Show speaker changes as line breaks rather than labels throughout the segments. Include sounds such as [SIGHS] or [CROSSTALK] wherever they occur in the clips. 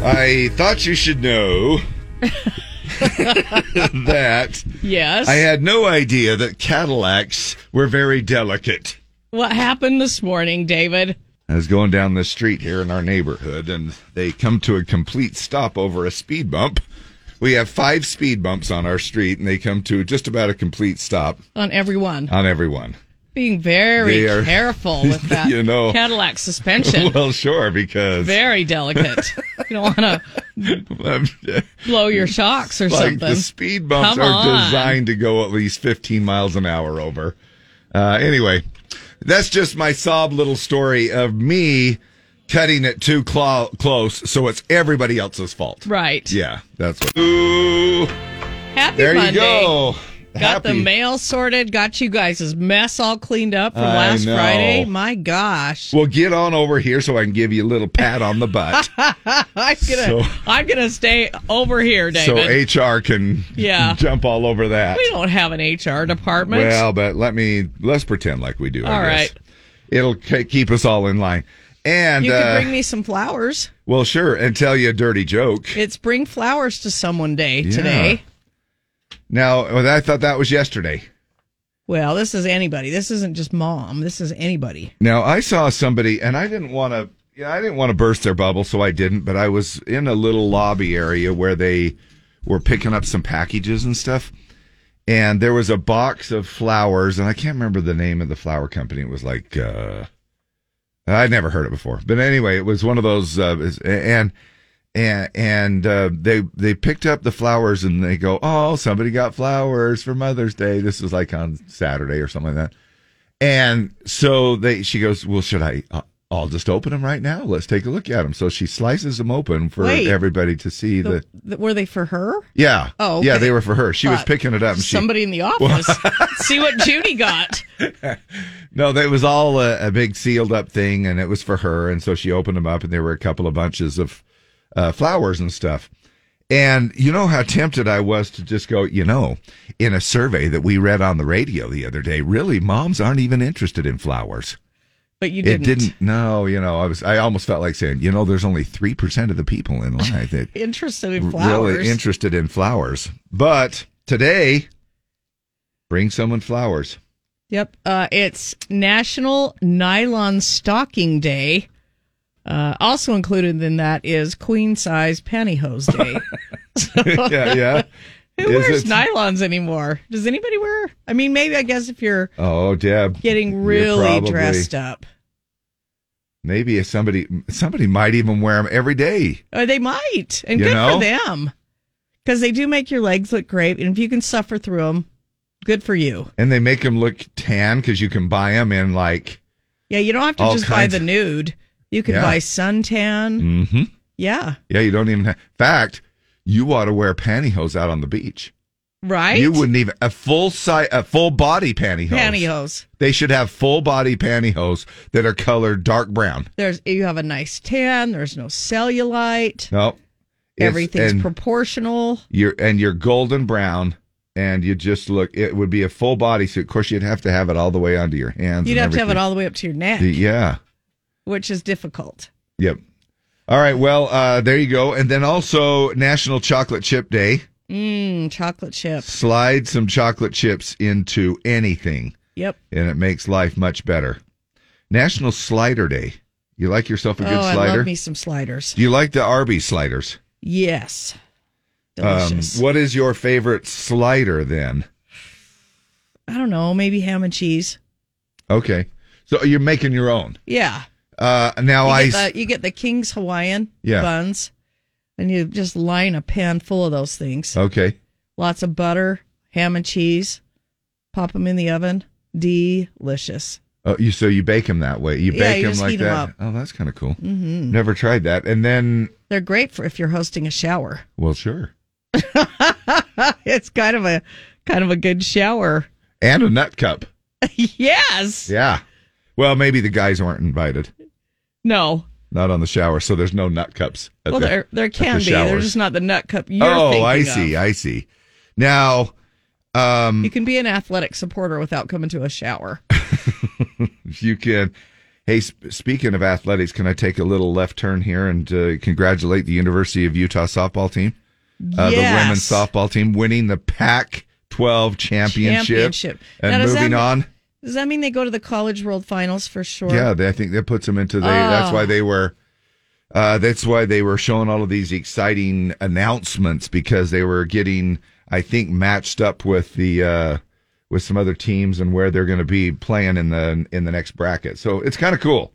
I thought you should know that
Yes.
I uh, had no idea that Cadillacs were very delicate.
what happened this morning, David?
I was going down the street here in our neighborhood, and they come to a complete stop over a speed bump. We have five speed bumps on our street, and they come to just about a complete stop
On everyone
on everyone.
being very
They are-
careful
[LAUGHS]
with that
You know. [LAUGHS]
Cadillac suspension.
Well, sure, because [LAUGHS]
very delicate. you don't want to blow your shocks or
like
something.
the speed bumps
Come
are
on.
designed to go at least 15 miles an hour over. Uh, anyway, that's just my sob little story of me cutting it too clo- close, so it's everybody else's fault.
Right.
Yeah, that's what. Ooh,
Happy
there
Monday.
you go.
Got the
Happy-
mail sorted. Got you guys' mess all cleaned up from
I
last
know.
Friday. My gosh.
Well, get on over here so I can give you a little pat on the
[LAUGHS]
butt,
I'm gonna
so-
I'm gonna stay over here,
so
David.
HR can
Yeah.
[LAUGHS] jump all over that.
we don't have an HR department.
Well, but let me let's pretend like we do. I
All
guess.
right.
it'll k- keep us all in line. And
you
uh,
could bring me some flowers.
well, sure, and tell you a dirty joke.
It's bring flowers to someone day today.
Now, I thought that was yesterday.
Well, this is anybody. This isn't just mom. This is anybody.
Now I saw somebody, and I didn't want to. Yeah, I didn't want to burst their bubble, so I didn't. But I was in a little lobby area where they were picking up some packages and stuff. And there was a box of flowers, and I can't remember the name of the flower company. It was like uh, I'd never heard it before, but anyway, it was one of those. Uh, is- and and and uh, they they picked up the flowers, and they go, "Oh, somebody got flowers for Mother's Day." This was like on Saturday or something like that. And so they, she goes, well, should I? I'll- I'll just open them right now. Let's take a look at them. So she slices them open for
Wait.
everybody to see. The,
The, th- were they for her?
yeah,
Oh,
yeah,
okay.
they were for her. She was
But
picking it up. And she,
Somebody in
[LAUGHS]
the office. See what Judy got.
no, that was all a, a big sealed up thing, and it was for her. And so she opened them up, and there were a couple of bunches of uh, flowers and stuff. And you know how tempted I was to just go, you know, in a survey that we read on the radio the other day, really, moms aren't even interested in flowers.
But you didn't.
It didn't. No, you know, I was. I almost felt like saying, you know, there's only three percent of the people in life that
Interested [LAUGHS] in flowers.
really interested in flowers. But today, bring someone flowers. [LAUGHS]
Yep. Uh, it's National Nylon Stocking Day. Uh, also included in that is Queen Size Pantyhose
[LAUGHS]
Day.
yeah, yeah.
[LAUGHS] Who
Is
wears
it-
nylons anymore? Does anybody wear? I mean, maybe I guess if you're
Oh, Deb.
getting
you're
really
probably-
dressed up,
Maybe if somebody somebody might even wear them every day.
or Uh, they might, and
You
good
know?
for them because they do make your legs look great, and if you can suffer through them, good for you.
And they make them look tan because you can buy them in like.
Yeah, you don't have to
All
just buy
kinds
the
of-
nude. You can
Yeah.
buy suntan.
Mm-hmm.
Yeah,
Yeah, you don't even. Have, fact, you ought to wear pantyhose out on the beach.
right.
You wouldn't even a full size a full body pantyhose.
pantyhose.
They should have full body pantyhose that are colored dark brown.
There's you have a nice tan. There's no cellulite.
No. It's-
Everything's
and
proportional.
you're and you're golden brown and you just look it would be a full body suit. Of course you'd have to have it all the way onto your hands.
You'd
and
have to have it
everything.
all the way up to your neck,
The- e- yeah.
which is difficult.
Yep. All right, well, uh, there you go. And then also National Chocolate Chip Day.
Mmm, chocolate chip.
Slide some chocolate chips into anything
Yep.
and it makes life much better. National Slider Day. You like yourself a good
oh, I
slider?
love me some sliders.
Do you like the Arby's sliders?
Yes.
Um,
Delicious.
what is your favorite slider then?
I don't know. Maybe ham and cheese.
Okay, so you're making your own.
Yeah.
Uh, now
You,
I
get the, you get the King's Hawaiian
Yeah.
buns, and you just line a pan full of those things.
okay.
Lots of butter, ham and cheese. Pop them in the oven. Delicious.
Oh, you so you bake them that way. You
Yeah,
bake
you
them
just
like
heat 'em
that.
up. Mm.
Oh, that's kind of cool. Mm-hmm. Never tried that. And then,
They're great for if you're hosting a shower. [LAUGHS]
well, sure.
it's kind of a kind of a good shower. [LAUGHS]
And a nut cup.
yes.
Yeah. Well, maybe the guys weren't invited.
No.
Not on the shower, so there's no nut cups. at
Well,
the-
there there
at the
can be. They're
showers.
just not the nut cup you're
oh,
thinking
I
of.
see. I see. Now, um,
You can be an athletic supporter without coming to a shower.
you can. Hey, sp- speaking of athletics, can I take a little left turn here and uh, congratulate the University of Utah softball team, uh, the
Yes.
women's softball team, winning the Pac-12 championship,
Championship. Now,
and
does that
moving
mean-
on.
Does that mean they go to the college world finals for sure?
Yeah, they, I think that puts them into the. That's
Oh.
why they were. Uh, that's why they were showing all of these exciting announcements because they were getting, I think, matched up with the uh, with some other teams and where they're going to be playing in the in the next bracket. So it's kind of cool.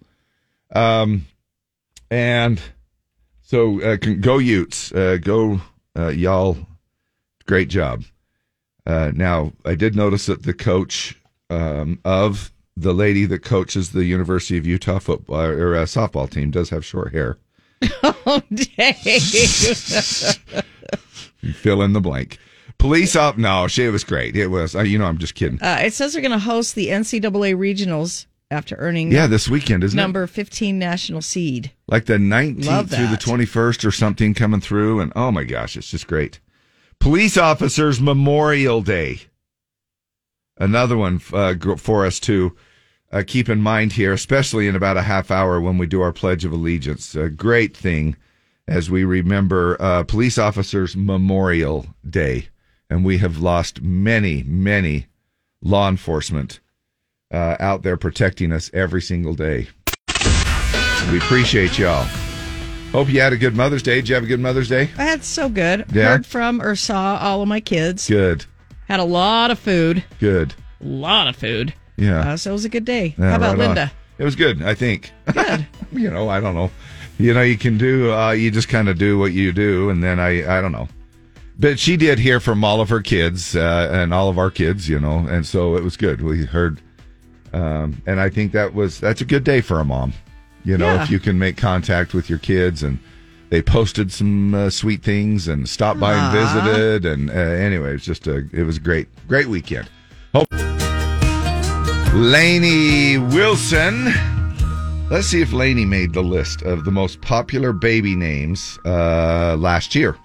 Um, and so uh, con- go Utes, uh, go uh, y'all, great job. Uh, now, I did notice that the coach um, of the lady that coaches the University of Utah football or uh, softball team does have short hair.
[LAUGHS] Oh, dang.
You fill in the blank. Police up? No, she was great. It was. Uh, you know, I'm just kidding.
uh, it says they're going to host the NCAA regionals after earning
Yeah, this weekend isn't
number 15 national seed.
it? Like the 19th
Love
through the
that.
21st or something coming through, and oh my gosh, it's just great. Police officers Memorial Day. Another one uh, gr- for us to uh, keep in mind here, especially in about a half hour when we do our Pledge of Allegiance. A great thing as we remember uh, Police Officers Memorial Day. And we have lost many, many law enforcement uh, out there protecting us every single day. We appreciate y'all. Hope you had a good Mother's Day. Did you have a good Mother's Day?
I had so good.
Yeah.
Heard from or saw all of my kids.
Good,
Had a lot of food.
good.
A lot of food.
Yeah.
Uh, so it was a good day.
Yeah,
How about
right on.
Linda?
It was good, I think. [LAUGHS] you know, I don't know. You know, you can do. Uh, you just kind of do what you do, and then I, I don't know. But she did hear from all of her kids uh, and all of our kids, you know, and so it was good. We heard, um, and I think that was that's a good day for a mom. You know,
Yeah.
if you can make contact with your kids, and they posted some uh, sweet things and stopped by and
Aw.
visited, and uh, anyway, it's just a it was a great, great weekend. Hope. Laney Wilson. Let's see if Laney made the list of the most popular baby names uh, last year.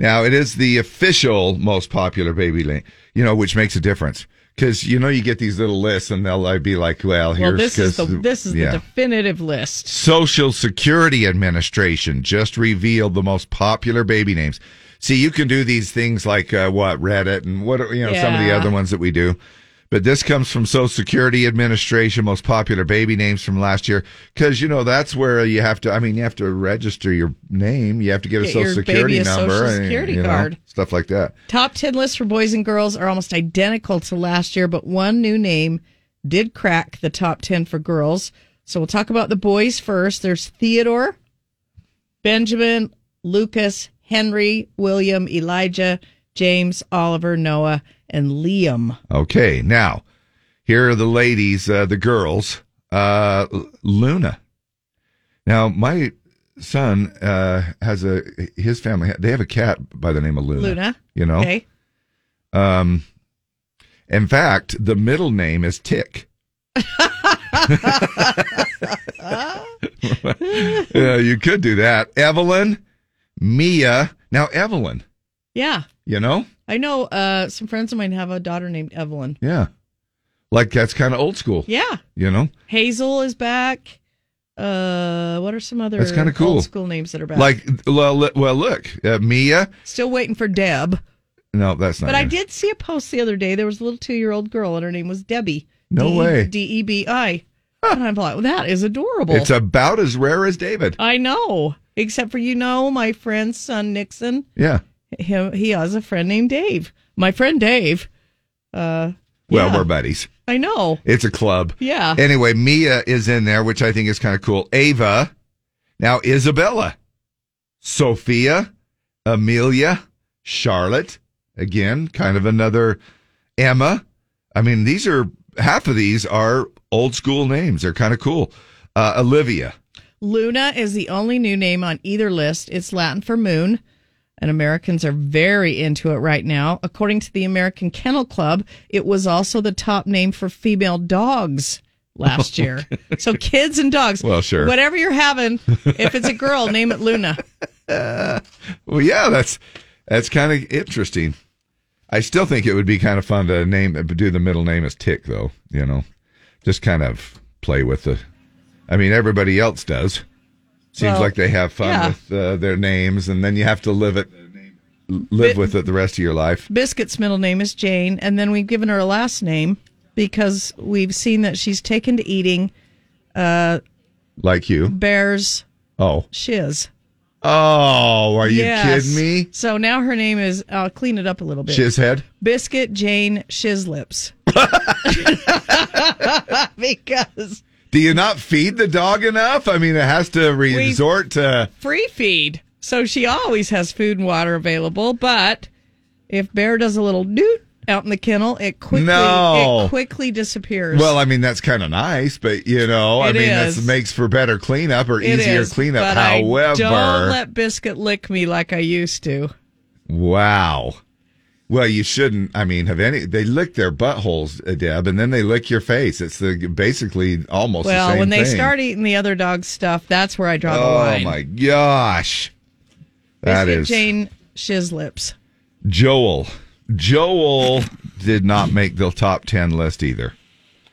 Now, it is the official most popular baby name, you know, which makes a difference. Because, you know, you get these little lists and they'll like, be like, well, here's
Well, this is the
'cause-
this is
yeah.
the definitive list.
Social Security Administration just revealed the most popular baby names. See, you can do these things like uh, what Reddit and what you know some of the
Yeah.
other ones that we do. But this comes from Social Security Administration most popular baby names from last year cuz you know that's where you have to I mean you have to register your name, you have to get a
Get
social
your
security
baby a
number
social
and,
security
you know,
card.
stuff like that.
Top 10 lists for boys and girls are almost identical to last year, but one new name did crack the top 10 for girls. So we'll talk about the boys first. There's Theodore, Benjamin, Lucas, Henry, William, Elijah, James, Oliver, Noah, and Liam.
Okay. Now, here are the ladies, uh, the girls. Uh, L- Luna. Now, my son uh, has a his family. They have a cat by the name of Luna. Oh.
Luna.
You know.
Okay.
Um, in fact, the middle name is Tick. [LAUGHS]
Uh,
yeah, you could do that. Evelyn, Mia. Now, Evelyn.
Yeah.
You know.
I know uh, some friends of mine have a daughter named Evelyn.
Yeah. Like that's kind of old school.
Yeah.
You know.
Hazel is back. Uh, what are some other
That's kinda cool.
old school names that are back?
Like, well, li- well look, uh, Mia.
Still waiting for Deb.
No, that's not.
But I
it.
did see a post the other day. There was a little two year old girl, and her name was Debbie.
No way.
D E B I. And I'm like, well, that is adorable.
It's about as rare as David.
I know. Except for, you know, my friend's son, Nixon,
Yeah.
him, he has a friend named Dave. My friend Dave. Uh,
Well,
yeah,
we're buddies.
I know.
It's a club.
Yeah.
Anyway, Mia is in there, which I think is kind of cool. Ava. Now, Isabella, Sophia, Amelia, Charlotte. Again, kind of another Emma. I mean, these are half of these are old school names. They're kind of cool. Uh, Olivia.
Luna is the only new name on either list. It's Latin for moon, and Americans are very into it right now. According to the American Kennel Club, it was also the top name for female dogs
[LAUGHS]
last year. So kids and dogs.
Oh, Well, sure.
Whatever you're having, if it's
[LAUGHS]
a girl, name it Luna.
Well, yeah, that's that's kind of interesting. I still think it would be kind of fun to name do the middle name as Tick, though. You know, just kind of play with the I mean, everybody else does. Seems
Well,
like they have fun
yeah.
with uh, their names, and then you have to live it, live with it the rest of your life.
Biscuit's middle name is Jane, and then we've given her a last name because we've seen that she's taken to eating uh,
Like you.
bears
Oh,
shiz.
oh, are you
Yes.
kidding me?
So now her name is. I'll clean it up a little bit.
Shizhead.
Biscuit Jane
[LAUGHS]
Shiz Lips. because
Do you not feed the dog enough? I mean, it has to resort to.
free feed. So she always has food and water available, but if Bear does a little doot out in the kennel, it quickly
No.
it quickly disappears.
Well, I mean, that's kind of nice, but you know, I
It
mean, that
is.
makes for better cleanup or
It
easier
is,
cleanup.
but I
However,
don't let Biscuit lick me like I used to.
wow. Well, you shouldn't. I mean, have any? They lick their buttholes, uh, Deb, and then they lick your face. It's the basically almost. the
Well,
same
when they
thing.
start eating the other dog's stuff, that's where I draw the
oh
line.
my gosh, that
Biscuit
is
Jane Shiz Lips.
Joel. Joel did not make the top ten list either.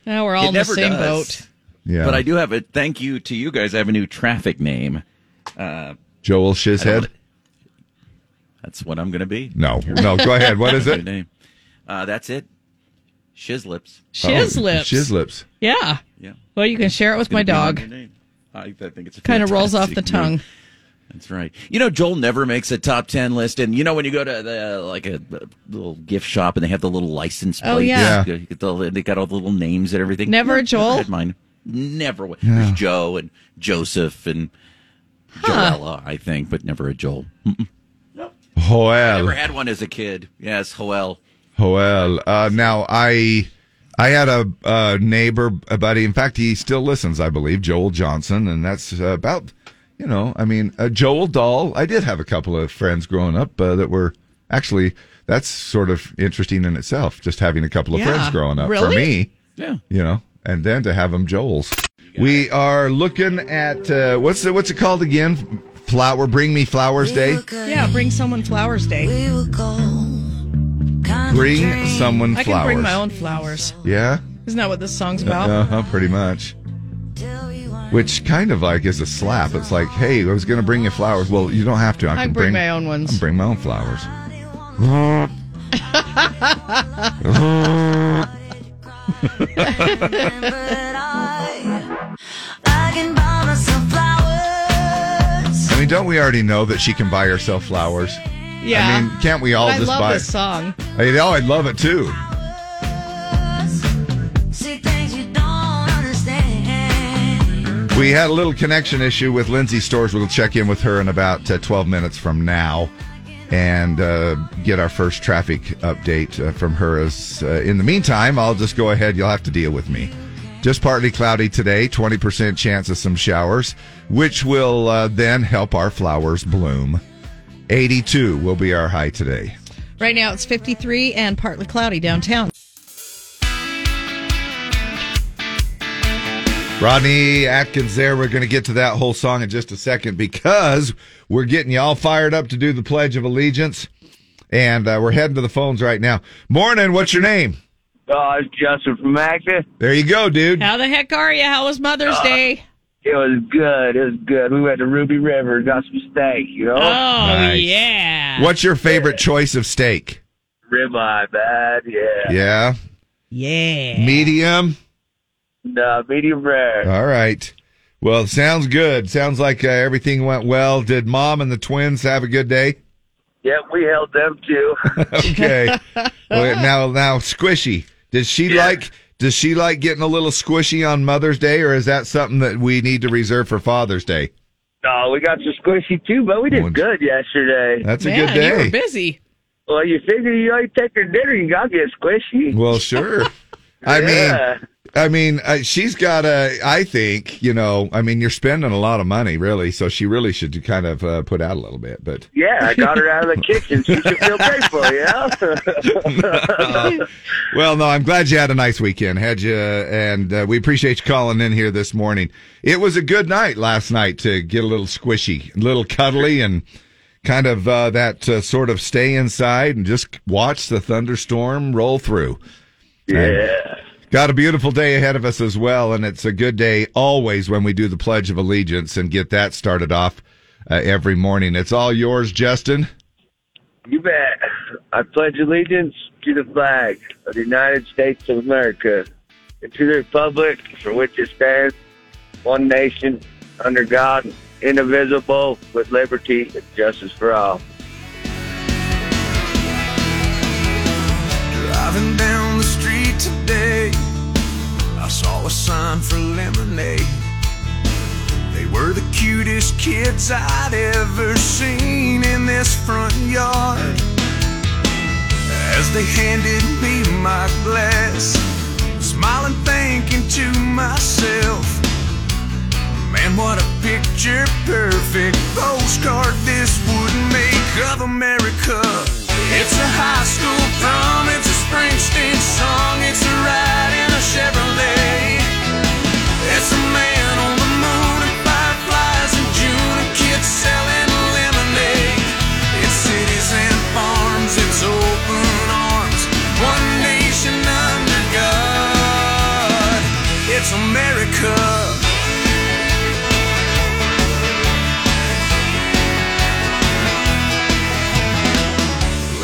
Now we're all
It
in the
never
same
does.
boat.
Yeah,
But I do have a thank you to you guys. I have a new traffic name.
Joel
I don't-
Shizhead.
That's what I'm going to be.
No, no. Go ahead. What is
[LAUGHS] New
it?
name. Uh, that's it. Shizlips.
Shiz
Oh,
Lips.
Shiz lips.
Yeah.
Yeah.
Well, you can share it with my
Gonna be my
dog.
new name. I, I think it's a
Kind of rolls off the
fantastic
tongue.
name. That's right. You know, Joel never makes a top ten list, and you know when you go to the like a, a little gift shop and they have the little license plates.
Oh, yeah.
Yeah.
You get the, they got all the little names and everything.
Never a
I
Joel?
had mine. Never. wa- There's Joe and Joseph and Joella, I think, but never a Joel.
Joel.
Never had one as a kid. Yes, Joel.
Well, uh, now I I had a, uh neighbor, a buddy. In fact, he still listens, I believe, Joel Johnson, and that's uh, about you know. I mean, uh, Joel Dahl. I did have a couple of friends growing up uh, that were actually. That's sort of interesting in itself, just having a couple of
Yeah.
friends growing up. For
Really?
me,
Yeah.
you know, and then to have them Joel's. We are looking at uh, what's the, what's it called again? Flower, bring me flowers day.
Yeah, bring someone flowers day.
Bring someone flowers.
I can bring my own Oh. flowers.
Yeah.
Isn't that what this song's about?
Uh huh. Pretty much. Which kind of like is a slap. It's like, hey, I was going to bring you flowers. Well, you don't have to. I can
I can bring my own ones.
I can bring my own flowers. I mean, don't we already know that she can buy herself flowers?
yeah.
I mean, can't we all
I
just
love
buy?
this song.
I mean, oh, I love it too. We had a little connection issue with Lindsay Stores. We'll check in with her in about uh, 12 minutes from now and uh, get our first traffic update uh, from her. As, uh, in the meantime, I'll just go ahead. You'll have to deal with me. Just partly cloudy today, 20% chance of some showers, which will uh, then help our flowers bloom. 82 will be our high today.
Right now it's 53 and partly cloudy downtown.
Rodney Atkins there. We're going to get to that whole song in just a second because we're getting you all fired up to do the Pledge of Allegiance. And uh, we're heading to the phones right now. Morning, what's your name?
Uh, it's Justin from Acta.
There you go, dude.
How the heck are you? How was Mother's
Ah.
Day?
It was good. It was good. We went to Ruby River, got some steak, you know?
Oh,
nice.
yeah.
What's your favorite choice of steak?
Ribeye, bad, yeah.
Yeah.
Yeah.
Medium?
No, medium rare.
All right. Well, sounds good. Sounds like uh, everything went well. Did mom and the twins have a good day?
yep, we held them too. [LAUGHS]
Okay. Well, now, now, squishy. Does she
Yeah.
like? Does she like getting a little squishy on Mother's Day, or is that something that we need to reserve for Father's Day?
no, we got some squishy too, but we did
Ones.
good yesterday.
That's a
Man,
good
you were
day.
busy.
well, you figure you ain't taking dinner, you gotta get squishy.
Well, sure. I mean,
yeah.
I mean, uh, she's got a. I think you know. I mean, you're spending a lot of money, really. So she really should kind of uh, put out a little bit. But
yeah, I got her out of the kitchen. She should feel grateful,
[LAUGHS]
[LAUGHS] yeah?
well, no, I'm glad you had a nice weekend, had you? And uh, we appreciate you calling in here this morning. It was a good night last night to get a little squishy, a little cuddly, and kind of uh, that uh, sort of stay inside and just watch the thunderstorm roll through.
yeah.
Got a beautiful day ahead of us as well, and it's a good day always when we do the Pledge of Allegiance and get that started off uh, every morning. It's all yours, Justin.
You bet. I pledge allegiance to the flag of the United States of America and to the republic for which it stands, one nation, under God, indivisible, with liberty and justice for all.
Driving down the street today, I saw a sign for lemonade. They were the cutest kids I'd ever seen in this front yard. As they handed me my glass, smiling, thinking to myself, Man, what a picture perfect postcard this would make of America. It's a high school prom, it's a Springsteen song, it's a ride in a Chevrolet. It's a man on the moon and fireflies in June, and kids selling lemonade. It's cities and farms, it's open arms, one nation under God. It's America.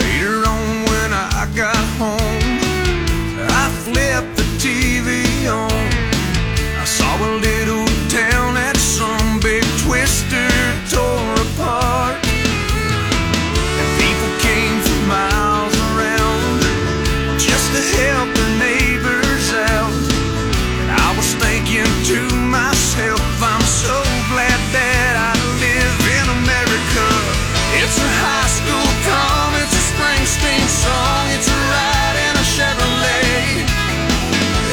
Later on, when I got home, I flipped the TV on. I saw a little town that some big twister tore apart. And people came from miles around just to help their neighbors out. And I was thinking to myself, I'm so glad that I live in America. It's a high school prom, it's a Springsteen song, it's a ride in a Chevrolet.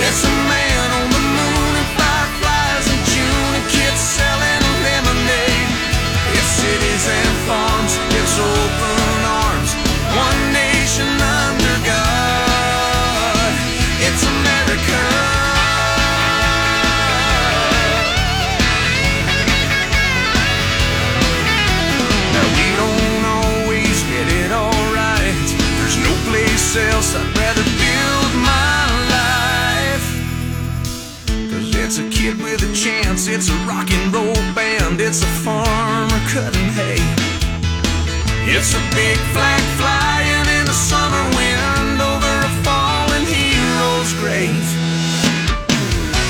It's a man on the moon and fireflies in June, and kids selling lemonade. It's cities and farms, it's open arms, one nation under God. It's America. Now we don't always get it all right. There's no place else I'd rather build my life. Cause it's a kid with a chance, it's a rock and roll band, it's a farmer cutting hay. It's a big flag flying in the summer wind over a fallen hero's grave.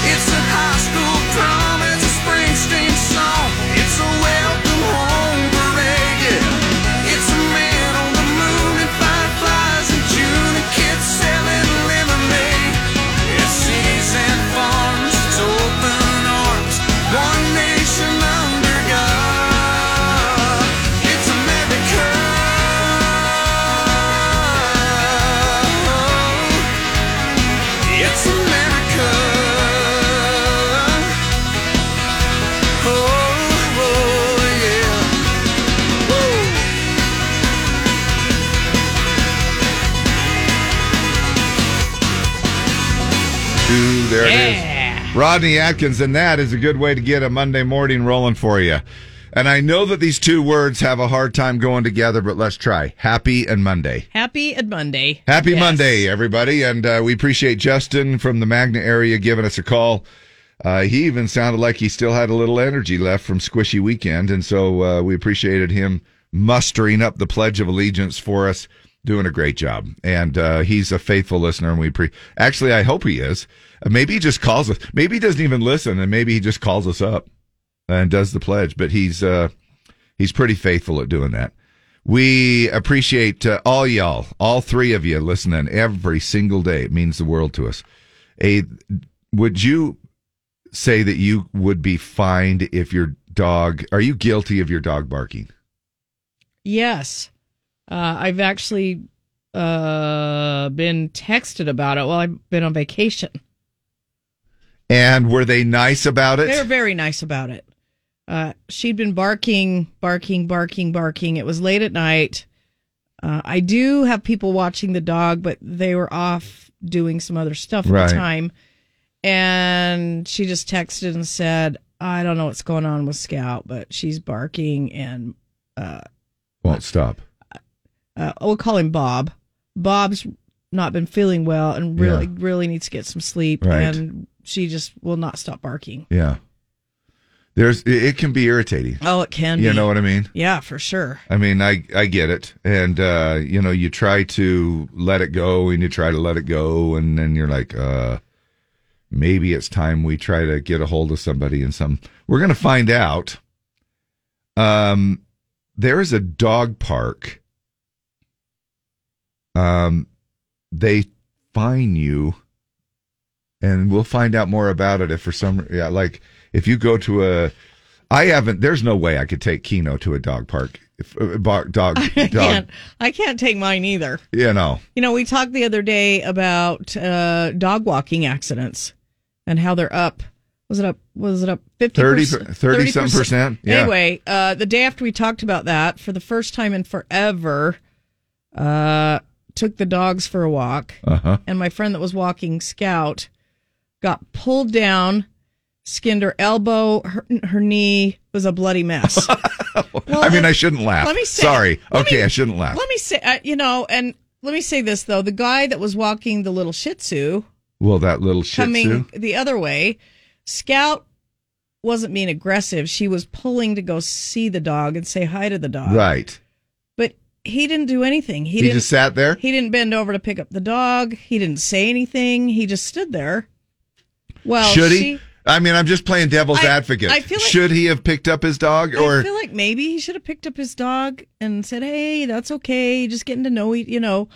It's a high school prom, it's a Springsteen song, it's a welcome home parade. Yeah. It's a man on the moon and fireflies in June, and kids selling lemonade. It's cities and farms, it's open arms, one nation under God. It's America. It's America. Oh, oh yeah. Woo.
Ooh, there it is. Rodney Atkins, and that is a good way to get a Monday morning rolling for you. And I know that these two words have a hard time going together, but let's try. Happy and Monday.
Happy and Monday.
Happy
Yes.
Monday, everybody. And uh, we appreciate Justin from the Magna area giving us a call. Uh, he even sounded like he still had a little energy left from Squishy Weekend. And so uh, we appreciated him mustering up the Pledge of Allegiance for us, doing a great job. And uh, he's a faithful listener. And we pre- actually, I hope he is. Uh, Maybe he just calls us. Maybe he doesn't even listen. And maybe he just calls us up and does the pledge. But he's. Uh, He's pretty faithful at doing that. We appreciate uh, all y'all, all three of you listening every single day. It means the world to us. A, would you say that you would be fined if your dog? Are you guilty of your dog barking?
Yes. Uh, I've actually uh, been texted about it while I've been on vacation.
And were they nice about it?
They were very nice about it. Uh, she'd been barking, barking, barking, barking. It was late at night. Uh, I do have people watching the dog, but they were off doing some other stuff at
Right.
the time. And she just texted and said, I don't know what's going on with Scout, but she's barking. And
Won't stop.
uh, we'll call him Bob. Bob's not been feeling well and really
Yeah.
really needs to get some sleep
Right.
and she just will not stop barking.
Yeah. There's it it can be irritating.
Oh, it can
You
be.
know what I mean?
Yeah, for sure.
I mean, I I get it, and uh, you know, you try to let it go, and you try to let it go, and then you're like, uh, maybe it's time we try to get a hold of somebody and some. We're gonna find out. Um, there is a dog park. Um, they fine you, and we'll find out more about it if for some yeah, like if you go to a. I haven't. There's no way I could take Kino to a dog park. If, uh, bar,
[LAUGHS]
dog,
I
dog.
can't I can't take mine either.
You know.
You know, we talked the other day about uh, dog walking accidents and how they're up. Was it up? Was it up 50
30 30 some percent? Yeah.
Anyway, uh, the day after we talked about that, for the first time in forever, uh, took the dogs for a walk,
Uh-huh.
and my friend that was walking Scout got pulled down, skinned her elbow, her, her knee was a
[LAUGHS]
bloody mess. Well,
I mean,
and-
I shouldn't laugh.
let me say-
Sorry.
let
Okay,
me-
I shouldn't laugh.
Let me say, uh, you know, and let me say this though: the guy that was walking the little Shih Tzu
Well, that little Shih Tzu.
coming the other way, Scout wasn't being aggressive. She was pulling to go see the dog and say hi to the dog.
Right.
But he didn't do anything. He,
He,
didn't.
just sat there.
he didn't bend over to pick up the dog. He didn't say anything. He just stood there. Well,
Should he?
she-
I mean, I'm just playing devil's
I-
advocate.
I feel like-
Should he have picked up his dog
I
or
feel like maybe he should have picked up his dog and said, "Hey, that's okay. Just getting to know each, you know."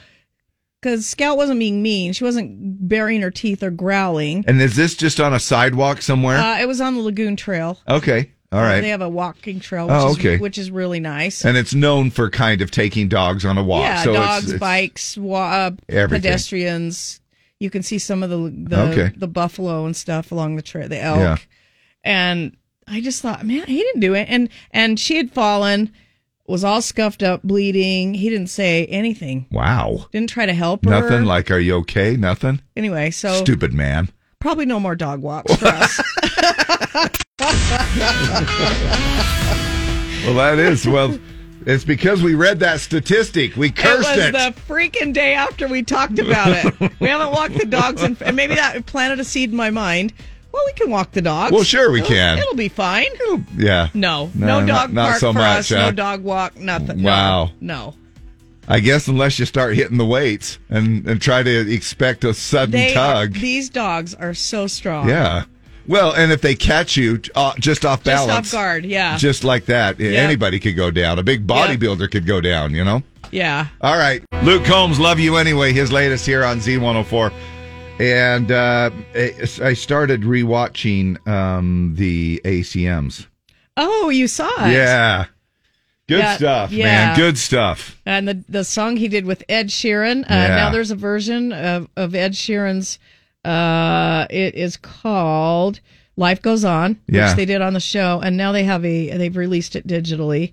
Because Scout wasn't being mean. She wasn't baring her teeth or growling.
and is this just on a sidewalk somewhere?
Uh, it was on the Lagoon Trail.
okay. All
They
right.
have a walking trail, which,
Oh, okay.
is, which is really nice.
And it's known for kind of taking dogs on a walk.
yeah,
so
dogs,
it's, it's,
bikes, wa- uh,
Everything.
pedestrians. You can see some of the the,
Okay.
the buffalo and stuff along the trail, the elk.
Yeah.
And I just thought, man, he didn't do it. And and she had fallen, was all scuffed up, bleeding. He didn't say anything.
Wow.
Didn't try to help her.
Nothing like, are you okay? Nothing.
anyway. So
Stupid man.
probably no more
[LAUGHS]
dog walks for us.
Well, that is.
[LAUGHS]
Well, it's because we read that statistic. We
it
cursed
was
it.
the freaking day after we talked about it.
[LAUGHS]
we haven't walked the dogs, and, and maybe that planted a seed in my mind. Well, we can walk the dogs.
Well, sure we
It'll-
can.
It'll be fine.
yeah.
No, no,
not-
dog
not
park
so
for
much,
us.
huh?
No dog walk. Nothing. No,
Wow.
No.
I guess unless you start hitting the weights and, and try to expect a sudden
They are-
tug.
these dogs are so strong.
yeah. Well, and if they catch you uh, just off
Just
balance,
off guard. Yeah.
just like that, anybody could go down. A big bodybuilder could go down, you know?
yeah.
All right. Luke Combs, love you anyway. His latest here on Z104. And uh, I I started rewatching um, the ACMs.
Oh, you saw it.
Yeah. Good
Yeah,
stuff,
yeah.
man. Good stuff.
And the the song he did with Ed Sheeran. Uh,
Yeah.
Now there's a version of, of Ed Sheeran's. Uh, it is called "Life Goes On,"
Yeah.
which they did on the show, and now they have a they've released it digitally.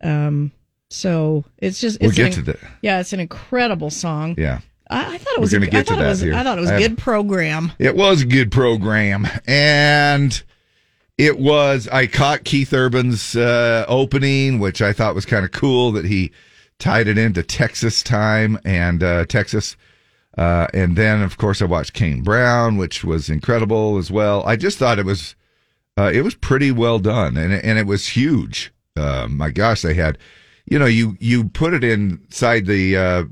Um, so it's just
We'll
it's
get
an-
to that.
Yeah, it's an incredible song.
Yeah.
I, I thought it
We're
was.
gonna
a,
get
I
to
thought
that
it was,
here.
I thought it was
I
a
have-
good program.
It was a good program, and it was. I caught Keith Urban's uh, opening, which I thought was kind of cool that he tied it into Texas time and uh, Texas. Uh, and then, of course, I watched Kane Brown, which was incredible as well. I just thought it was uh, it was pretty well done, and it- and it was huge. Uh, my gosh, they had, you know, you you put it inside the uh,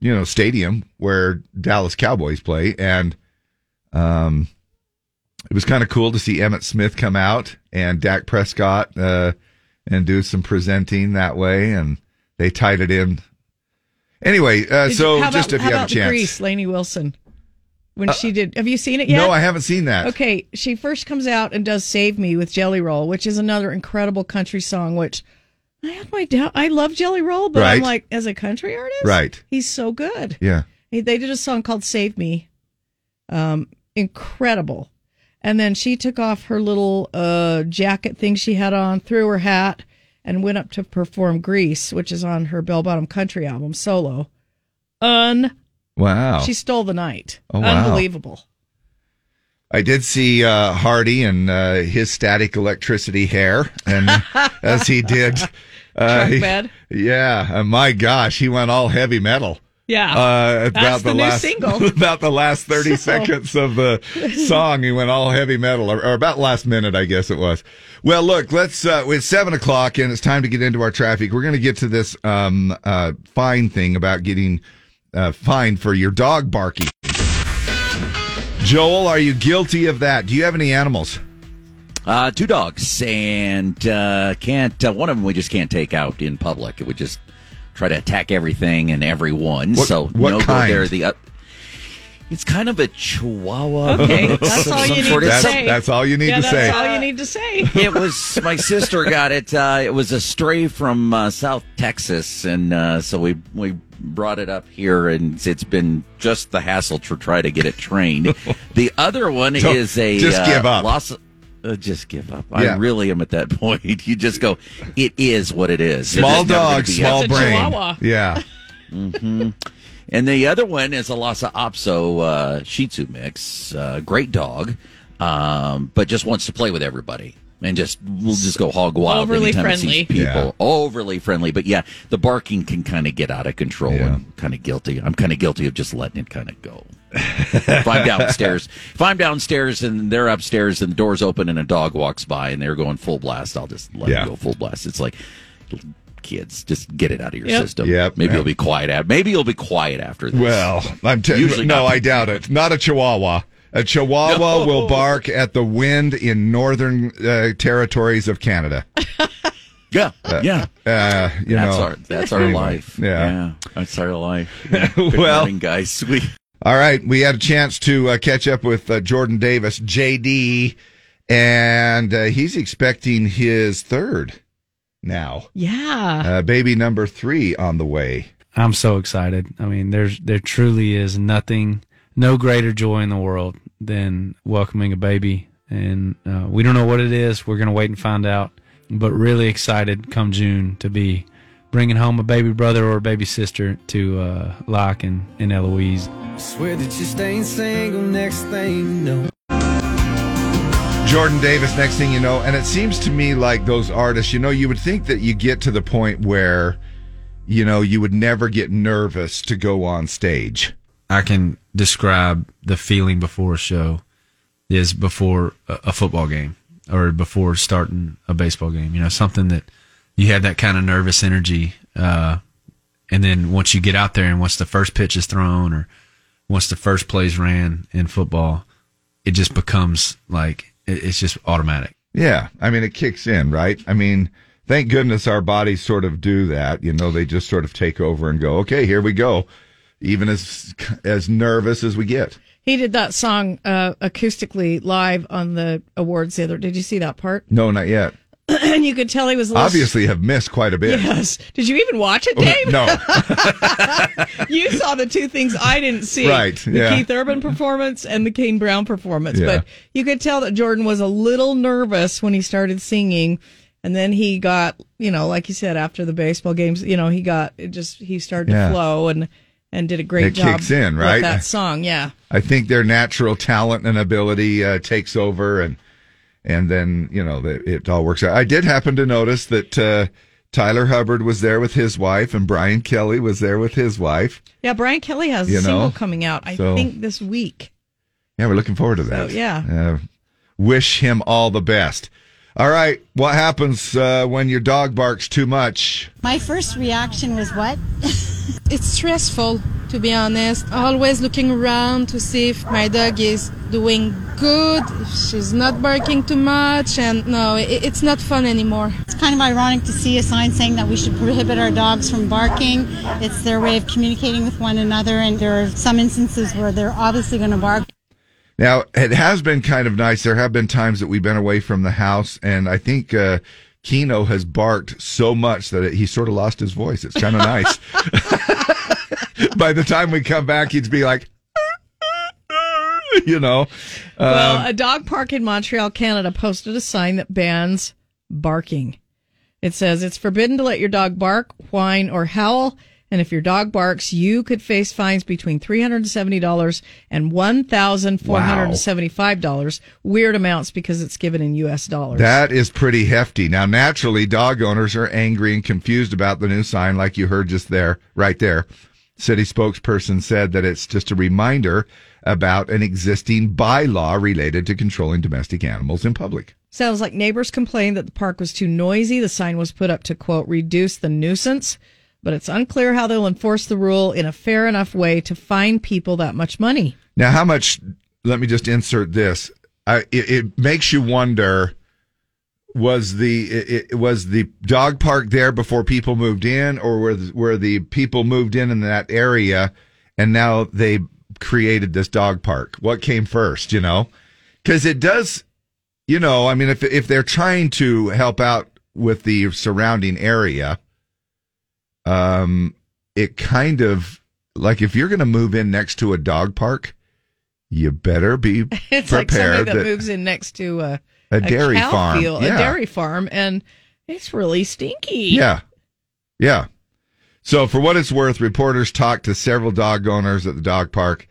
you know stadium where Dallas Cowboys play, and um, it was kind of cool to see Emmett Smith come out and Dak Prescott uh, and do some presenting that way, and they tied it in. Anyway, uh,
Did
so
how
just
about,
if
how
you have
about
a chance, Uh,
Greece, Lainey Wilson, when she did. Have you seen it yet?
no, I haven't seen that.
Okay, she first comes out and does "Save Me" with Jelly Roll, which is another incredible country song. Which I had my doubt. I love Jelly Roll, but I'm
Right.
like, as a country artist,
Right.
He's so good.
Yeah.
He- They did a song called "Save Me," um, incredible. And then she took off her little uh, jacket thing she had on, threw her hat, and went up to perform "Grease," which is on her Bell Bottom Country album solo. Un,
Wow.
she stole the night.
Oh, wow.
Unbelievable.
I did see uh, Hardy and uh, his static electricity hair, and as he did, uh,
Truck
he-
bed.
yeah, uh, my gosh, he went all heavy metal.
Yeah.
uh, about
That's the new
last
single.
[LAUGHS] about the last thirty
So-
seconds of the song. He went all heavy metal, or, or about last minute, I guess it was. Well, look, let's. Uh, it's seven o'clock, and it's time to get into our traffic. We're going to get to this um, uh, fine thing about getting uh, fined for your dog barking. Joel, are you guilty of that? Do you have any animals?
Uh, two dogs, and uh, can't uh, one of them we just can't take out in public. It would just try to attack everything and everyone.
What-
so
what
no
kind?
go there. The oth- it's kind of a Chihuahua.
Okay,
mix
that's
of
all
some
you need
sort.
to
It's
That's,
some-
say.
that's all you need
yeah,
to
that's
say.
all you need to say.
it was my sister got it. Uh, it was a stray from uh, South Texas, and uh, so we we brought it up here, and it's been just the hassle to try to get
[LAUGHS]
it trained. the other one
Don't-
is a
just
uh,
give up.
Loss uh, just give up.
Yeah.
I really am at that [LAUGHS] point. You just go. It is what it is. You're
Small
just never gonna
dog,
be
small
That's a
brain.
Chihuahua.
Yeah.
And the other one is a Lhasa Apso uh, Shih Tzu mix. Uh, great dog, um, but just wants to play with everybody and just will just go hog wild
Overly
anytime it
friendly.
sees people. Overly friendly, but yeah, the barking can kind of get out of control.
Yeah.
I'm kind of guilty. I'm kind of guilty of just letting it kind of go. if I'm downstairs, if I'm downstairs and they're upstairs and the door's open and a dog walks by and they're going full blast, I'll just let
Yeah.
it go full blast. It's like kids, just get it out of your
Yep.
system.
Yep.
Maybe
Yeah.
you'll be quiet. At, maybe you'll be quiet after this.
Well, I'm t-
Usually
no,
not.
I doubt it. Not a Chihuahua. A Chihuahua
No.
will bark at the wind in northern uh, territories of Canada.
yeah, yeah.
Uh, you
That's
know. [LAUGHS]
our that's our
Anyway,
life.
yeah.
that's our life. Yeah. Good
[LAUGHS] Well-
morning, guys. We
All right, we had a chance to uh, catch up with uh, Jordan Davis, JD, and uh, he's expecting his third now,
Yeah.
uh, baby number three on the way.
I'm so excited. I mean, there's there truly is nothing, no greater joy in the world than welcoming a baby, and uh, we don't know what it is. We're gonna wait and find out, but really excited come June to be bringing home a baby brother or a baby sister to uh, Locke and, and Eloise.
Swear that you staying single next thing you know.
Jordan Davis, next thing you know, and it seems to me like those artists, you know, you would think that you get to the point where, you know, you would never get nervous to go on stage.
I can describe the feeling before a show is before a, a football game or before starting a baseball game. You know, something that you have that kind of nervous energy. Uh, and then once you get out there and once the first pitch is thrown or once the first plays ran in football, it just becomes like it, it's just automatic.
Yeah. I mean, it kicks in, right? I mean, thank goodness our bodies sort of do that. You know, they just sort of take over and go, okay, here we go. Even as, as nervous as we get.
He did that song uh, acoustically live on the awards the other. Did you see that part? [CLEARS THROAT]
No, not yet.
and you could tell he was a little
Obviously have missed quite a bit.
Yes. Did you even watch it, Dave?
[LAUGHS] No.
You saw the two things I didn't see.
Right,
The
yeah.
Keith Urban performance and the Kane Brown performance.
Yeah.
But you could tell that Jordan was a little nervous when he started singing. And then he got, you know, like you said, after the baseball games, you know, he got it just he started
Yeah.
to flow and and did a great
It
job.
kicks in,
with
right?
that song, yeah.
I think their natural talent and ability uh, takes over, and and then you know the, it all works out. I did happen to notice that uh, Tyler Hubbard was there with his wife, and Brian Kelly was there with his wife.
Yeah, Brian Kelly has
You
a single
know,
coming out, I
so-
think, this week.
Yeah, we're looking forward to that.
So, yeah.
Uh, wish him all the best. All right, what happens uh, when your dog barks too much?
My first reaction was what?
[LAUGHS] It's stressful, to be honest. Always looking around to see if my dog is doing good, if she's not barking too much, and no, it, it's not fun anymore.
It's kind of ironic to see a sign saying that we should prohibit our dogs from barking. It's their way of communicating with one another, and there are some instances where they're obviously going to bark.
Now, it has been kind of nice. There have been times that we've been away from the house, and I think uh, Kino has barked so much that he sort of lost his voice. It's kind of nice. [LAUGHS] By the time we come back, he'd be like, [LAUGHS] you know,
Well, a dog park in Montreal, Canada posted a sign that bans barking. It says it's forbidden to let your dog bark, whine, or howl. And if your dog barks, you could face fines between $370 and $1,475. Weird amounts because it's given in U.S. dollars.
that is pretty hefty. Now, naturally, dog owners are angry and confused about the new sign, like you heard just there, right there. City spokesperson said that it's just a reminder about an existing bylaw related to controlling domestic animals in public.
Sounds like neighbors complained that the park was too noisy. The sign was put up to, quote, reduce the nuisance, but it's unclear how they'll enforce the rule in a fair enough way to fine people that much money.
Now, how much? Let me just insert this. I, it, it makes you wonder: was the it, it- was the dog park there before people moved in, or were the, were the people moved in in that area, and now they created this dog park? What came first? You know, because it does. You know, I mean, if if they're trying to help out with the surrounding area, um, it kind of like if you're going to move in next to a dog park, you better be
[LAUGHS] It's like somebody
prepared.
that,
that-
moves in next to [LAUGHS] a,
A dairy
cow
farm,
field-
yeah.
a dairy farm, and it's really stinky.
yeah, yeah. So for what it's worth, reporters talked to several dog owners at the dog park,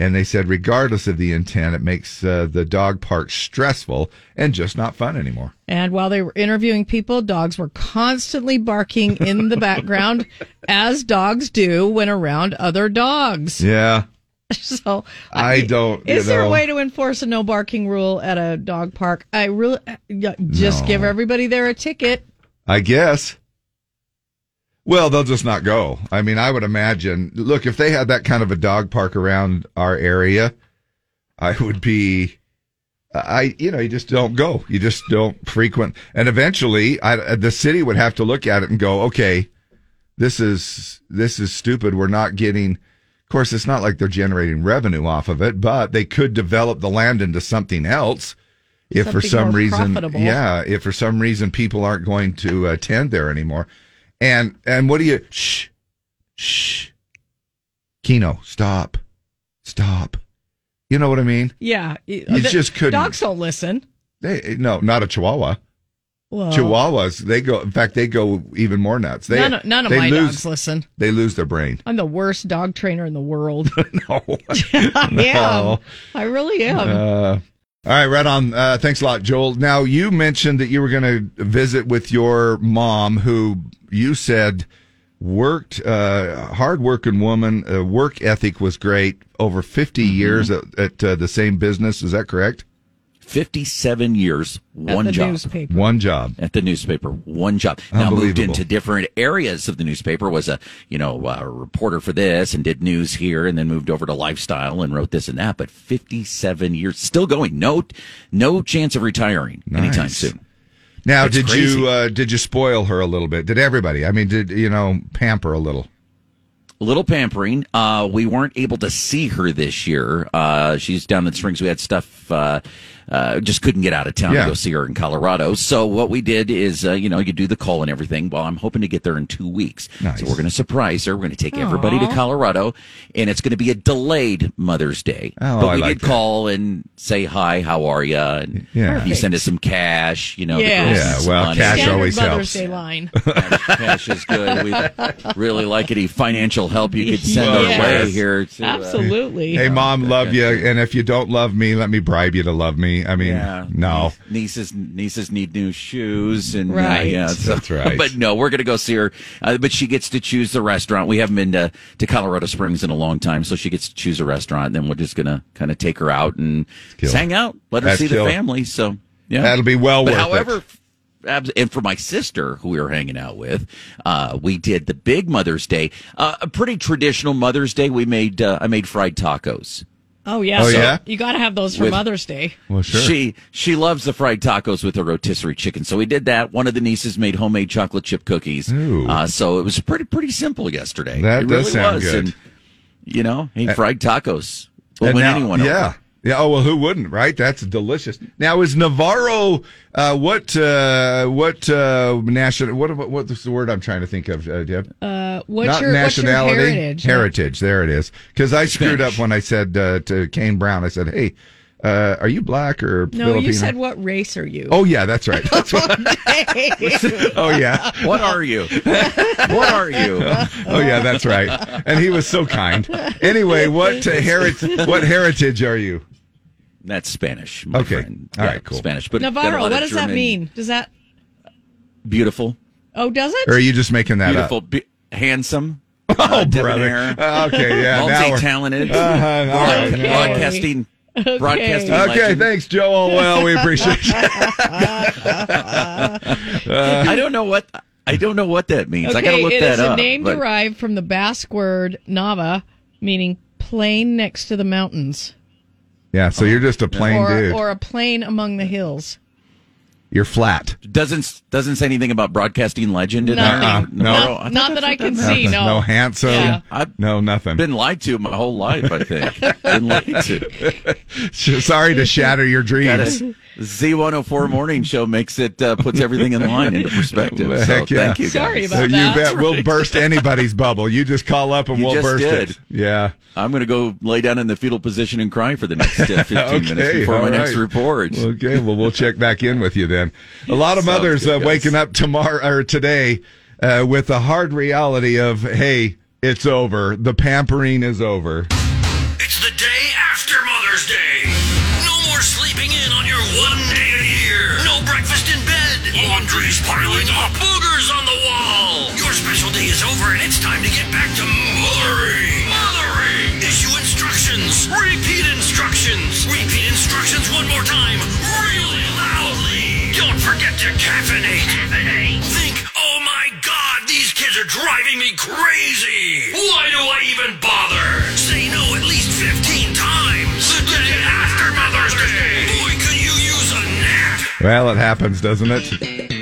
and they said, regardless of the intent, it makes uh, the dog park stressful and just not fun anymore.
And while they were interviewing people, dogs were constantly barking in the
[LAUGHS]
background, as dogs do when around other dogs.
Yeah,
[LAUGHS] So
I don't.
Is
you
there a
know.
way to enforce a no barking rule at a dog park? I really uh, yeah, just
No.
give everybody there a ticket.
I guess. Well, they'll just not go. I mean, I would imagine. Look, if they had that kind of a dog park around our area, I would be. I, you know, you just don't go. You just don't frequent. And eventually, I, the city would have to look at it and go, okay, this is this is stupid. We're not getting. Of course, it's not like they're generating revenue off of it, but they could develop the land into something else. If for
Something
some
more
reason,
profitable.
yeah, if for some reason people aren't going to attend there anymore, and and what do you? Shh, shh, Kino, stop, stop. You know what I mean?
Yeah, you
just couldn't.
Dogs don't listen.
They no, not a Chihuahua.
Well,
Chihuahuas, they go. In fact, they go even more nuts. They,
None of- none of
they
my
lose,
dogs listen.
They lose their brain. [LAUGHS]
I'm the worst dog trainer in the world. [LAUGHS]
no,
I am.
No.
I really am.
Uh, all right, right on. Uh, thanks a lot, Joel. Now you mentioned that you were going to visit with your mom, who you said worked uh, hardworking woman. Uh, work ethic was great. Over 50
Mm-hmm.
years at, at uh, the same business. Is that correct?
Fifty-seven years, one
the
job,
newspaper. one job
at the newspaper, one job. Now moved
Unbelievable.
into different areas of the newspaper. Was a you know a reporter for this and did news here, and then moved over to lifestyle and wrote this and that. But fifty-seven years, still going. No, no chance of retiring anytime
Nice.
soon.
Now,
It's
did
crazy.
you uh, did you spoil her a little bit? Did everybody? I mean, did you know pamper a little?
A little pampering. Uh, we weren't able to see her this year. Uh, she's down in Springs. We had stuff. Uh, uh, just couldn't get out of town
Yeah.
to go see her in Colorado. So what we did is, uh, you know, you do the call and everything. Well, I'm hoping to get there in two weeks. So we're going to surprise her. We're going to take everybody to
Aw.
Colorado, and it's going to be a delayed Mother's Day.
Oh,
but
I
we
like
did call and say hi, how are you? And
Yeah.
you send us some cash. You know,
Yeah.
the girls
Yeah,
send some
well,
money.
cash
Standard Mother's Day
[LAUGHS]
line.
Cash is good. We really like any financial help you could send
Yes.
our way here. To, uh,
Absolutely.
Hey, mom, love you, and if you don't love me, let me bribe you to love me. I mean,
Yeah.
no.
nieces nieces need new shoes and uh,
Right.
yeah,
That's right.
But no, we're gonna go see her. Uh, but she gets to choose the restaurant. We haven't been to, to Colorado Springs in a long time, so she gets to choose a restaurant. And then we're just gonna kind of take her out and just hang out, let her
That's
see
kill.
the family. So yeah,
That'll be well
But
worth it.
however, abs- and for my sister who we were hanging out with uh, we did the big mother's day uh, a pretty traditional mother's day we made uh, i made fried tacos
Oh yeah.
Oh,
So
yeah?
You got to have those for
With-
Mother's Day.
Oh,
she she loves the fried tacos with the rotisserie chicken. So we did that. One of the nieces made homemade chocolate chip cookies. Uh, so it was pretty pretty simple yesterday.
That
it
does
really
sound
was.
good.
And, you know, hey,
Uh,
fried tacos will
And
win
now-
anyone over.
Yeah. Yeah. Oh well, who wouldn't? Right. That's delicious. Now is Navarro? Uh, what? Uh, what? Uh, national? What? What? What's the word I'm trying to think of? Uh, Deb?
Uh, what's
Not
your
nationality.
What's your heritage?
Heritage, There it is. Because I screwed up when I said uh, to Kane Brown. I said, "Hey, uh, are you black or
No,
Filipino?"
you said what race are [LAUGHS] you?
Oh yeah, that's right. That's
[LAUGHS]
what,
[LAUGHS]
oh yeah.
What
[LAUGHS]
are you? What are you?
oh yeah, that's right. And he was so kind. Anyway, what uh, heritage? What heritage are you?
That's Spanish. My
Okay.
Friend.
All
Yeah,
right, cool.
Spanish. But got a
Navarro.
lot
What
of
does that
German-
mean? Does that?
Beautiful.
Oh, does it?
Or are you just making that
Beautiful.
up? [LAUGHS]
Be- handsome. oh,
brother. Uh, okay, yeah, now we're-
multi-talented,
Uh-huh, all right,
broad-
now we're-
[LAUGHS] broadcasting,
Okay.
broadcasting.
Okay,
legend.
thanks, Joe Allwell. We
[LAUGHS]
appreciate you. Uh,
I don't know what I don't know what that means.
Okay,
I got to look
it
that
is
up.
a name
but-
derived from the Basque word "nava," meaning plain next to the mountains,
yeah, so you're just a plain
or
dude.
or a plain among the hills.
you're flat.
doesn't doesn't say anything about broadcasting legend in
Nothing.
there.
Uh-uh, no.
Oh, I
Not,
thought
not that I can see.
Nothing.
No,
handsome.
Yeah.
I've
No, nothing.
been lied to my whole life. I think been lied to.
Sh- [LAUGHS] Sorry to shatter
[LAUGHS]
your dreams.
Z one hundred four morning show makes it uh, puts everything in line into perspective. So
Heck yeah.
thank you. Guys.
Sorry
So Uh,
about
you
that.
bet we'll burst anybody's bubble. You just call up and
You
we'll
just
burst
did.
it. Yeah.
I'm going to go lay down in the fetal position and cry for the next uh,
[LAUGHS]
15 minutes before my
all
next
right.
report.
Okay, well, we'll check back in with you then. A lot of
Sounds
mothers
good,
uh,
guys.
waking up tomorrow or today uh, with the hard reality of, hey, it's over. The pampering is over.
It's the day after Mother's Day. No more sleeping in on your one day a year. No breakfast in bed. Laundry's piling up. Boogers on the wall. Your special day is over and it's time to get back to mothering. Mothering. Issue instructions. Repeat instructions. Repeat instructions one more time. Really loudly. Don't forget to caffeinate. Caffeinate. Think, oh my god, these kids are driving me crazy. Why do I even bother? Say no at least 15 times. The day after Mother's Day. Boy, could you use a nap.
Well, it happens, doesn't it?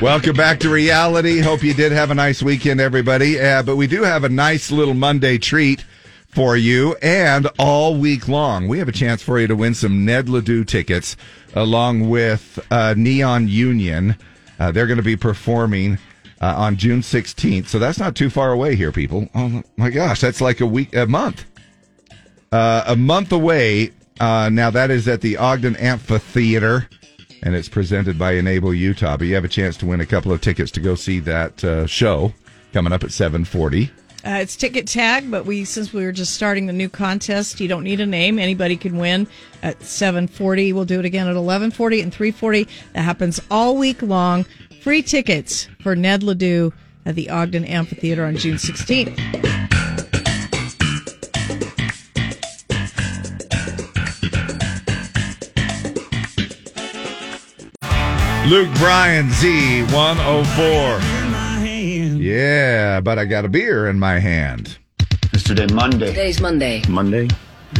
Welcome back to reality. Hope you did have a nice weekend, everybody. Uh, but we do have a nice little Monday treat for you, and all week long, we have a chance for you to win some Ned Ledoux tickets along with uh, Neon Union. Uh, they're going to be performing uh, on June 16th, so that's not too far away here, people. Oh my gosh, that's like a week, a month uh, a month away. Uh, now that is at the Ogden Amphitheater, and it's presented by Enable Utah. But you have a chance to win a couple of tickets to go see that uh, show coming up at seven forty.
Uh, it's ticket tag, but we since we were just starting the new contest, you don't need a name. Anybody can win at 7:40. We'll do it again at 11:40 and 3:40. That happens all week long. Free tickets for Ned Ledoux at the Ogden Amphitheater on June 16th.
Luke Bryan Z one oh four. Yeah, but I got a beer in my hand.
Yesterday, Monday.
Today's Monday.
Monday?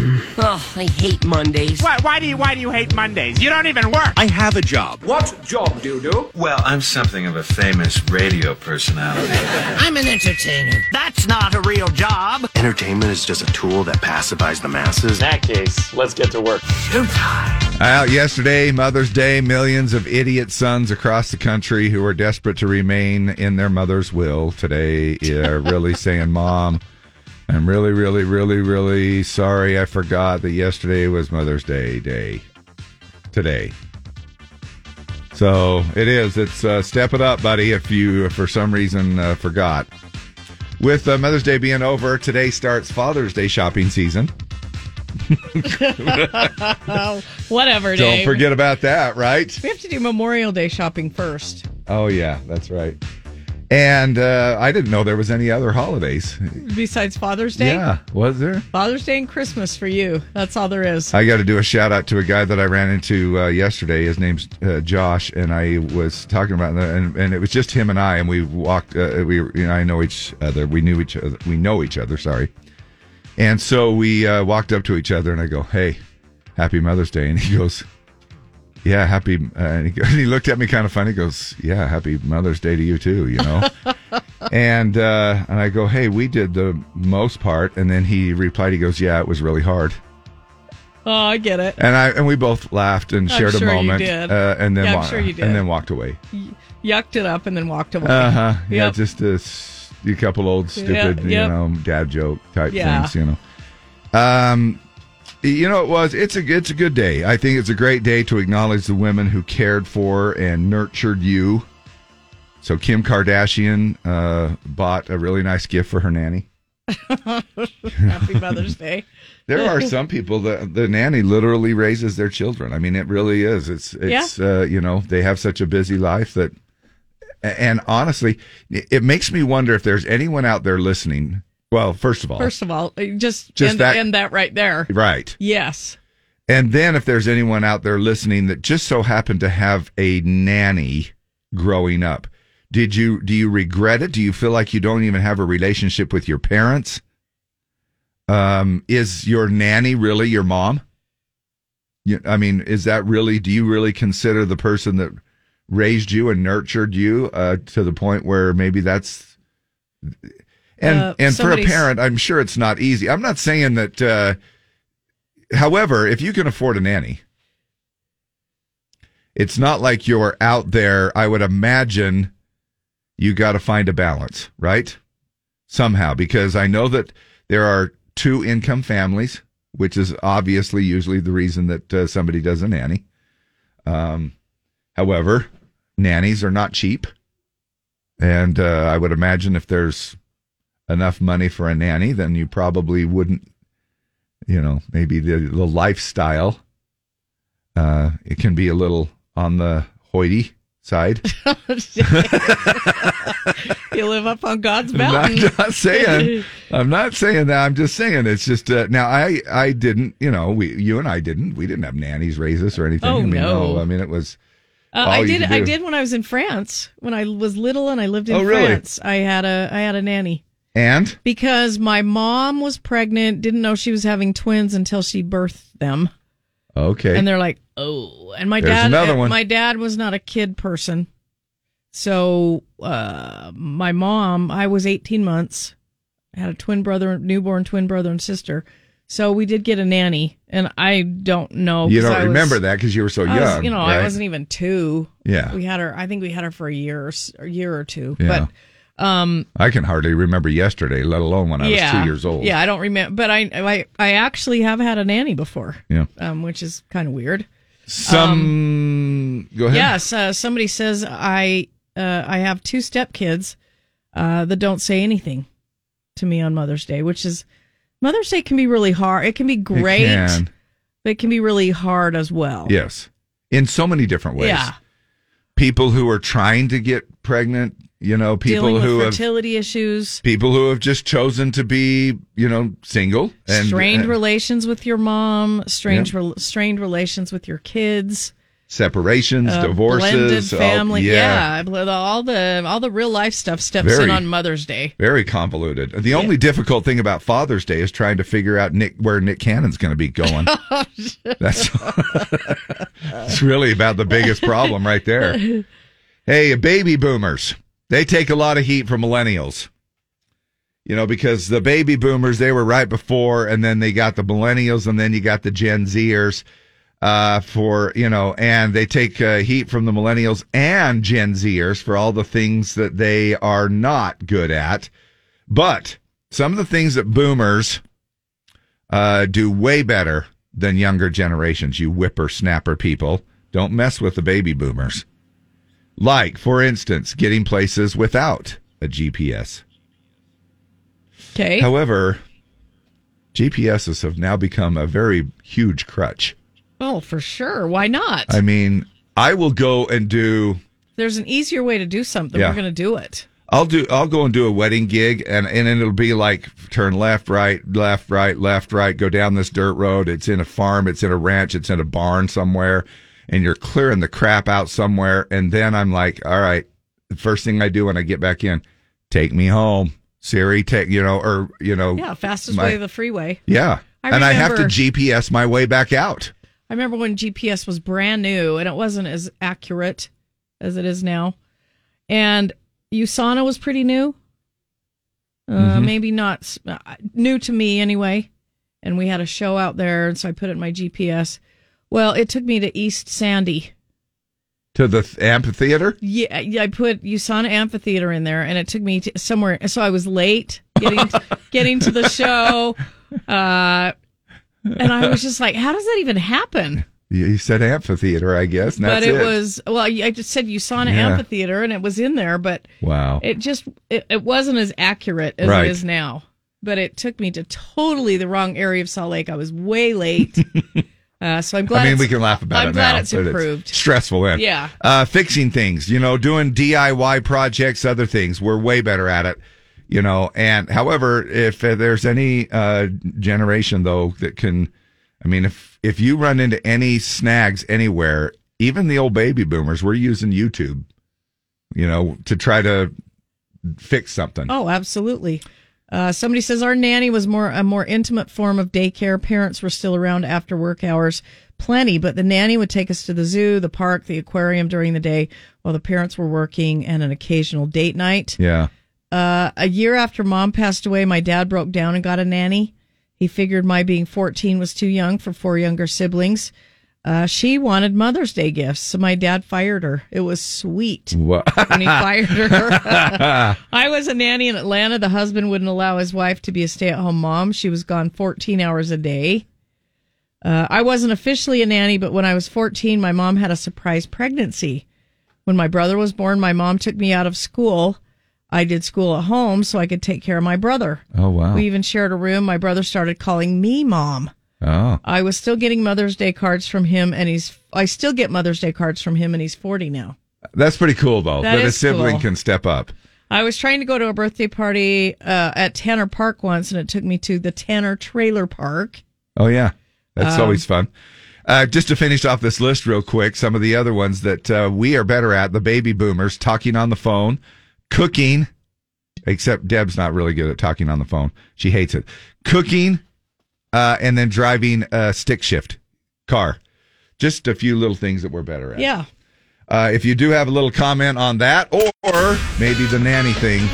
Oh, I hate Mondays.
Why, why do you why do you hate Mondays? You don't even work.
I have a job.
What job do you do?
Well, I'm something of a famous radio personality.
I'm an entertainer.
That's not a real job.
Entertainment is just a tool that pacifies the masses.
that case, let's get to work.
Out yesterday, Mother's Day, millions of idiot sons across the country who are desperate to remain in their mother's will today are really saying, Mom, I'm really, really, really, really sorry I forgot that yesterday was Mother's Day day. Today. So it is. It's uh, step it up, buddy, if you for some reason uh, forgot. With uh, Mother's Day being over, today starts Father's Day shopping season.
Oh, whatever.
Don't
Dave.
forget about that, right?
We have to do Memorial Day shopping first.
Oh yeah, that's right. And uh, I didn't know there was any other holidays.
Besides Father's Day,
Yeah, was there?
Father's Day and Christmas for you. That's all there is.
I got to do a shout out to a guy that I ran into uh, yesterday. His name's uh, Josh, and I was talking about, and, and it was just him and I, and we walked. Uh, we, you know, I know each other. We knew each other. We know each other. Sorry. And so we uh, walked up to each other, and I go, "Hey, Happy Mother's Day," and he goes, "Yeah, happy." Uh, and, he, [LAUGHS] go- and he looked at me kind of funny. He goes, "Yeah, Happy Mother's Day to you too," you know. and uh, and I go, "Hey, we did the most part," and then he replied, "He goes, yeah, it was really hard."
Oh, I get it.
And I and we both laughed and
I'm
shared
sure
a
you
moment,
did.
Uh, and then
Yeah, I'm
wa-
sure you did.
and then walked away.
Yucked it up and then walked away.
Uh huh. Yeah,
Yep.
just a, s- a couple old stupid, you
yep.
know, dad joke type
Yeah.
things, you know. Um, you know, it was it's a it's a good day. I think it's a great day to acknowledge the women who cared for and nurtured you. So Kim Kardashian uh, bought a really nice gift for her nanny.
Happy Mother's
[LAUGHS]
Day.
There are some people that the nanny literally raises their children. I mean, it really is. It's it's uh, you know they have such a busy life that A- And honestly, it it makes me wonder if there's anyone out there listening. Well, first of all,
First of all, uh, just,
Just
end,
that-
end that right there.
right.
Yes.
[LAUGHS] And then if there's anyone out there listening that just so happened to have a nanny growing up, did you do you regret it? Do you feel like you don't even have a relationship with your parents? Um, is your nanny really your mom? You, I mean, is that really? Do you really consider the person that raised you and nurtured you uh, to the point where maybe that's and
Uh,
and for a
somebody's-
parent, I'm sure it's not easy. I'm not saying that. Uh, however, if you can afford a nanny, it's not like you're out there. I would imagine you got to find a balance, right? Somehow, because I know that there are two income families, which is obviously usually the reason that uh, somebody does a nanny. Um, however, nannies are not cheap. And uh, I would imagine if there's enough money for a nanny, then you probably wouldn't, you know, maybe the, the lifestyle uh, it can be a little on the hoity side.
You live up on God's mountain.
I'm not
[LAUGHS]
saying. I'm not saying that. I'm just saying it's just uh, now. I I didn't. You know, we you and I didn't. We didn't have nannies raise us or anything.
Oh,
I mean,
no.
I mean, it was.
Uh,
all
I
Oh, you
did.
could
I
do.
did when I was in France. When I was little and I lived in
Oh, really?
France, I had a I had a nanny
And
because my mom was pregnant, didn't know she was having twins until she birthed them,
okay.
and they're like, "Oh!" And my
There's
dad,
another one.
my dad was not a kid person, so uh, my mom, I was eighteen months, I had a twin brother, newborn twin brother and sister, so we did get a nanny, and I don't know.
you
'cause
don't
I was-
remember that because you were so
I was-
young.
you know, I
right?
wasn't e- even two.
Yeah.
we had her. I think we had her for a year, or, s- a year or two.
Yeah.
But um,
I can hardly remember yesterday, let alone when I
yeah,
was two years old.
Yeah, I don't remember. But I, I, I actually have had a nanny before.
Yeah.
um, which is kind of weird. Um,
Some go ahead.
Yes, uh, somebody says I, uh, I have two stepkids uh, that don't say anything to me on Mother's Day, which is Mother's Day can be really hard. It can be great,
can.
but it can be really hard as well.
Yes. In so many different ways.
Yeah.
People who are trying to get pregnant, you know, people
dealing with
who have
fertility issues.
people who have just chosen to be, you know, single and
strained
and
relations with your mom, strained
Yeah.
rel strained relations with your kids,
separations,
uh, blended
divorces, all-
family,
yeah.
yeah. bl- all the all the real life stuff steps
Very.
in on Mother's Day.
Very convoluted. The only difficult thing about Father's Day is trying to figure out Nick where Nick Cannon's going to be going. That's [LAUGHS] it's really about the biggest problem right there. Hey, baby boomers. They take a lot of heat from millennials. You know, because the baby boomers, they were right before, and then they got the millennials, and then you got the Gen Zers uh, for, you know, and they take uh, heat from the millennials and Gen Zers for all the things that they are not good at. But some of the things that boomers uh, do way better than younger generations, you whippersnapper people. Don't mess with the baby boomers. Like, for instance, getting places without a GPS.
Okay.
However, GPSs have now become a very huge crutch.
oh, for sure. Why not?
I mean, I will go and do
There's an easier way to do something.
Yeah.
We're going to do it.
I'll do. I'll go and do a wedding gig, and and then it'll be like turn left, right, left, right, left, right. Go down this dirt road. It's in a farm. It's in a ranch. It's in a barn somewhere, and you're clearing the crap out somewhere. And then I'm like, all right. The first thing I do when I get back in, take me home, Siri. Take you know, or you know,
Yeah, fastest
Oh, my-
way to the freeway.
Yeah,
I
and I have to
remember-
GPS my way back out.
I remember when GPS was brand new and it wasn't as accurate as it is now. And USANA was pretty new. Uh,
Mm-hmm.
Mhm.
Maybe not s- uh, new to me anyway. And we had a show out there, and so I put it in my GPS. Well, it took me to East Sandy.
to the th- amphitheater.
Yeah, yeah, I put USANA Amphitheater in there, and it took me to somewhere. So I was late
[LAUGHS]
getting getting to the show, uh, and I was just like, "How does that even happen?"
You you said amphitheater, I guess. and
but
that's
it, was well. I I just said USANA
Yeah.
Amphitheater, and it was in there, but
wow.
it just it, it wasn't as accurate as
Right.
it
[LAUGHS]
is now. But it took me to totally the wrong area of Salt Lake. I was way late. Uh, so I'm glad.
I mean,
it's-
we can laugh about
I'm
it
glad
now,
it's
but
improved.
stressful then.
Yeah.
Uh, fixing things, you know, doing DIY projects, other things. We're way better at it, you know. And however, if uh, there's any uh, generation though that can, I mean, if if you run into any snags anywhere, even the old baby boomers, we're using YouTube, you know, to try to fix something.
Oh, absolutely. Uh, somebody says our nanny was more a more intimate form of daycare. Parents were still around after work hours, plenty, but the nanny would take us to the zoo, the park, the aquarium during the day, while the parents were working, and an occasional date night.
Yeah.
Uh, a year after mom passed away, my dad broke down and got a nanny. He figured my being 14 was too young for four younger siblings. Uh, she wanted Mother's Day gifts, so my dad fired her. It was sweet
Wha- [LAUGHS]
when he fired her. I was a nanny in Atlanta. The husband wouldn't allow his wife to be a stay at home mom. She was gone 14 hours a day. Uh, I wasn't officially a nanny, but when I was 14, my mom had a surprise pregnancy. When my brother was born, my mom took me out of school. I did school at home so I could take care of my brother.
Oh, wow.
We even shared a room. My brother started calling me mom.
Oh.
I was still getting Mother's Day cards from him, and he's. I still get Mother's Day cards from him, and he's forty now.
That's pretty cool though.
That
That, a
is
sibling
cool.
can step up.
I was trying to go to a birthday party uh, at Tanner Park once, and it took me to the Tanner Trailer Park.
Oh yeah, that's
Um,
always fun. Uh, just to finish off this list real quick, some of the other ones that uh, we are better at: the baby boomers talking on the phone, cooking. Except Deb's not really good at talking on the phone; she hates it. Cooking, uh, and then driving a stick shift car. Just a few little things that we're better at.
Yeah.
Uh, if you do have a little comment on that, or maybe the nanny thing,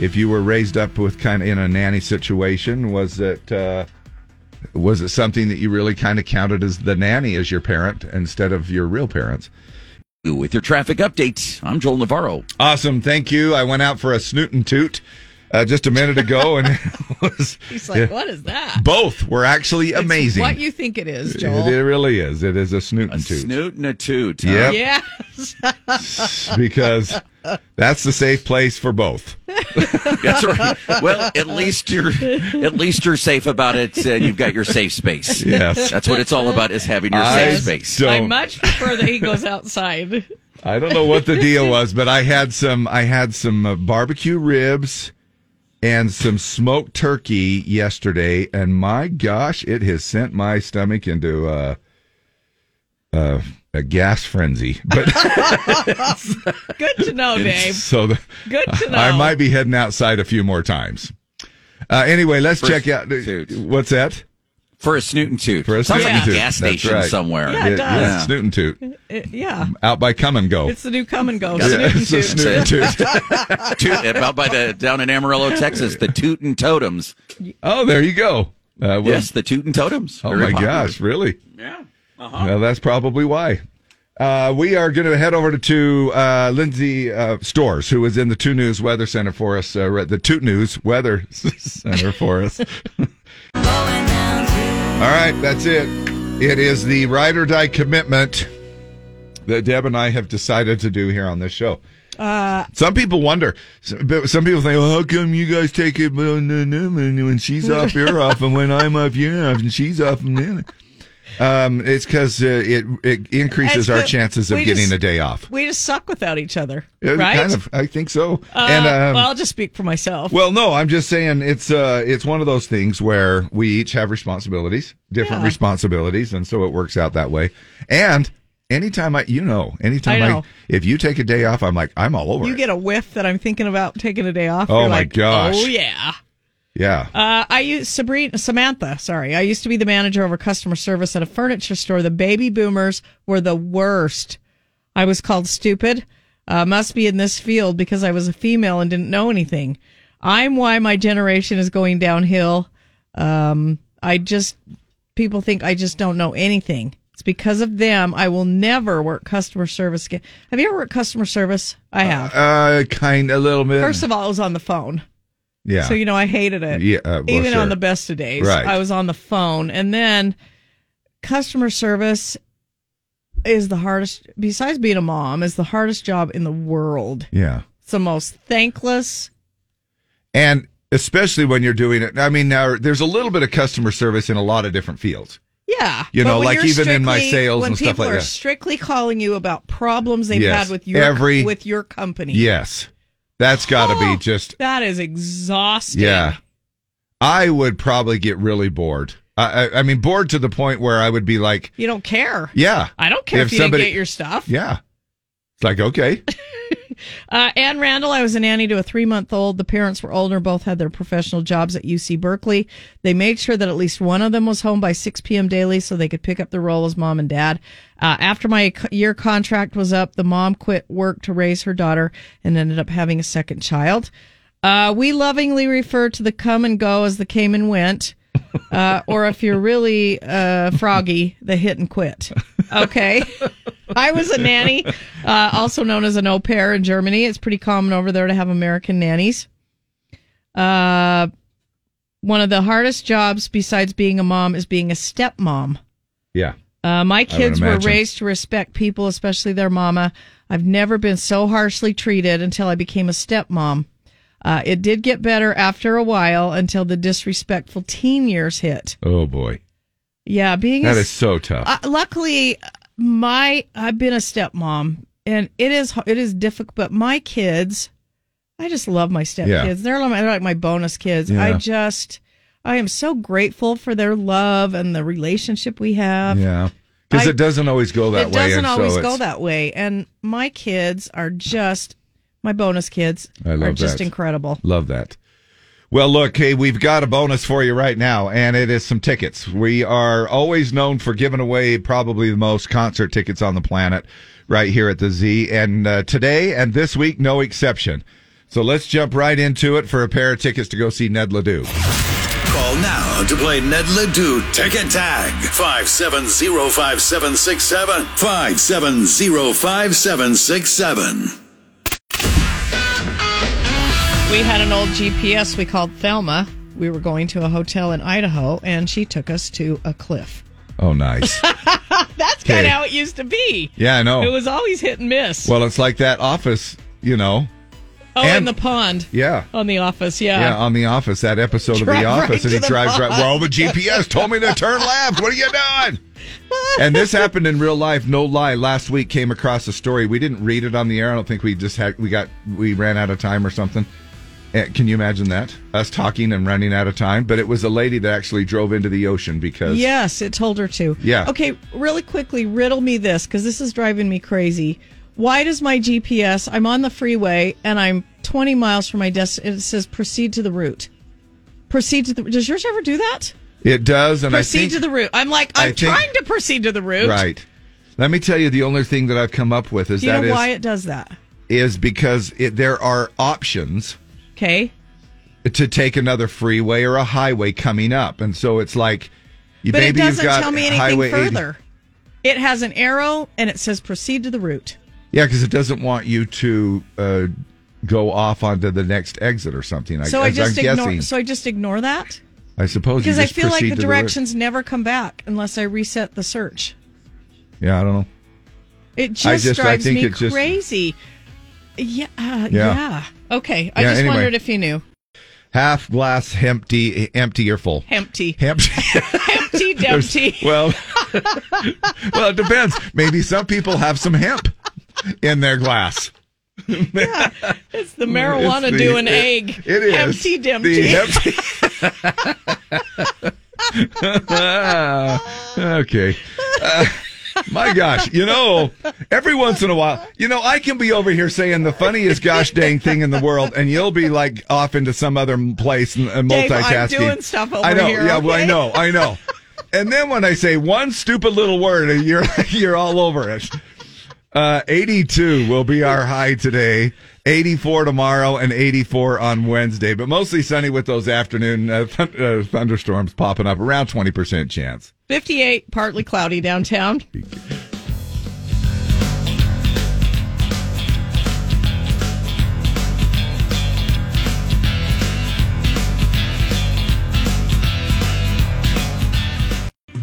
if you were raised up with kind of in a nanny situation, was it uh, was it something that you really kind of counted as the nanny as your parent instead of your real parents?
With your traffic updates, I'm Joel Navarro.
Awesome, thank you. I went out for a snoot and toot uh, just a minute ago, and it was
He's like, "What is that?"
Both were actually amazing.
What you think it is, Joel?
It, it really is. It is a snoot and toot.
Snoot and a toot. huh?
Yep.
Yes.
because that's the safe place for both.
[LAUGHS] That's right. Well, at least you're at least you're safe about it, and you've got your safe space.
Yes.
that's what it's all about is having your
I
safe space.
don't-
I much prefer that he goes outside.
I don't know what the deal was, but I had some I had some uh, barbecue ribs and some smoked turkey yesterday, and my gosh, it has sent my stomach into uh, uh, a gas frenzy.
[LAUGHS]
But [LAUGHS]
Good to know, Dave.
so the,
Good to know.
I might be heading outside a few more times. Uh, anyway, let's
For a
check out what's that
for a snoot and toot.
For a
Sounds
snoot and
like a
toot.
gas
That's
station
right.
somewhere.
Yeah, it does.
yeah, snoot and toot
It- Uh, yeah.
out by come and go.
It's the new come and go.
Yeah,
Snoot
[LAUGHS]
and
it's a
toot.
snoot and toot.
[LAUGHS]
Toot, uh, about by the down in Amarillo, Texas, the toot and totems.
Oh, there you go. Uh, well-
yes, the toot and totems.
Oh
Very
my
popular.
gosh, really? Yeah. Well, that's probably why. Uh, we are going to head over to, to uh, Lindsay uh, Stores, who is in the Two News Weather Center for us, uh, re- the Two News Weather [LAUGHS] Center for us. All right, that's it. It is the ride or die commitment that Deb and I have decided to do here on this show.
Uh,
Some people wonder. Some some people think, well, how come you guys take it well, no, no, when when
[LAUGHS]
she's off, you're off, and when I'm off, you're off, and she's off, and then. Um, it's because uh, it it increases
It's
our
good.
chances of
We
getting
just-
a day off.
we just suck without each other,
Uh,
right?
Kind of, I think so.
Uh,
and um,
well, I'll just speak for myself.
well, no, I'm just saying it's uh it's one of those things where we each have responsibilities, different
Yeah.
responsibilities, and so it works out that way. And anytime I, you know, anytime
I
I,
know.
if you take a day off, I'm like, I'm all over.
you
it.
get a whiff that I'm thinking about taking a day off.
Oh,
you're
my
like,
gosh.
Oh yeah.
yeah.
Uh, I used Sabrina Samantha. Sorry, I used to be the manager over customer service at a furniture store. The baby boomers were the worst. I was called stupid. Uh, must be in this field because I was a female and didn't know anything. I'm why my generation is going downhill. Um, I just people think I just don't know anything. It's because of them. I will never work customer service again. Have you ever worked customer service? I have.
Uh, kind a little bit.
First of all, it was on the phone.
yeah.
So you know, I hated it.
Yeah, uh, well,
Even
sure.
on the best of days,
Right.
I was on the phone, and then customer service is the hardest. Besides being a mom, is the hardest job in the world.
yeah.
It's the most thankless.
And especially when you're doing it. I mean, now there's a little bit of customer service in a lot of different fields.
Yeah,
You
but
know,
when
like
you're
even in my
strictly-
sales
when
and stuff
people
like
are
that.
strictly calling you about problems they've
Yes.
had with your
Every-
with your company.
Yes. That's got to
Oh.
be just
that is exhausting.
Yeah. I would probably get really bored. I, I, I mean, bored to the point where I would be like,
you don't care.
yeah.
I don't care if, you didn't get your stuff.
Yeah. It's like, okay. [LAUGHS]
Uh, Ann Randall, I was a nanny to a three month old. The parents were older, both had their professional jobs at UC Berkeley. They made sure that at least one of them was home by 6 p.m. daily so they could pick up the role as mom and dad. Uh, after my c- year contract was up, the mom quit work to raise her daughter and ended up having a second child. Uh, we lovingly refer to the come and go as the came and went, uh, or if you're really uh, froggy, the hit and quit. Okay. [LAUGHS] I was a nanny, uh, also known as an au pair in Germany. It's pretty common over there to have American nannies. Uh, one of the hardest jobs besides being a mom is being a stepmom.
Yeah.
Uh, my
would
kids were
imagine.
raised to respect people, especially their mama. I've never been so harshly treated until I became a stepmom. Uh, it did get better after a while until the disrespectful teen years hit.
Oh, boy.
Yeah, being
That
a
is so tough.
uh, luckily, my I've been a stepmom, and it is it is difficult. But my kids, I just love my stepkids.
Yeah.
They're, like, they're like my bonus kids.
Yeah.
I just I am so grateful for their love and the relationship we have.
yeah. Because
I-
it doesn't always go that
it
way.
doesn't
and so
always go
it's-
that way, and my kids are just my bonus kids
I love
are just
that.
incredible.
Love that. Well, look, hey, we've got a bonus for you right now, and it is some tickets. We are always known for giving away probably the most concert tickets on the planet right here at the Z, and uh, today and this week, no exception. So let's jump right into it for a pair of tickets to go see Ned Ledoux.
Call now to play Ned Ledoux Ticket Tag. 5705767. 5705767.
We had an old GPS we called Thelma. We were going to a hotel in Idaho, and she took us to a cliff.
Oh,
[LAUGHS]
nice.
That's
Okay.
kind of how it used to be.
Yeah, I know.
It was always hit and miss.
Oh. well, it's like that office, you know.
oh, in
and-
the pond.
Yeah.
On the office, yeah.
Yeah, on The Office, that episode of
Uh-huh. Drive
The
right
Office,
to
and he
the
drives right.
bus.
Well, the GPS told me to turn left. What are you doing?
[LAUGHS]
and this happened in real life. No lie. Last week came across a story. We didn't read it on the air. I don't think we just had we got we ran out of time or something. Eh, Can you imagine that? Us talking and running out of time. But it was a lady that actually drove into the ocean because
Yes, it told her to.
Yeah.
Okay, really quickly, riddle me this because this is driving me crazy. Why does my GPS, I'm on the freeway and I'm 20 miles from my destination, it says proceed to the route. Proceed to the, does yours ever do that?
it does. And
proceed
I think
to the route. I'm like, I'm
I think-
trying to proceed to the route.
right. Let me tell you, the only thing that I've come up with is
Do you
that
know
is
why it does that?
is because it, there are options
Okay.
to take another freeway or a highway coming up, and so it's like, you-
But it
maybe
doesn't
you've got
tell me anything
highway 80.
further. It has an arrow and it says proceed to the route.
Yeah, because it doesn't want you to uh, go off onto the next exit or something.
So I
as
just
I'm
ignore.
guessing.
So I just ignore that
I suppose you
because I
just
feel like
proceed
the
to
directions never come back unless I reset the search.
route. yeah, I don't know.
It just,
I just- I
drives
think
me
it just-
crazy. Yeah, uh, yeah,
Yeah.
Okay, I
Yeah,
just
anyway.
wondered if you knew.
Half glass empty, empty or full. [LAUGHS]
Empty,
Empty.
empty,
There's-
empty.
Well, [LAUGHS] well, it depends. Maybe some people have some hemp in their glass.
It's the marijuana
It's the-
do an
it-
egg.
it is
empty,
the
empty.
empty- [LAUGHS] okay. Uh, my gosh, you know, every once in a while, you know, I can be over here saying the funniest gosh dang thing in the world, and you'll be like off into some other m- place and, and
Dave, I'm
multitasking.
doing stuff over
I know,
here,
yeah, well, I
okay?
know, I know. And then when I say one stupid little word, and you're [LAUGHS] you're all over it. Uh, 82 will be our high today, 84 tomorrow, and 84 on Wednesday, but mostly sunny with those afternoon uh, thun uh, thunderstorms popping up, around 20% chance.
Fifty-eight, partly cloudy downtown.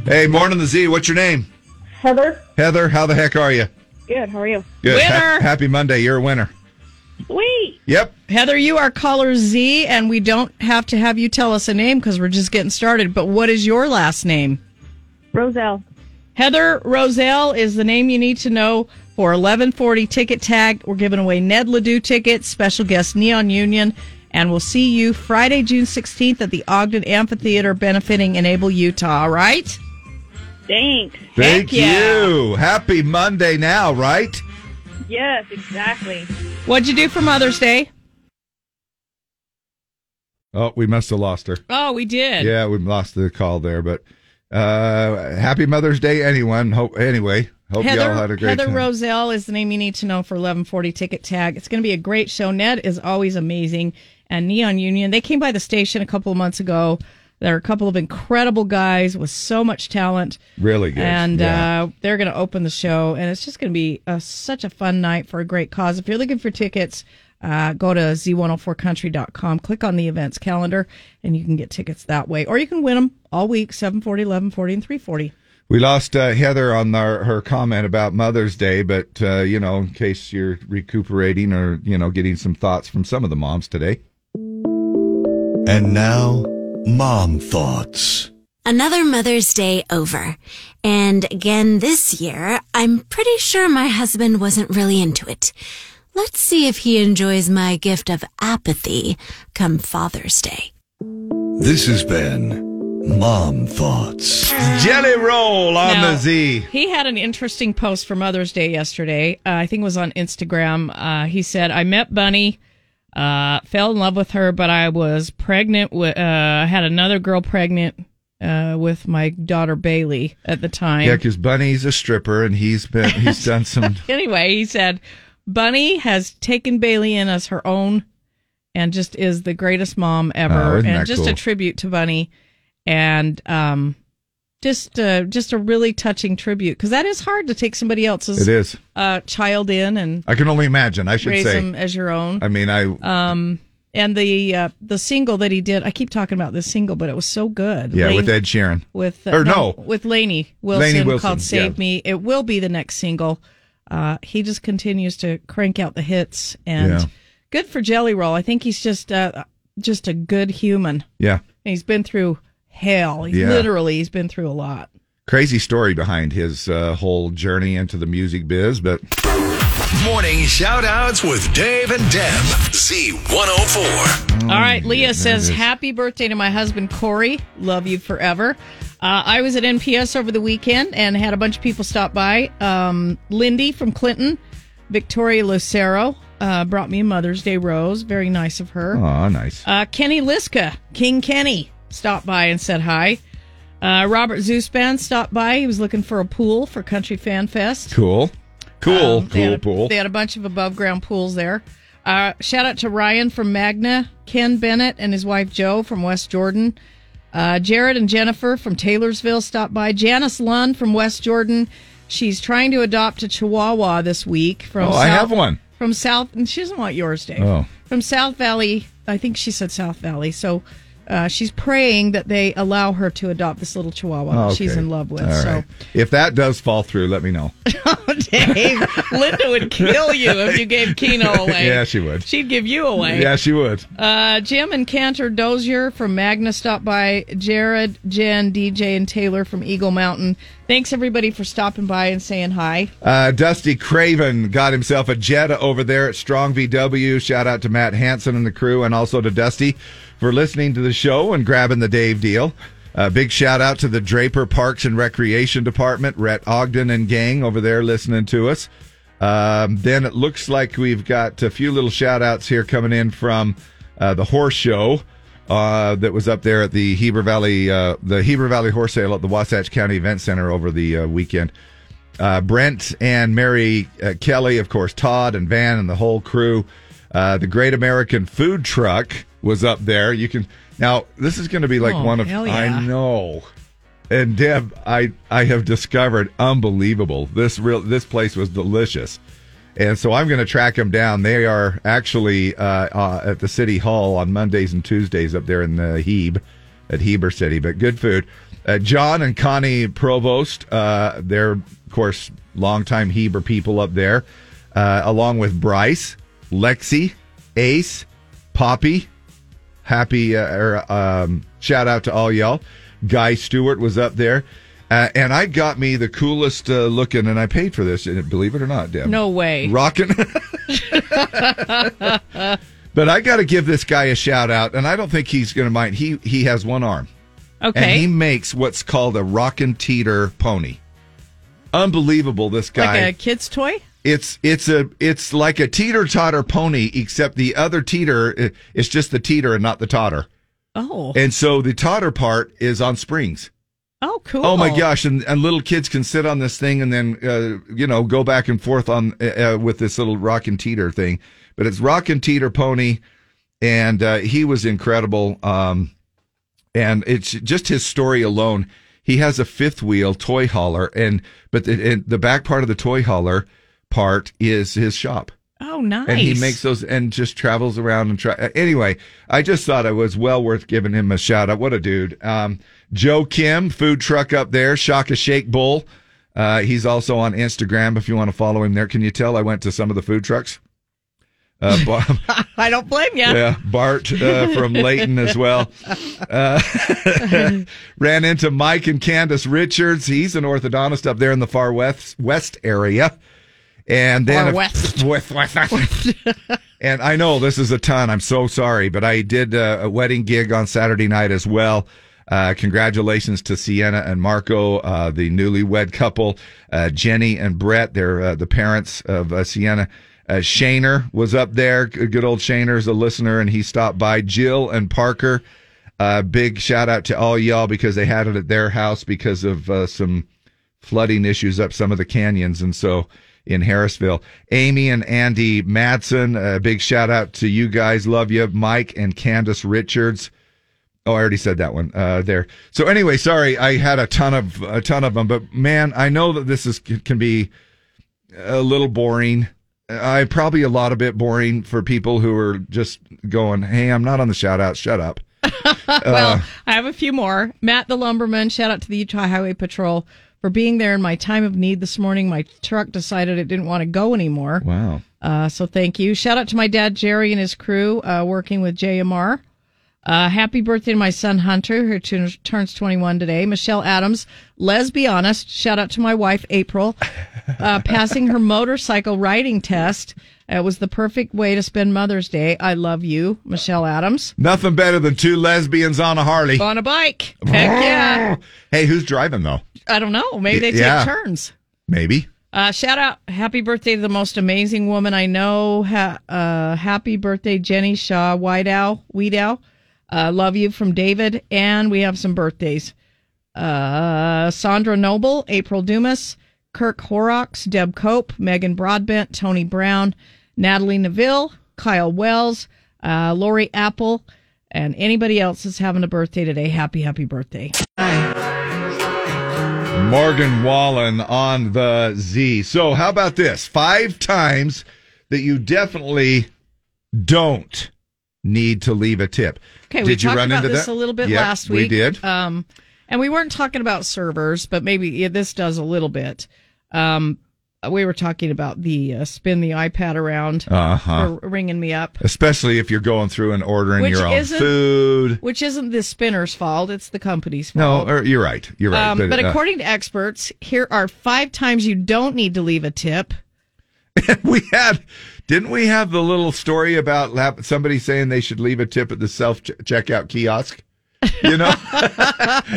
Hey, morning the Z, what's your name?
Heather.
Heather, how the heck are you?
Good. How are you?
Good. Ha- happy Monday, you're a winner.
Sweet.
Yep.
Heather, you are caller Z, and we don't have to have you tell us a name because we're just getting started. But what is your last name? Roselle. Heather Roselle is the name you need to know for 1140 ticket tag. We're giving away Ned Ledoux tickets, special guest Neon Union, and we'll see you Friday, June 16th at the Ogden Amphitheater benefiting Enable Utah, all right?
Thanks.
Thank
yeah.
you. Happy Monday now, right?
Yes, exactly.
What'd you do for Mother's Day?
Oh, we must have lost her.
Oh, we did.
Yeah, we lost the call there, but uh, happy Mother's Day, anyone. Hope anyway. Hope
Heather,
y'all had a great
Heather
time.
Roselle is the name you need to know for 1140 Ticket Tag. It's going to be a great show. Ned is always amazing. And Neon Union, they came by the station a couple of months ago. They're a couple of incredible guys with so much talent.
really good.
And
Yeah.
uh, they're going to open the show, and it's just going to be a, such a fun night for a great cause. If you're looking for tickets, uh, go to z104country.com, click on the events calendar, and you can get tickets that way. Or you can win them all week 740, 1140, and 340.
we lost uh, Heather on our, her comment about Mother's Day, but uh, you know, in case you're recuperating or you know getting some thoughts from some of the moms today.
And now, mom thoughts.
Another Mother's Day over. And again this year, I'm pretty sure my husband wasn't really into it. Let's see if he enjoys my gift of apathy come Father's Day.
This has been Mom Thoughts.
Jelly roll on
Now,
the Z.
He had an interesting post for Mother's Day yesterday. Uh, I think it was on Instagram. Uh, he said, "I met Bunny, uh, fell in love with her, but I was pregnant. With, uh, had another girl pregnant uh, with my daughter Bailey at the time."
Yeah, because Bunny's a stripper, and he's been
[LAUGHS]
he's done some.
anyway, he said, Bunny has taken Bailey in as her own and just is the greatest mom
Oh,
ever.
isn't that
and just a
cool?
tribute to Bunny and um just uh, just a really touching tribute because that is hard to take somebody
It
else's
is.
uh child in and
I can only imagine. I should
raise
say.
them as your own.
I mean, I
um and the uh, the single that he did, I keep talking about this single, but it was so good.
yeah
Lane-
with Ed Sheeran.
with uh,
or no,
with Laney Wilson,
Lainey Wilson,
called "Save
yeah.
Me." It will be the next single. Uh, he just continues to crank out the hits, and
Yeah.
good for Jelly Roll. I think he's just uh, just a good human.
yeah.
And he's been through hell. He-
Yeah.
Literally, he's been through a lot.
Crazy story behind his uh, whole journey into the music biz, but
Morning shoutouts with Dave and Deb. Z104.
All right, Leah says,
Oh, it is.
"Happy birthday to my husband Corey. Love you forever." Uh, I was at NPS over the weekend and had a bunch of people stop by. Um, Lindy from Clinton, Victoria Lucero uh, brought me a Mother's Day rose. Very nice of her.
oh, nice.
Uh, Kenny Liska, King Kenny, stopped by and said hi. Uh, Robert Zuspan stopped by. He was looking for a pool for Country Fan Fest.
Cool, cool,
Um, They had
cool
a-
pool.
They had a bunch of above ground pools there. Uh, shout out to Ryan from Magna, Ken Bennett and his wife Joe from West Jordan. Uh, Jared and Jennifer from Taylorsville stopped by. Janice Lund from West Jordan. She's trying to adopt a Chihuahua this week from.
Oh, I
South-
have one.
from South, and she doesn't want yours, Dave.
Oh.
From South Valley, I think she said South Valley. So uh, she's praying that they allow her to adopt this little Chihuahua
Oh,
that she's
okay.
in love with.
All
so
right. if that does fall through, let me know.
Dave, Linda would kill you if you gave Keno away.
yeah, she would.
She'd give you away.
Yeah, she would.
Uh, Jim and Cantor Dozier from Magna stopped by. Jared, Jen, DJ, and Taylor from Eagle Mountain. Thanks everybody for stopping by and saying hi.
Uh, Dusty Craven got himself a Jetta over there at Strong VW. Shout out to Matt Hansen and the crew, and also to Dusty for listening to the show and grabbing the Dave deal. Uh, big shout out to the Draper Parks and Recreation Department, Rhett Ogden and gang over there listening to us. Um, then it looks like we've got a few little shout outs here coming in from uh, the Horse Show uh, that was up there at the Heber Valley, uh, the Heber Valley Horse Sale at the Wasatch County Event Center over the uh, weekend uh, Brent and Mary uh, Kelly, of course, Todd and Van and the whole crew. Uh, the Great American Food Truck was up there. You can now. This is going to be like
Oh,
one of
hell yeah.
I know. And Deb, I I have discovered unbelievable. This real this place was delicious, and so I'm going to track them down. They are actually uh, uh, at the city hall on Mondays and Tuesdays up there in the Hebe at Heber City, but good food. Uh, John and Connie Provost, uh, they're, of course, longtime Heber people up there, uh, along with Bryce, Lexi, Ace, Poppy. er, Happy uh, or, um, shout out to all y'all. Guy Stewart was up there. Uh, and I got me the coolest uh, looking, and I paid for this. and Believe it or not, Deb.
No way.
Rockin'. [LAUGHS] but I got to give this guy a shout out, and I don't think he's going to mind. He he has one arm.
Okay.
And he makes what's called a rockin' teeter pony. Unbelievable, this guy.
Like a kid's toy?
It's it's a it's like a teeter totter pony, except the other teeter i- it's just the teeter and not the totter.
Oh.
And so the totter part is on springs.
oh, cool.
Oh my gosh! And, and little kids can sit on this thing and then uh, you know go back and forth on uh, uh, with this little rock and teeter thing. But it's rock and teeter pony, and uh, he was incredible. Um, and it's just his story alone. He has a fifth wheel toy hauler, and but the, and the back part of the toy hauler part is his shop.
Oh, nice.
And he makes those and just travels around and try. uh, Anyway, I just thought it was well worth giving him a shout out. What a dude. Um, Joe Kim, food truck up there, Shock a Shake Bull. Uh, he's also on Instagram if you want to follow him there. Can you tell I went to some of the food trucks?
[LAUGHS]
Uh, Bob,
I don't blame you.
yeah, Bart uh, from Layton as well. Uh, [LAUGHS] ran into Mike and Candace Richards. He's an orthodontist up there in the far west west area. And then
Far
[LAUGHS]
west.
west, west, west. and I know this is a ton. I'm so sorry, but I did uh, a wedding gig on Saturday night as well. Uh, congratulations to Sienna and Marco, uh, the newlywed couple, uh, Jenny and Brett. They're uh, the parents of uh, Sienna. Uh, Shaner was up there. Good good old Shaner's a listener, and he stopped by. Jill and Parker. Uh, big shout out to all y'all because they had it at their house because of uh, some flooding issues up some of the canyons. And so in Harrisville, Amy and Andy Matson, a big shout out to you guys. Love you. Mike and Candace Richards. Oh, I already said that one uh, there. So anyway, sorry, I had a ton of a ton of them, but man, I know that this is can be a little boring. I probably a lot of bit boring for people who are just going, "Hey, I'm not on the shout out. Shut up."
well, I have a few more. Matt the lumberman, shout out to the Utah Highway Patrol for being there in my time of need this morning. My truck decided it didn't want to go anymore.
Wow.
Uh, so thank you. Shout out to my dad Jerry and his crew uh, working with JMR. Uh, happy birthday to my son Hunter, who tu- turns 21 today. Michelle Adams, lesbianist. Shout out to my wife April, uh, passing her motorcycle riding test. It was the perfect way to spend Mother's Day. I love you, Michelle Adams.
Nothing better than two lesbians on a Harley.
On a bike. Heck yeah.
Hey, who's driving though?
I don't know. Maybe they take
Yeah.
turns.
Maybe.
Uh, shout out, happy birthday to the most amazing woman I know. Ha- uh, happy birthday, Jenny Shaw Whiteow, Weedow. Uh, love you from David. And we have some birthdays. Uh, Sandra Noble, April Dumas, Kirk Horrocks, Deb Cope, Megan Broadbent, Tony Brown, Natalie Neville, Kyle Wells, uh, Lori Apple, and anybody else that's having a birthday today. Happy, happy birthday.
Morgan Wallen on the Z. So, how about this? Five times that you definitely don't need to leave a tip.
Okay,
did
we
you
talked
run
about
into
this
that?
a little bit
Yeah,
last week.
We did.
Um, and we weren't talking about servers, but maybe yeah, this does a little bit. Um, we were talking about the uh, spin the iPad around
Uh-huh.
for ringing me up,
Especially if you're going through and ordering
Which
your own
isn't-
food.
which isn't the spinner's fault; it's the company's fault.
No, or, you're right. You're right.
Um, but
uh,
according to experts, here are five times you don't need to leave a tip.
[LAUGHS] we had, didn't we have the little story about lap- somebody saying they should leave a tip at the self checkout kiosk? You
[LAUGHS]
know,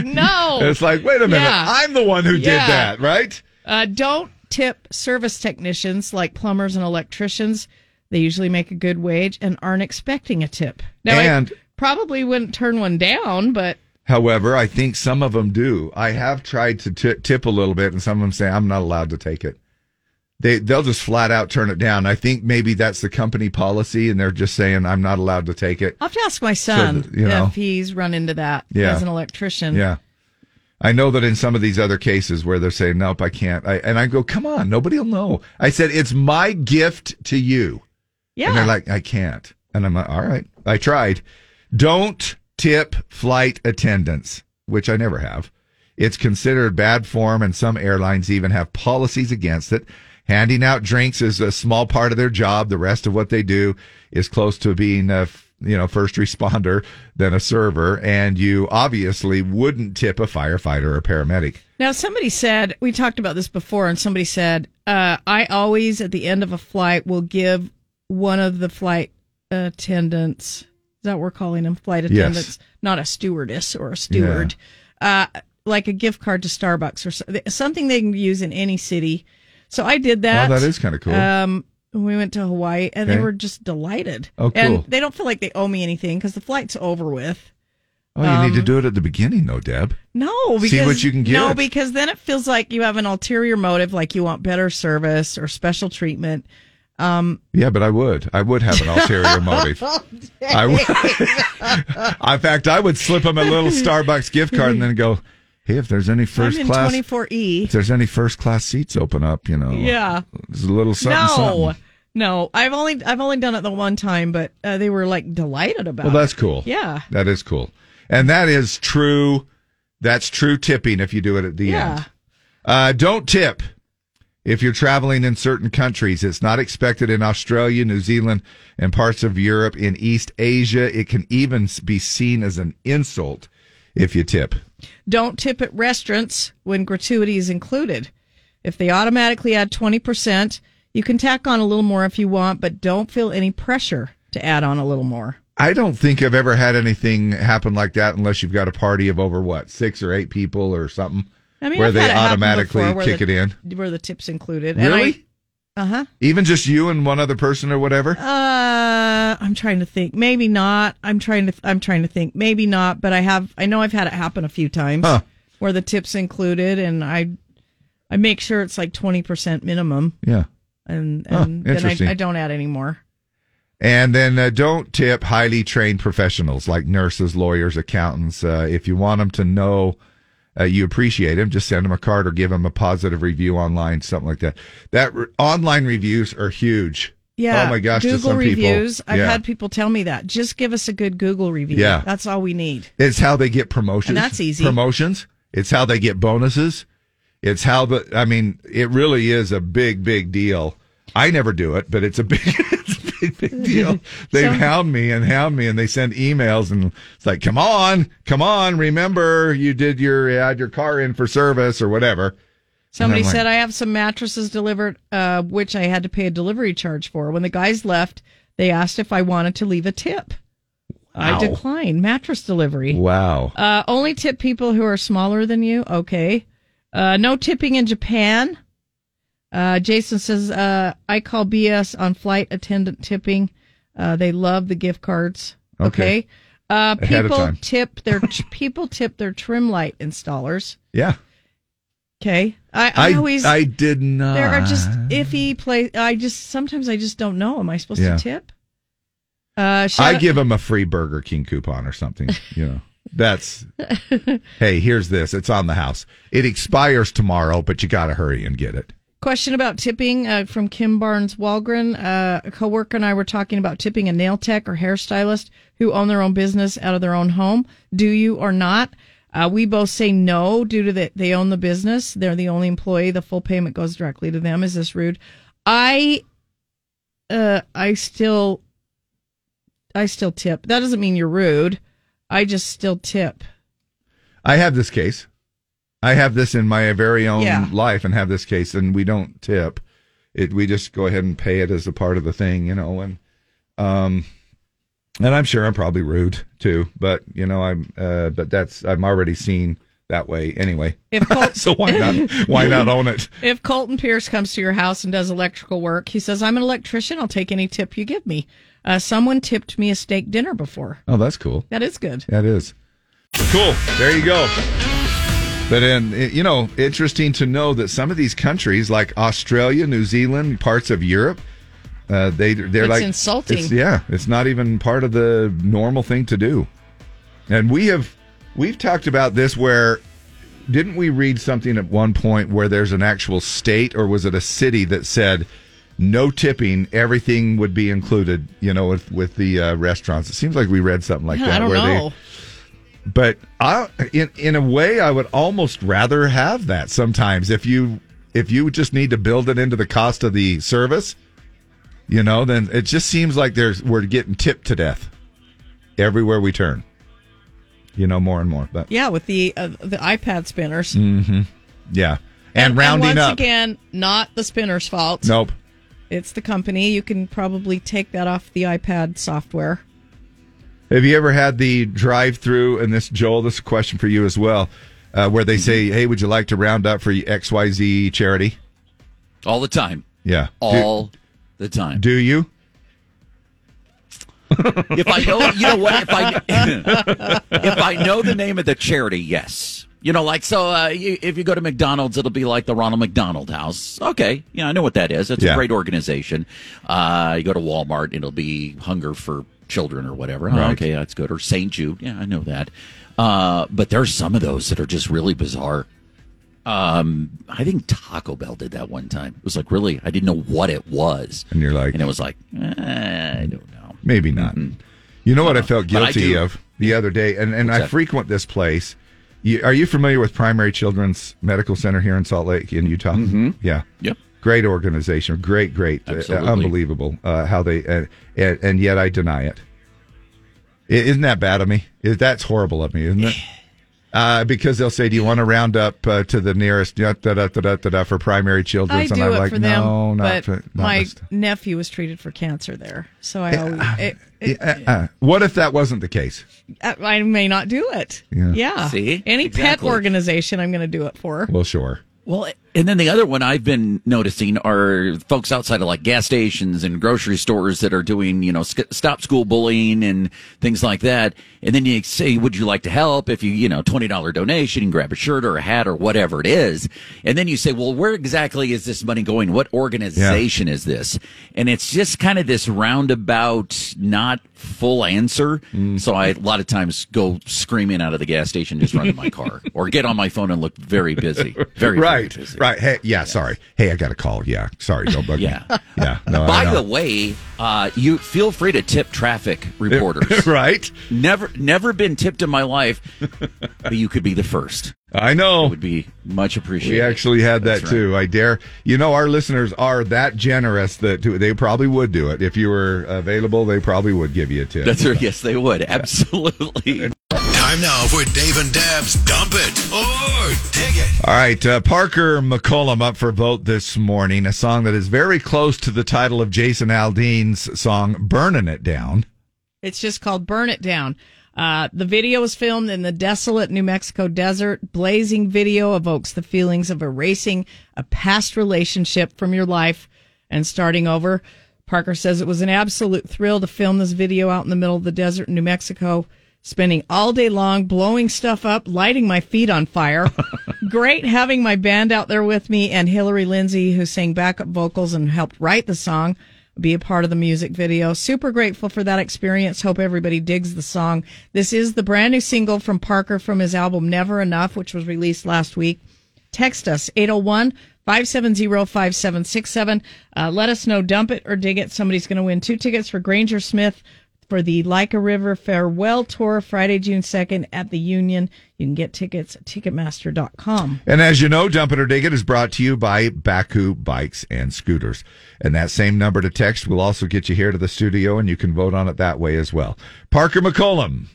No,
it's like, wait a minute,
Yeah.
I'm the one who
Yeah.
did that, right?
Uh, don't tip service technicians like plumbers and electricians. They usually make a good wage and aren't expecting a tip. Now,
And-
I probably wouldn't turn one down, but
However, I think some of them do. I have tried to t- tip a little bit, and some of them say I'm not allowed to take it. They they'll just flat out turn it down. I think maybe that's the company policy, and they're just saying I'm not allowed to take it.
I'll have to ask my son
that, you know.
if he's run into that
Yeah.
as an electrician.
Yeah, I know that in some of these other cases where they're saying nope, I can't. I, and I go, come on, nobody'll know. I said it's my gift to you.
Yeah.
And they're like, I can't. And I'm like, all right, I tried. Don't tip flight attendants, which I never have. It's considered bad form, and some airlines even have policies against it. Handing out drinks is a small part of their job. The rest of what they do is close to being uh, f- you know, first responder than a server, and you obviously wouldn't tip a firefighter or a paramedic.
Now, somebody said, we talked about this before, and somebody said, uh, I always at the end of a flight will give one of the flight attendants, is that what we're calling them? Flight
Yes.
attendants, not a stewardess or a steward, uh, like a gift card to Starbucks or so- something they can use in any city. So I did that.
Oh, that is kinda cool.
Um, we went to Hawaii and they
Okay.
were just delighted.
Oh,
And
cool.
they don't feel like they owe me anything because the flight's over with.
Oh, you
Um,
need to do it at the beginning, though, Deb.
No, because
See what you can get.
No, because then it feels like you have an ulterior motive, like you want better service or special treatment. Um,
Yeah, but I would. I would
[LAUGHS]
have an ulterior motive.
Oh,
I would. [LAUGHS] in fact, I would slip him a little Starbucks gift card and then go, "Hey, if there's any first
I'm in
class,
24E.
if there's any first class seats open up, you know,
yeah.
there's a little something."
no,
something.
no. I've only I've only done it the one time, but uh, they were like delighted about.
Well, that's
it.
cool.
Yeah.
that is cool, and that is true. That's true tipping if you do it at the
Yeah.
end. Uh, don't tip if you're traveling in certain countries. It's not expected in Australia, New Zealand, and parts of Europe. In East Asia, it can even be seen as an insult if you tip.
Don't tip at restaurants when gratuity is included. If they automatically add twenty percent, you can tack on a little more if you want, but don't feel any pressure to add on a little more.
I don't think I've ever had anything happen like that unless you've got a party of over what six or eight people or something
I mean,
where
I've
they
had it happen
automatically
before where
kick it
the-
in.
where the tips included.
Really?
Uh huh.
Even just you and one other person or whatever.
Uh, I'm trying to think. Maybe not. I'm trying to. I'm trying to think. Maybe not. But I have. I know I've had it happen a few times
Huh.
where the tips included, and I, I make sure it's like twenty percent minimum,
Yeah.
and
Huh,
and then
interesting.
I, I don't add any more.
And then uh, don't tip highly trained professionals like nurses, lawyers, accountants. Uh, if you want them to know uh, you appreciate them, just send them a card or give them a positive review online, something like that. That re- online reviews are huge.
Yeah.
Oh my gosh. to
Google
some people.
reviews. I've
Yeah.
had people tell me that. Just give us a good Google review.
Yeah.
That's all we need.
It's how they get promotions.
And that's easy.
Promotions. It's how they get bonuses. It's how the. I mean, it really is a big, big deal. I never do it, but it's a big, [LAUGHS] it's a big, big
[LAUGHS]
deal. They
So-
hound me and hound me, and they send emails, and it's like, "Come on, come on! Remember, you did your you had your car in for service or whatever."
Somebody said
I.
I have some mattresses delivered, uh, which I had to pay a delivery charge for. When the guys left, they asked if I wanted to leave a tip. I
Wow.
declined mattress delivery.
Wow.
Uh, only tip people who are smaller than you. Okay. Uh, no tipping in Japan. Uh, Jason says, uh, I call BS on flight attendant tipping. Uh, they love the gift cards. Okay.
Okay.
Uh,
Ahead of
people
time.
tip
[LAUGHS]
their people tip their trim light installers.
Yeah.
Okay. I, I, always
I Ah. did not.
there are just iffy play. I just sometimes I just don't know. Am I supposed
Yeah.
to tip? Uh, shout
I
out-
give them a free Burger King coupon or something. You know,
[LAUGHS]
that's hey. Here's this. It's on the house. It expires tomorrow, but you got to hurry and get it.
Question about tipping uh, from Kim Barnes Walgren. Uh, a coworker and I were talking about tipping a nail tech or hairstylist who own their own business out of their own home. Do you or not? Uh, we both say no due to that they own the business. They're the only employee. The full payment goes directly to them. Is this rude? I, uh, I still, I still tip. That doesn't mean you're rude. I just still tip.
I have this case. I have this in my very own
Yeah.
life, and have this case, and we don't tip. It we just go ahead and pay it as a part of the thing, you know, and um, and I'm sure I'm probably rude too, but you know, I'm uh, but that's I'm already seen that way anyway. [LAUGHS]
If Colt-
so why not?
[LAUGHS]
Why not own it?
If Colton Pierce comes to your house and does electrical work, he says, I'm an electrician. I'll take any tip you give me. Uh, someone tipped me a steak dinner before.
Oh, that's cool.
That is good.
That is. Cool. There you go. But in it- you know, interesting to know that some of these countries like Australia, New Zealand, parts of Europe, uh, they they're
It's
like
insulting.
it's- yeah, it's not even part of the normal thing to do. And we have we've talked about this where didn't we read something at one point where there's an actual state or was it a city that said no tipping, everything would be included, you know, with with the uh, restaurants. It seems like we read something like
Yeah,
that
I don't
where
know.
they but I, in in a way, I would almost rather have that sometimes. If you if you just need to build it into the cost of the service, you know, then it just seems like there's we're getting tipped to death. everywhere we turn. You know, more and more. But
Yeah, with the uh, the iPad spinners.
hmm yeah, and, rounding
once
up.
again, not the spinner's fault.
nope.
It's the company. You can probably take that off the iPad software.
Have you ever had the drive through? And this, Joel, this is a question for you as well, uh, where they say, hey, would you like to round up for XYZ charity?
All the time.
Yeah.
All the time.
Do you?
If I know, you know what? If I
[LAUGHS]
if I know the name of the charity, yes. You know, like so. Uh, you, if you go to McDonald's, it'll be like the Ronald McDonald House. Okay, yeah, I know what that is. It's
Yeah.
a great organization. Uh, you go to Walmart, it'll be Hunger for Children or whatever. Oh,
Right.
okay, that's good. Or St. Jude. Yeah, I know that. Uh, but there's some of those that are just really bizarre. Um, I think Taco Bell did that one time. It was like really, I didn't know what it was,
and you're like,
and it was like, eh, I don't know.
Maybe not. You know what I felt
Uh-uh. But I
guilty
do-
of the other day, and, and
What's
I
that?
frequent this place. You, are you familiar with Primary Children's Medical Center here in Salt Lake in Utah? Mm-hmm. Yeah.
Yep.
Great organization. Great, great, uh,
Absolutely.
unbelievable. Uh, how they uh, and, and yet I deny it. I- Isn't that bad of me? Is that's horrible of me, isn't
[SIGHS]
it? Uh, because they'll say, "Do you want to round up uh, to the nearest da, da, da, da, da, da, for primary children?"
I do
and I'm
it
like,
for them,
"No, not
but
for, not
my
this-
nephew was treated for cancer there, so I always it, it,
Yeah, uh, uh, what if that wasn't the case?"
I may not do it.
Yeah.
See?
any pet
Exactly.
organization, I'm going to do it for.
Well, sure.
Well, and then the other one I've been noticing are folks outside of like gas stations and grocery stores that are doing, you know, sc- stop school bullying and things like that. And then you say, would you like to help? If you, you know, $20 donation, you can grab a shirt or a hat or whatever it is. And then you say, well, where exactly is this money going? What organization is this? And it's just kind of this roundabout, not full answer. So I, a lot of times go screaming out of the gas station, just run to my car or get on my phone and look very busy. Very,
right, right. Hey, yeah, sorry. Hey, I got a call. Yeah, sorry. Don't bug me.
Yeah.
[LAUGHS] Yeah. No, I
By
know. [LAUGHS]
the way, uh, you feel free to tip traffic reporters.
right?
Never, never been tipped in my life, but you could be the first.
I know.
It would be much appreciated.
we actually had that
That's right.
too. I dare. You know, our listeners are that generous that to, they probably would do it if you were available. They probably would give you a tip.
That's right. Yes, they would.
[LAUGHS]
Absolutely.
Time now for Dave and Dab's Dump It or Dig It.
All right, uh, Parker McCollum up for vote this morning. A song that is very close to the title of Jason Aldean's song "Burning It Down."
It's just called Burn It Down. Uh, the video was filmed in the desolate New Mexico desert. Blazing video evokes the feelings of erasing a past relationship from your life and starting over. Parker says it was an absolute thrill to film this video out in the middle of the desert in New Mexico, spending all day long blowing stuff up, lighting my feet on fire. [LAUGHS] Great having my band out there with me and Hillary Lindsay, who sang backup vocals and helped write the song be a part of the music video. Super grateful for that experience. Hope everybody digs the song. This is the brand new single from Parker from his album Never Enough, which was released last week. Text us 801 570 5767. Uh, Let us know, dump it or dig it. Somebody's going to win two tickets for Granger Smith for the Leica River Farewell Tour Friday, June 2nd at the Union. You can get tickets at Ticketmaster.com.
And as you know, Dump It or Dig It is brought to you by Baku Bikes and Scooters. And that same number to text will also get you here to the studio, and you can vote on it that way as well. Parker McCollum.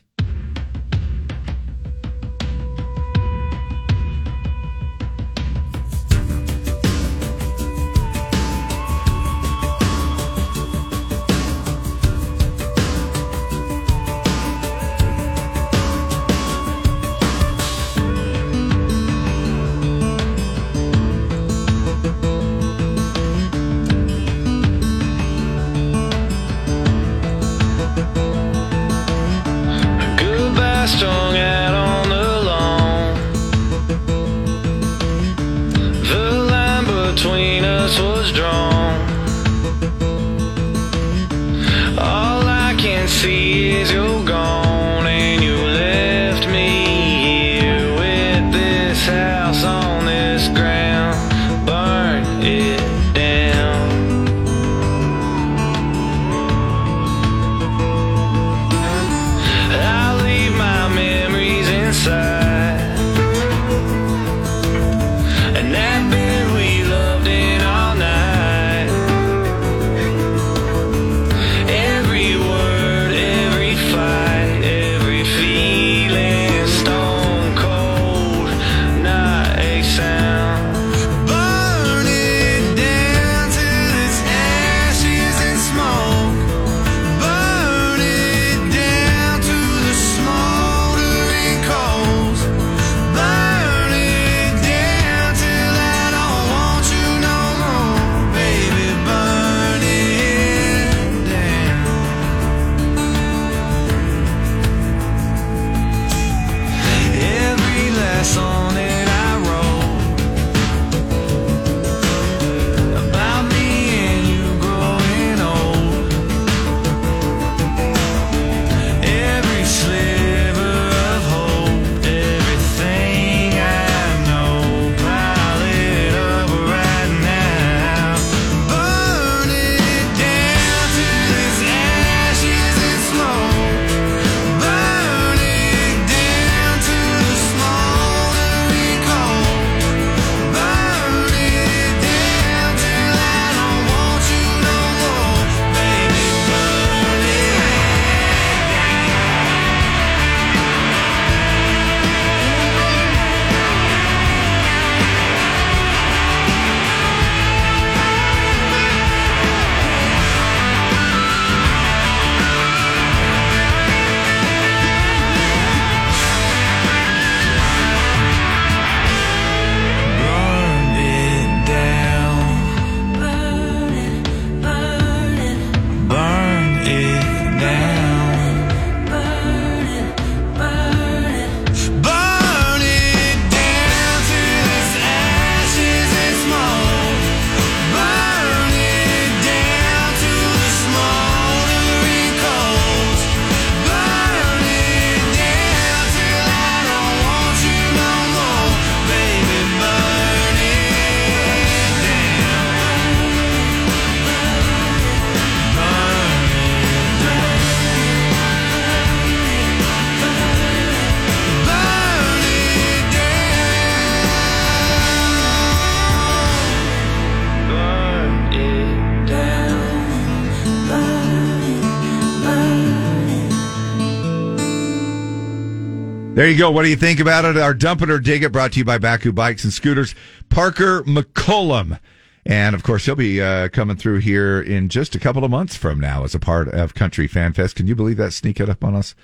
There you go. What do you think about it? Our Dump It or Dig It brought to you by Baku Bikes and Scooters, Parker McCollum. And of course, he'll be uh, coming through here in just a couple of months from now as a part of Country Fan Fest. Can you believe that sneak it up on us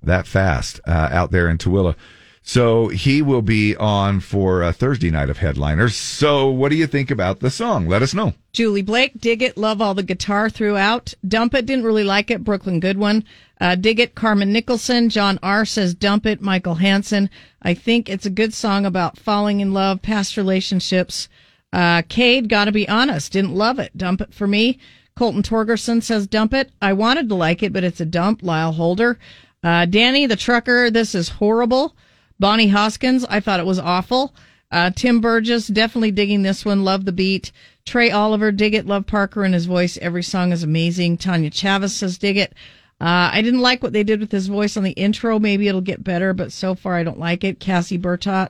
that fast uh, out there in Tooele? So he will be on for uh, Thursday night of headliners. So what do you think about the song? Let us know.
Julie Blake, dig it, love all the guitar throughout. Dump it, didn't really like it. Brooklyn Goodwin, uh, dig it. Carmen Nicholson, John R says dump it. Michael Hansen, I think it's a good song about falling in love, past relationships. Uh, Cade, gotta be honest, didn't love it. Dump it for me. Colton Torgerson says dump it. I wanted to like it, but it's a dump. Lyle Holder, uh, Danny the trucker, this is horrible. Bonnie Hoskins, I thought it was awful. Uh, Tim Burgess, definitely digging this one. Love the beat. Trey Oliver, dig it. Love Parker and his voice. Every song is amazing. Tanya Chavez says, dig it. Uh, I didn't like what they did with his voice on the intro. Maybe it'll get better, but so far I don't like it. Cassie Bertot,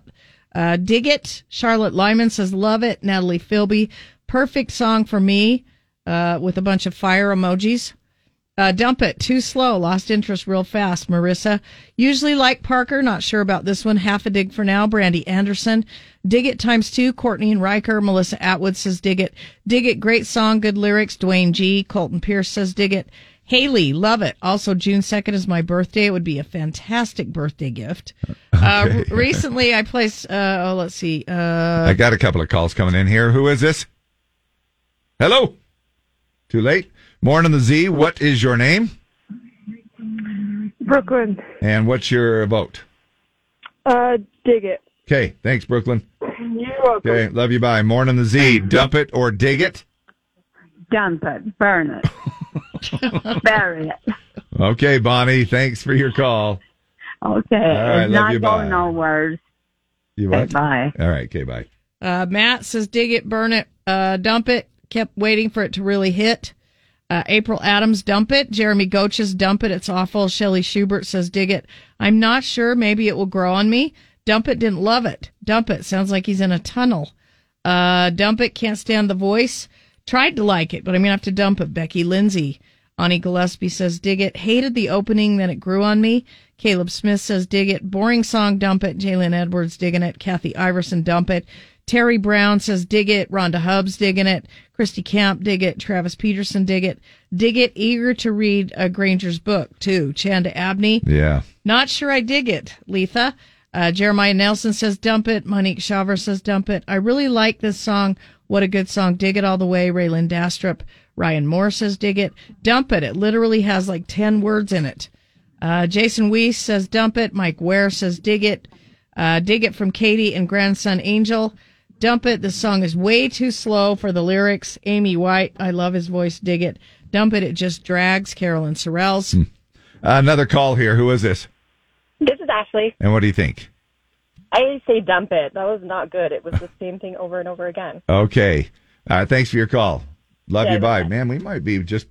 uh, dig it. Charlotte Lyman says, love it. Natalie Philby, perfect song for me, uh, with a bunch of fire emojis. Uh, dump it. Too slow. Lost interest real fast. Marissa. Usually like Parker. Not sure about this one. Half a dig for now. Brandy Anderson. Dig it times two. Courtney and Riker. Melissa Atwood says dig it. Dig it. Great song. Good lyrics. Dwayne G. Colton Pierce says dig it. Haley. Love it. Also, June 2nd is my birthday. It would be a fantastic birthday gift. Uh, re- recently, I placed, uh, oh, let's see. Uh,
I got a couple of calls coming in here. Who is this? Hello? Too late? Morning the Z, what is your name?
Brooklyn,
And what's your vote?
uh, dig it.
Okay, thanks, Brooklyn.
You're welcome.
Okay, love you. Bye. Morning the Z, dump it or dig it.
Dump it. Burn it. Bury it.
Okay, Bonnie, thanks for your call.
Okay.
right,
it's
love
not
you, bye.
going nowhere.
You what? Bye. All right, okay, bye.
Uh, Matt says, dig it, burn it, uh, dump it. Kept waiting for it to really hit. Uh, April Adams, dump it. Jeremy Goaches, dump it. It's awful. Shelly Schubert says, dig it. I'm not sure. Maybe it will grow on me. Dump it. Didn't love it. Dump it. Sounds like he's in a tunnel. Uh, dump it. Can't stand the voice. Tried to like it, but I'm going to have to dump it. Becky Lindsay. Ani Gillespie says, dig it. Hated the opening, then it grew on me. Caleb Smith says, dig it. Boring song, dump it. Jalen Edwards, digging it. Kathy Iverson, dump it. Terry Brown says, dig it. Rhonda Hubbs, digging it. Christy Camp, dig it. Travis Peterson, dig it. Dig it. Eager to read uh, Granger's book, too. Chanda Abney,
Yeah.
not sure I dig it, Letha. Uh, Jeremiah Nelson says, dump it. Monique Shaver says, dump it. I really like this song. What a good song. Dig it all the way. Raylan Dastrup. Ryan Moore says, dig it. Dump it. It literally has like 10 words in it. Uh, Jason Weiss says, dump it. Mike Ware says, dig it. Uh, dig it from Katie and grandson Angel. Dump it. The song is way too slow for the lyrics. Amy White, I love his voice. Dig it. Dump it. It just drags. Carolyn Sorrells.
Another call here. Who is this?
This is Ashley.
And what do you think?
I say dump it. That was not good. It was
[LAUGHS]
the same thing over and over again.
Okay. Uh, thanks for your call. Love
Yeah,
you. Bye. Man, we might be just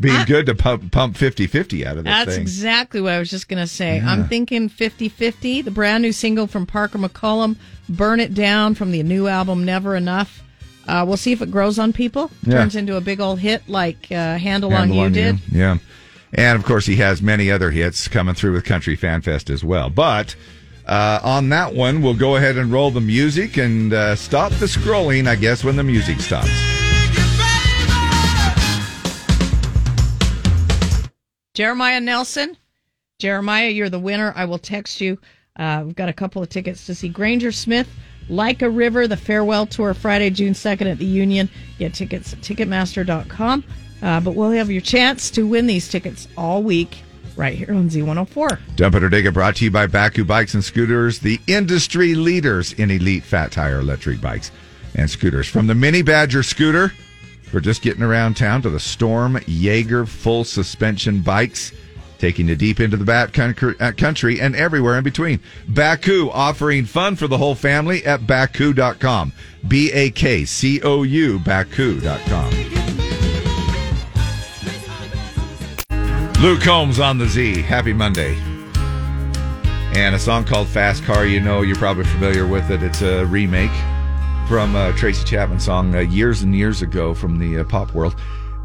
being good to pump pump 50 50 out of this
That's
thing.
exactly what I was just going to say.
Yeah.
I'm thinking 50 50, the brand new single from Parker McCollum, Burn It Down from the new album Never Enough. Uh, we'll see if it grows on people,
Yeah.
turns into a big old hit like uh, Handle,
Handle
on You did.
Yeah. And of course, he has many other hits coming through with Country Fan Fest as well. But uh, on that one, we'll go ahead and roll the music and uh, stop the scrolling, I guess, when the music stops.
Jeremiah Nelson. Jeremiah, you're the winner. I will text you. Uh, we've got a couple of tickets to see Granger Smith, Like a River, the farewell tour Friday, June 2nd at the Union. Get tickets at Ticketmaster.com. Uh, but we'll have your chance to win these tickets all week right here on Z104.
Dump It or Dig It brought to you by Baku Bikes and Scooters, the industry leaders in elite fat tire electric bikes and scooters. From the Mini Badger scooter for just getting around town to the Storm Jaeger full suspension bikes, taking you deep into the bat country, uh, country and everywhere in between. Baku offering fun for the whole family at baku.com. B A K C O U, baku.com. Luke Combs on the Z. Happy Monday. And a song called Fast Car, you know, you're probably familiar with it. It's a remake from a Tracy Chapman song uh, years and years ago from the uh, pop world.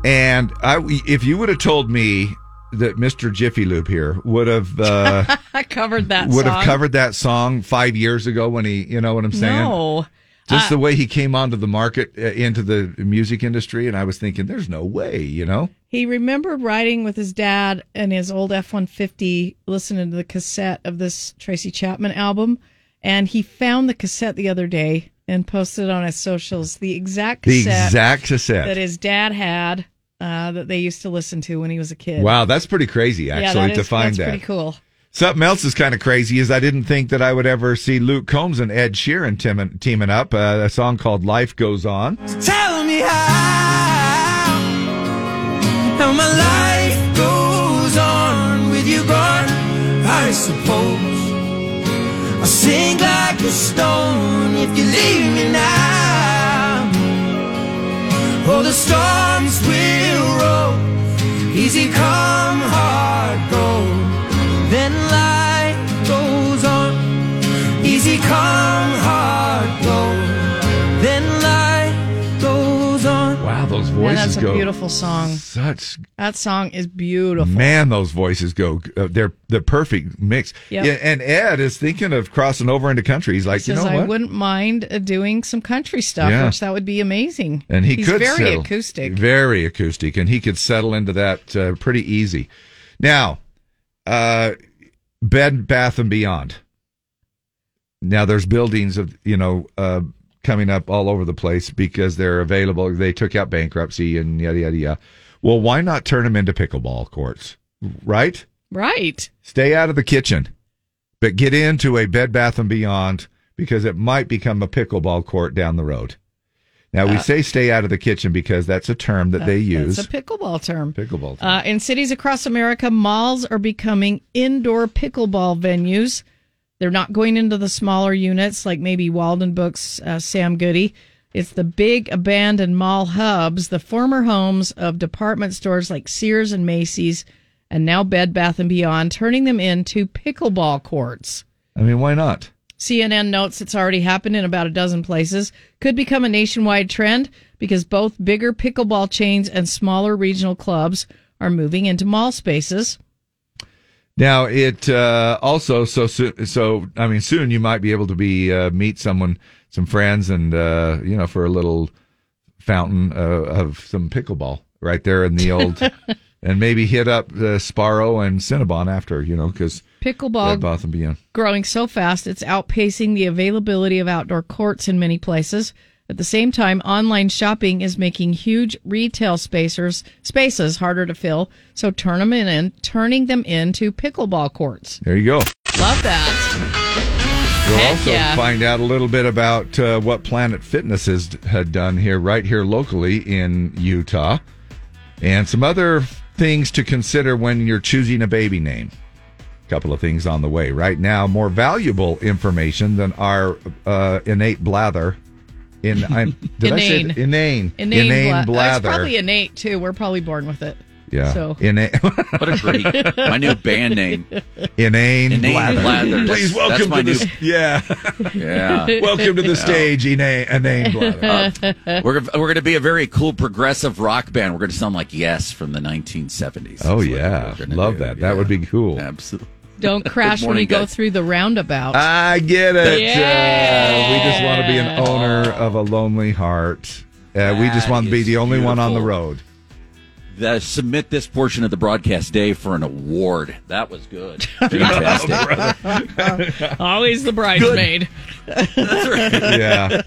And I, if you would have told me that Mr. Jiffy Lube here would have
[LAUGHS]
uh,
I covered that.
would have
song.
covered that song five years ago when he, you know what I'm saying?
No.
Just
Uh,
the way he came onto the market, uh, into the music industry, and I was thinking, there's no way, you know.
He remembered riding with his dad in his old F 150, listening to the cassette of this Tracy Chapman album. And he found the cassette the other day and posted it on his socials the exact
The
cassette,
exact cassette.
that his dad had uh, that they used to listen to when he was a kid.
Wow, that's pretty crazy,
Yeah,
actually,
that
to
is-
find
that's
that.
pretty cool.
Something else is kind of crazy is I didn't think that I would ever see Luke Combs and Ed Sheeran teaming, teaming up. Uh, a song called "Life Goes On."
Tell me how, how my life goes on with you gone. I suppose I sink like a stone if you leave me now. Oh, the storms will roll, easy come, hard go. Then life goes on, easy come, hard go. Then life goes on.
Wow, those
Yeah,
voices
that's a
go
beautiful song.
Such
That song is beautiful.
man, those voices go. Uh, they're the perfect mix.
Yep.
Yeah, and Ed is thinking of crossing over into country. He's like,
He
you
says,
know
I
what?
wouldn't mind uh, doing some country stuff,
Yeah.
which that would be amazing.
and he
He's
could
very
settle-
acoustic.
very acoustic, and he could settle into that uh, pretty easy. Now, uh, Bed Bath and Beyond. Now there's buildings of you know uh, coming up all over the place because they're available. They took out bankruptcy and yada yada yada. Well, why not turn them into pickleball courts, right?
Right.
Stay out of the kitchen, but get into a Bed Bath and Beyond because it might become a pickleball court down the road. Now we
Uh,
say stay out of the kitchen because that's a term that, they use.
It's a pickleball term.
pickleball.
Uh, in cities across America, malls are becoming indoor pickleball venues. They're not going into the smaller units like maybe Walden Books, uh, Sam Goody. It's the big abandoned mall hubs, the former homes of department stores like Sears and Macy's, and now Bed Bath and Beyond, turning them into pickleball courts.
I mean, why not?
CNN notes it's already happened in about a dozen places. Could become a nationwide trend because both bigger pickleball chains and smaller regional clubs are moving into mall spaces.
Now it uh, also so so so I mean soon you might be able to be uh, meet someone some friends and uh, you know for a little fountain uh, of some pickleball right there in the
[LAUGHS]
old and maybe hit up uh, Sparrow and Cinnabon after you know because
Pickleball
Bath and Beyond.
growing so fast it's outpacing the availability of outdoor courts in many places. At the same time, online shopping is making huge retail spacers spaces harder to fill, so turn them in, turning them into pickleball courts.
There you go.
Love that.
We'll
Heck
also
yeah.
find out a little bit about uh, what Planet Fitness has had done here, right here locally in Utah, and some other things to consider when you're choosing a baby name. Couple of things on the way right now. More valuable information than our uh, innate blather. In
[LAUGHS]
I'm, did I
Inane.
say inane
Inane, bla- oh, It's
blather?
probably innate too. We're probably born with it.
yeah,
So
inane.
What a great, my new band name.
[LAUGHS] Inane,
Inane
blather.
Blather. That's-
Please
that's
welcome
my
to this.
new-
Yeah,
Yeah.
welcome to the stage, inane, inane blather.
Uh, we're we're going to be a very cool progressive rock band. We're going to sound like Yes from the 1970s.
[LAUGHS] Oh
That's what
yeah,
we're gonna
love
do.
that. That would be cool.
Absolutely.
[LAUGHS]
Don't crash when
morning,
you go
guys.
through the roundabout.
I get it. Uh, we just
Yeah.
want to be an owner of a lonely heart. Uh, we just
That
want to be
is
the only one on the
beautiful.
road.
The, submit this portion of the broadcast day for an award. That was good. Fantastic.
Always the bridesmaid.
[LAUGHS] yeah.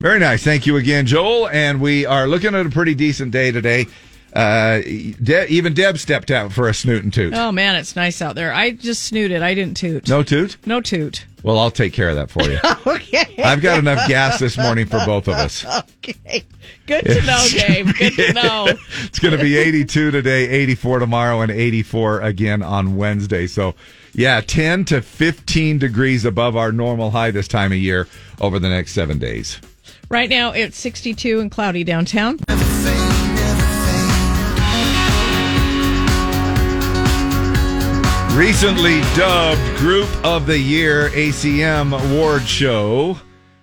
Very nice. Thank you again, Joel. And we are looking at a pretty decent day today. Uh, De- even Deb stepped out for a snoot and toot.
[LAUGHS] Oh man, it's nice out there. I just snooted. I didn't toot.
No toot?
No toot.
Well, I'll take care of that [LAUGHS] for you.
Okay.
I've got enough gas this morning for both of us.
Okay. Good to know, Dave. Good
[LAUGHS]
to know.
It's going to be 82 today, 84 tomorrow, and 84 again on Wednesday. So, yeah, 10 to 15 degrees above our normal high this time of year over the next seven days.
Right now it's 62 and cloudy downtown.
Recently dubbed Group of the Year ACM Award Show.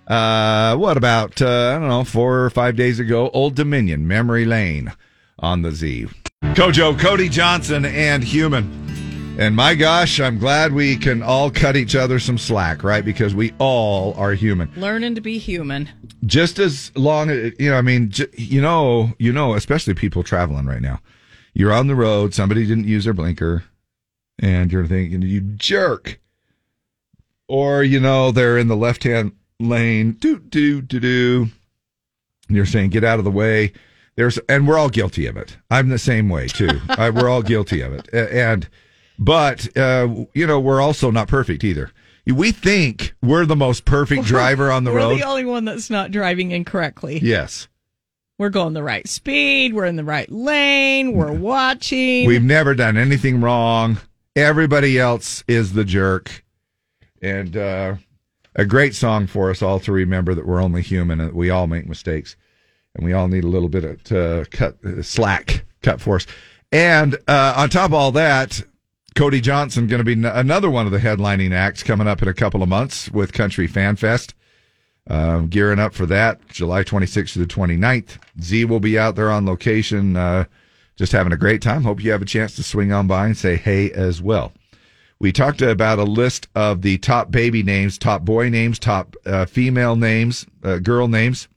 Uh, what about, uh, I don't know, four or five days ago, Old Dominion, Memory Lane on the Z. Kojo, Cody Johnson, and Human. And my gosh, I'm glad we can all cut each other some slack, right? Because we all are human.
Learning to be human.
Just as long as, you know, I mean, j- you know, you know, especially people traveling right now. You're on the road, somebody didn't use their blinker, and you're thinking, you jerk. Or, you know, they're in the left hand lane, do, do, do, do. And you're saying, get out of the way. There's, and we're all guilty of it. I'm the same way [LAUGHS] too. I, we're all guilty of it. A- And, but, uh, you know, we're also not perfect either. We think [LAUGHS] we're the most perfect driver on the
We're
road.
the only one that's not driving incorrectly.
yes.
We're going the right speed. We're in the right lane. We're watching.
We've never done anything wrong. Everybody else is the jerk. And uh, a great song for us all to remember that we're only human and that we all make mistakes. And we all need a little bit of uh, cut uh, slack cut for us. And uh, on top of all that, Cody Johnson going to be n- another one of the headlining acts coming up in a couple of months with Country Fan Fest. Um, gearing up for that, July 26th to the 29th. Z will be out there on location, uh, just having a great time. Hope you have a chance to swing on by and say hey as well. We talked about a list of the top baby names, top boy names, top uh, female names, uh, girl names.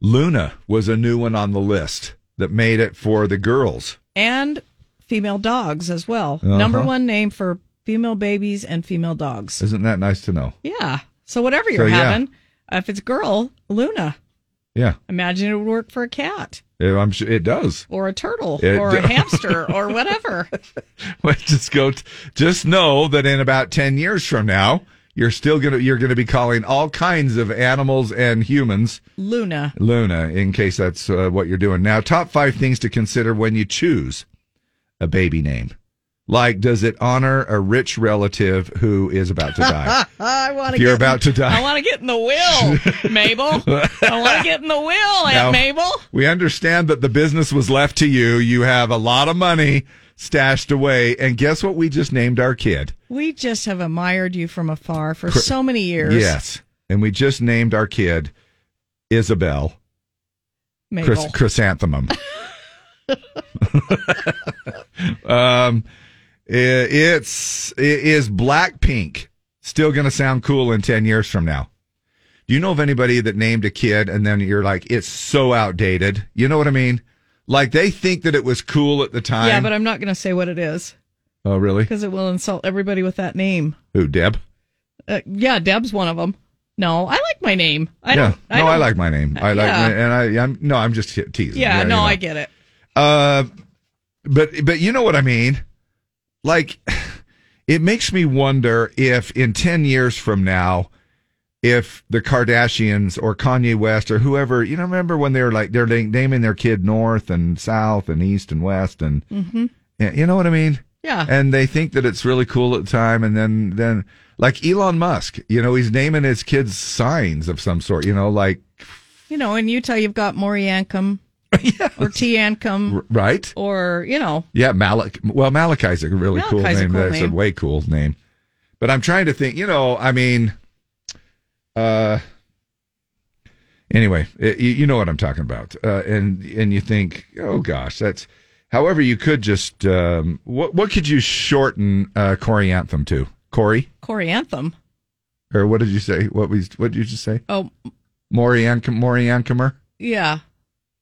Luna was a new one on the list that made it for the girls.
and female dogs as well.
Uh-huh.
Number one name for female babies and female dogs.
Isn't that nice to know?
Yeah. So whatever you're
So, yeah.
having, uh, if it's girl, Luna.
Yeah,
Imagine it would work for a cat
Yeah, I'm sure it does. [LAUGHS]
or a turtle
It
or
[LAUGHS]
a
do-
hamster or whatever.
Well, just go. T- just know that in about ten years from now, you're still gonna you're gonna be calling all kinds of animals and humans
Luna.
Luna, in case that's uh, what you're doing now. Top five things to consider when you choose a baby name. Like, does it honor a rich relative who is about to
[LAUGHS]
die?
I want
If you're about to die.
I want to get in
[LAUGHS]
the will, Mabel. I want to get in the will, Aunt
Now,
Mabel.
We understand that the business was left to you. You have a lot of money stashed away, and guess what? We just named our kid.
We just have admired you from afar for
Cor-
so many years.
Yes, and we just named our kid Isabel
Mabel.
Chris,
[LAUGHS]
Chrysanthemum. um, i- it's i- is Blackpink still going to sound cool in ten years from now? Do you know of anybody that named a kid and then you're like, it's so outdated? You know what I mean? Like they think that it was cool at the time.
yeah, but I'm not going to say what it is
oh, really?
because it will insult everybody with that name.
Who, Deb?
Uh, yeah, Deb's one of them. No, I like my name. I
yeah.
don't. I
no, I
don't-
like my name. I like,
Yeah.
and I, I'm no, I'm just te- teasing.
Yeah,
you
no,
know.
I get it.
Uh, but but you know what I mean. Like, [LAUGHS] it makes me wonder if in ten years from now, if the Kardashians or Kanye West or whoever, you know, remember when they were like they're na- naming their kid North and South and East and West and
Mm-hmm.
yeah, you know what I mean?
Yeah.
And they think that it's really cool at the time, and then then like Elon Musk, you know, he's naming his kids signs of some sort, you know, like
You know, in Utah, you've
[LAUGHS]
got Moriancum or Tiancum
r- right?
or, you know,
Yeah, Malak. Well, Malachi's a really cool
Malachi's a
name.
cool
That's
name.
a way cool name. But I'm trying to think. You know, I mean, uh, anyway, it, you, you know what I'm talking about. Uh, and and you think, oh gosh, that's. However, you could just um, what what could you shorten uh, Corey Anthem to Corey
Corianthem.
or what did you say? What was what did you just say?
Oh,
Maury Ancom- Maury Ancomer?
yeah.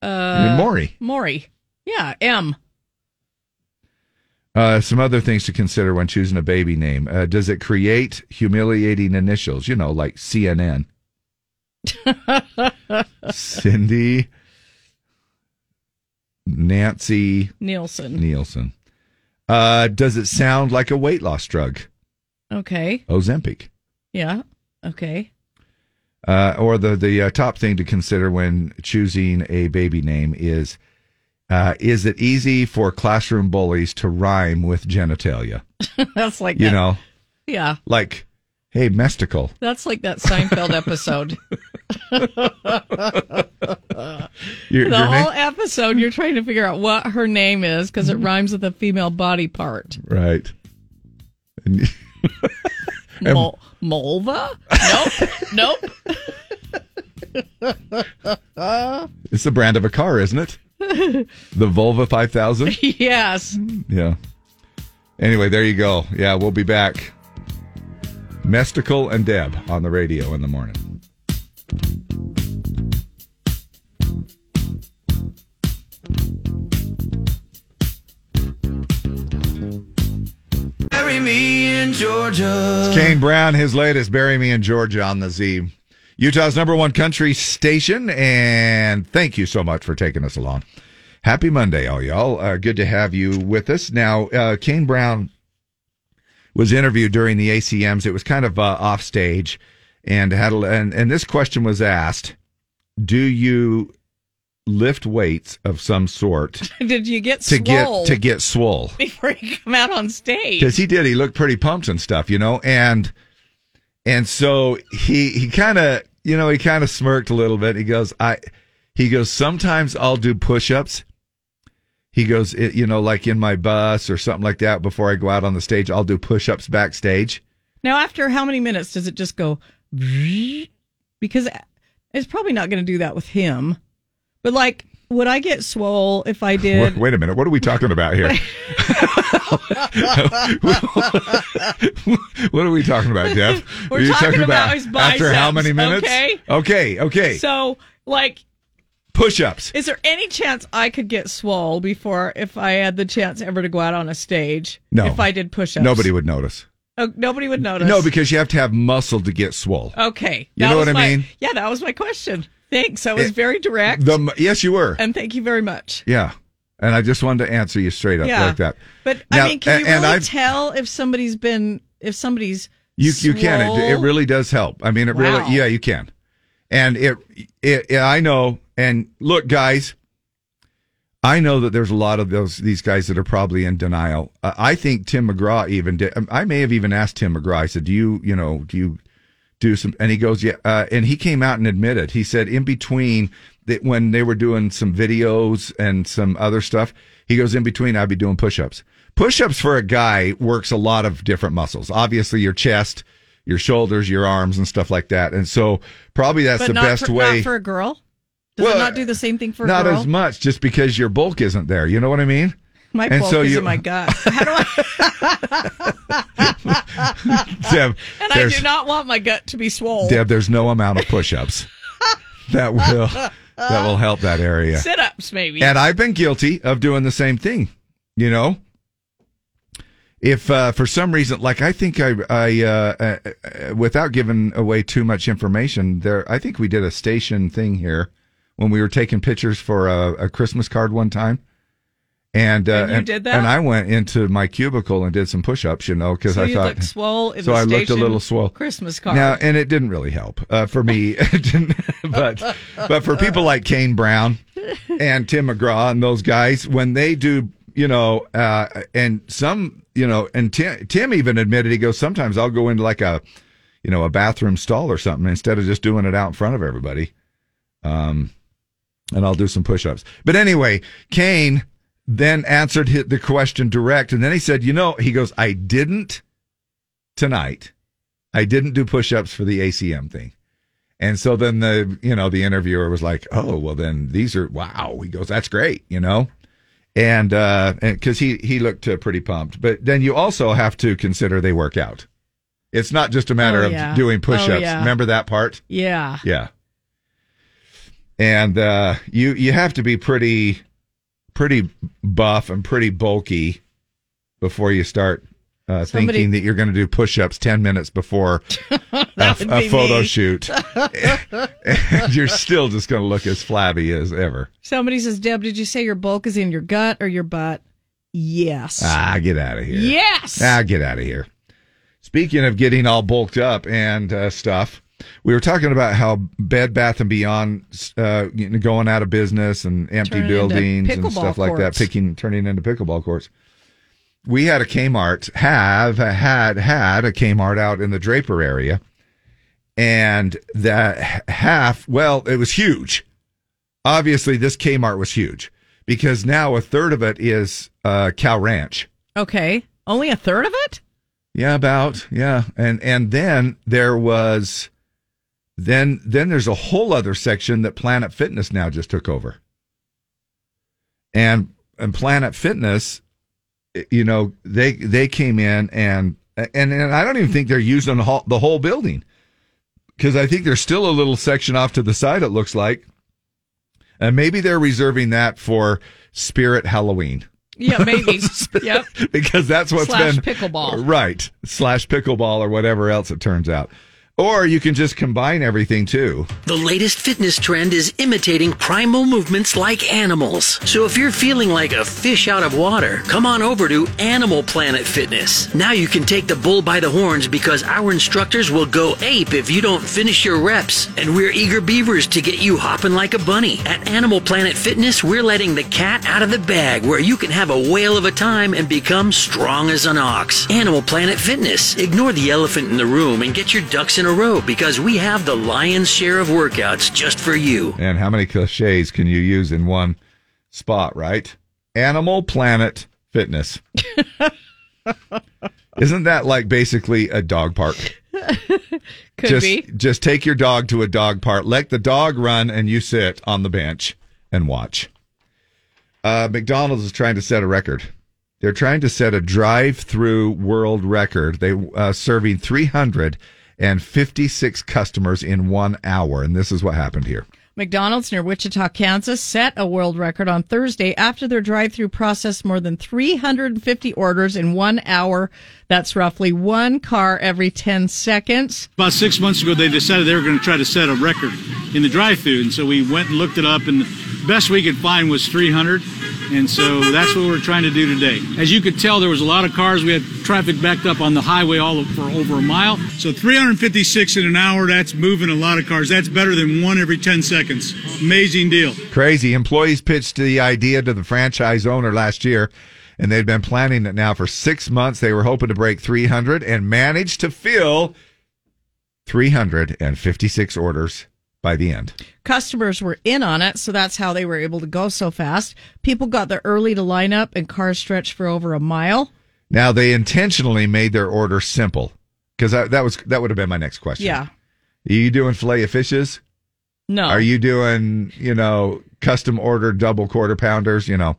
Uh,
mean, Maury.
Maury. Yeah, M.
Uh, some other things to consider when choosing a baby name. Uh, does it create humiliating initials? You know, like CNN. Cindy Nancy
Nielsen.
Nielsen. Uh, does it sound like a weight loss drug?
Okay.
Ozempic.
Yeah. Okay. [LAUGHS]
Uh, or the the uh, top thing to consider when choosing a baby name is uh, is it easy for classroom bullies to rhyme with genitalia?
That's like
You
that.
know,
Yeah.
like hey, mesticle.
That's like that Seinfeld episode.
[LAUGHS] Your-
the
your name-
whole episode, you're trying to figure out what her name is because
Mm-hmm.
it rhymes with a female body part.
Right. And- [LAUGHS] And-
Mol- Molva? Nope. [LAUGHS] nope. [LAUGHS]
it's the brand of a car, isn't it? The Volva 5000?
yes.
Yeah. Anyway, there you go. Yeah, we'll be back. Mesticle and Deb on the radio in the morning.
Bury me in Georgia.
It's Kane Brown, his latest Bury Me in Georgia on the Z. Utah's number one country station. And thank you so much for taking us along. Happy Monday, all y'all. Uh, good to have you with us. Now, uh, Kane Brown was interviewed during the ACMs. It was kind of uh, off stage and had, a, and, and this question was asked Do you lift weights of some sort?
Did you get
To
swole
get to get swole,
before you come out on stage?
because he did. He looked pretty pumped and stuff, you know, and and so he he kind of you know he kind of smirked a little bit. He goes, I he goes sometimes I'll do push ups. He goes, it, you know, like in my bus or something like that before I go out on the stage. I'll do push ups backstage.
Now, after how many minutes does it just go? [LAUGHS] Because it's probably not going to do that with him. But like, would I get swole if
[LAUGHS]
I
Wait,
did?
wait a minute, what are we talking about here? [LAUGHS] what are we talking about, Deb?
We're
Are you
talking about his
after how
biceps,
many minutes?
okay?
okay, okay.
So, like,
push ups.
is there any chance I could get swole before if I had the chance ever to go out on a stage?
No.
If I did push ups?
Nobody would notice.
Oh, nobody would notice.
No, because you have to have muscle to get swole.
Oh, Okay.
You know
was
what I
my-
mean?
Yeah, that was my question. Thanks. That was
It-
very direct.
The, yes, you were.
and thank you very much.
Yeah. And I just wanted to answer you straight up
Yeah.
like that.
But
Now,
I mean, can you
a- and
really
I've-
tell if somebody's been if somebody's
You you can it, it
swole?
really does help. I mean it
Wow.
really yeah you can, and it, it it I know and look guys, I know that there's a lot of those these guys that are probably in denial. Uh, I think Tim McGraw even did. um, I may have even asked Tim McGraw. I said, do you you know do you do some? And he goes yeah, uh, and he came out and admitted. He said in between that when they were doing some videos and some other stuff, he goes in between I'd be doing push-ups. Push-ups for a guy works a lot of different muscles. Obviously your chest. Your shoulders, your arms, and stuff like that, and so probably that's
but
the
not
best
for,
way.
Not for a girl. Does
Well,
it not do the same thing for
not
a girl?
as much, just because your bulk isn't there. You know what I mean?
my
and
bulk
so
is
you-
in
[LAUGHS]
my gut. How do I?
[LAUGHS] Deb,
and I
there's-
do not want my gut to be swollen.
Deb, there's no amount of push-ups that will that will help that area.
[LAUGHS] Sit-ups, maybe.
And I've been guilty of doing the same thing. You know, if uh, for some reason, like I think I, I uh, uh, uh, without giving away too much information, there, I think we did a station thing here when we were taking pictures for a, a Christmas card one time. And, uh,
And you did that?
and I went into my cubicle and did some push-ups, you know, because
So
I
you
thought
looked swole in
so
the
I looked a
station
little swole.
Christmas card.
Now, and it didn't really help uh, for me, [LAUGHS] It didn't- but but for people like Kane Brown and Tim McGraw and those guys, when they do, you know, uh, and some, you know, and Tim, Tim even admitted he goes sometimes I'll go into like a, you know, a bathroom stall or something instead of just doing it out in front of everybody. Um, and I'll do some push-ups. But anyway, Kane then answered hi- the question direct, and then he said, "You know," he goes, "I didn't tonight. I didn't do push-ups for the ACM thing." And so then the you know the interviewer was like, "Oh, well then these are wow." He goes, "That's great," you know, and uh, and because he he looked uh, pretty pumped. But then you also have to consider they work out. It's not just a matter
Oh,
of
yeah.
doing
Oh,
push-ups.
yeah.
Remember that part?
yeah.
Yeah. And uh, you you have to be pretty pretty buff and pretty bulky before you start uh,
Somebody-
thinking that you're going to do push-ups 10 minutes
[LAUGHS]
before a,
would
a
be
photo
me. [LAUGHS]
shoot. [LAUGHS] and you're still just going to look as flabby as ever.
Somebody says, Deb, did you say your bulk is in your gut or your butt? Yes.
Ah, get out of here.
Yes.
Ah, get out of here. Speaking of getting all bulked up and uh, stuff, we were talking about how Bed Bath and Beyond uh, you know, going out of business and empty
Turning into
buildings and
pickleball
stuff like that,
courts.
picking turning into pickleball courts. We had a Kmart, have had had a Kmart out in the Draper area, and that half, well, it was huge. Obviously, this Kmart was huge because now a third of it is uh, Cow Ranch.
Okay. Only a third of it?
Yeah, about yeah, and and then there was, then then there's a whole other section that Planet Fitness now just took over. and and Planet Fitness, eh, you know, they they came in and and and I don't even think they're using the whole, the whole building because I think there's still a little section off to the side. It looks like, and maybe they're reserving that for Spirit Halloween.
Yeah,
[LAUGHS]
maybe. yep.
because that's what's
Slash
been
pickleball.
right? Slash pickleball or whatever else it turns out, or you can just combine everything too.
The latest fitness trend is imitating primal movements like animals. So if you're feeling like a fish out of water, come on over to Animal Planet Fitness. Now you can take the bull by the horns because our instructors will go ape if you don't finish your reps. And we're eager beavers to get you hopping like a bunny. At Animal Planet Fitness, we're letting the cat out of the bag where you can have a whale of a time and become strong as an ox. Animal Planet Fitness. Ignore the elephant in the room and get your ducks in a row because we have the lion's share of workouts just for you.
And how many cliches can you use in one spot, right? Animal Planet
[LAUGHS]
Fitness. Isn't that like basically a dog park?
Could
just,
be.
Just take your dog to a dog park, let the dog run, and you sit on the bench and watch. Uh, McDonald's is trying to set a record. They're trying to set a drive-through world record. They uh, serving 356 customers in one hour, and this is what happened here.
McDonald's near Wichita, Kansas set a world record on Thursday after their drive through processed more than 350 orders in one hour. That's roughly one car every 10 seconds.
About six months ago, they decided they were going to try to set a record in the drive-through, and so we went and looked it up, and the best we could find was 300, and so that's what we're trying to do today. As you could tell, there was a lot of cars. We had traffic backed up on the highway all of- for over a mile. So 356 in an hour, that's moving a lot of cars. That's better than one every 10 seconds. Amazing deal.
Crazy. Employees pitched the idea to the franchise owner last year, and they'd been planning it now for six months. They were hoping to break 300 and managed to fill 356 orders by the end.
Customers were in on it, so that's how they were able to go so fast. People got there early to line up, and cars stretched for over a mile.
Now, they intentionally made their order simple because that was that would have been my next question.
Yeah.
Are you doing filet of fishes?
No.
Are you doing, you know, custom ordered double quarter pounders, you know?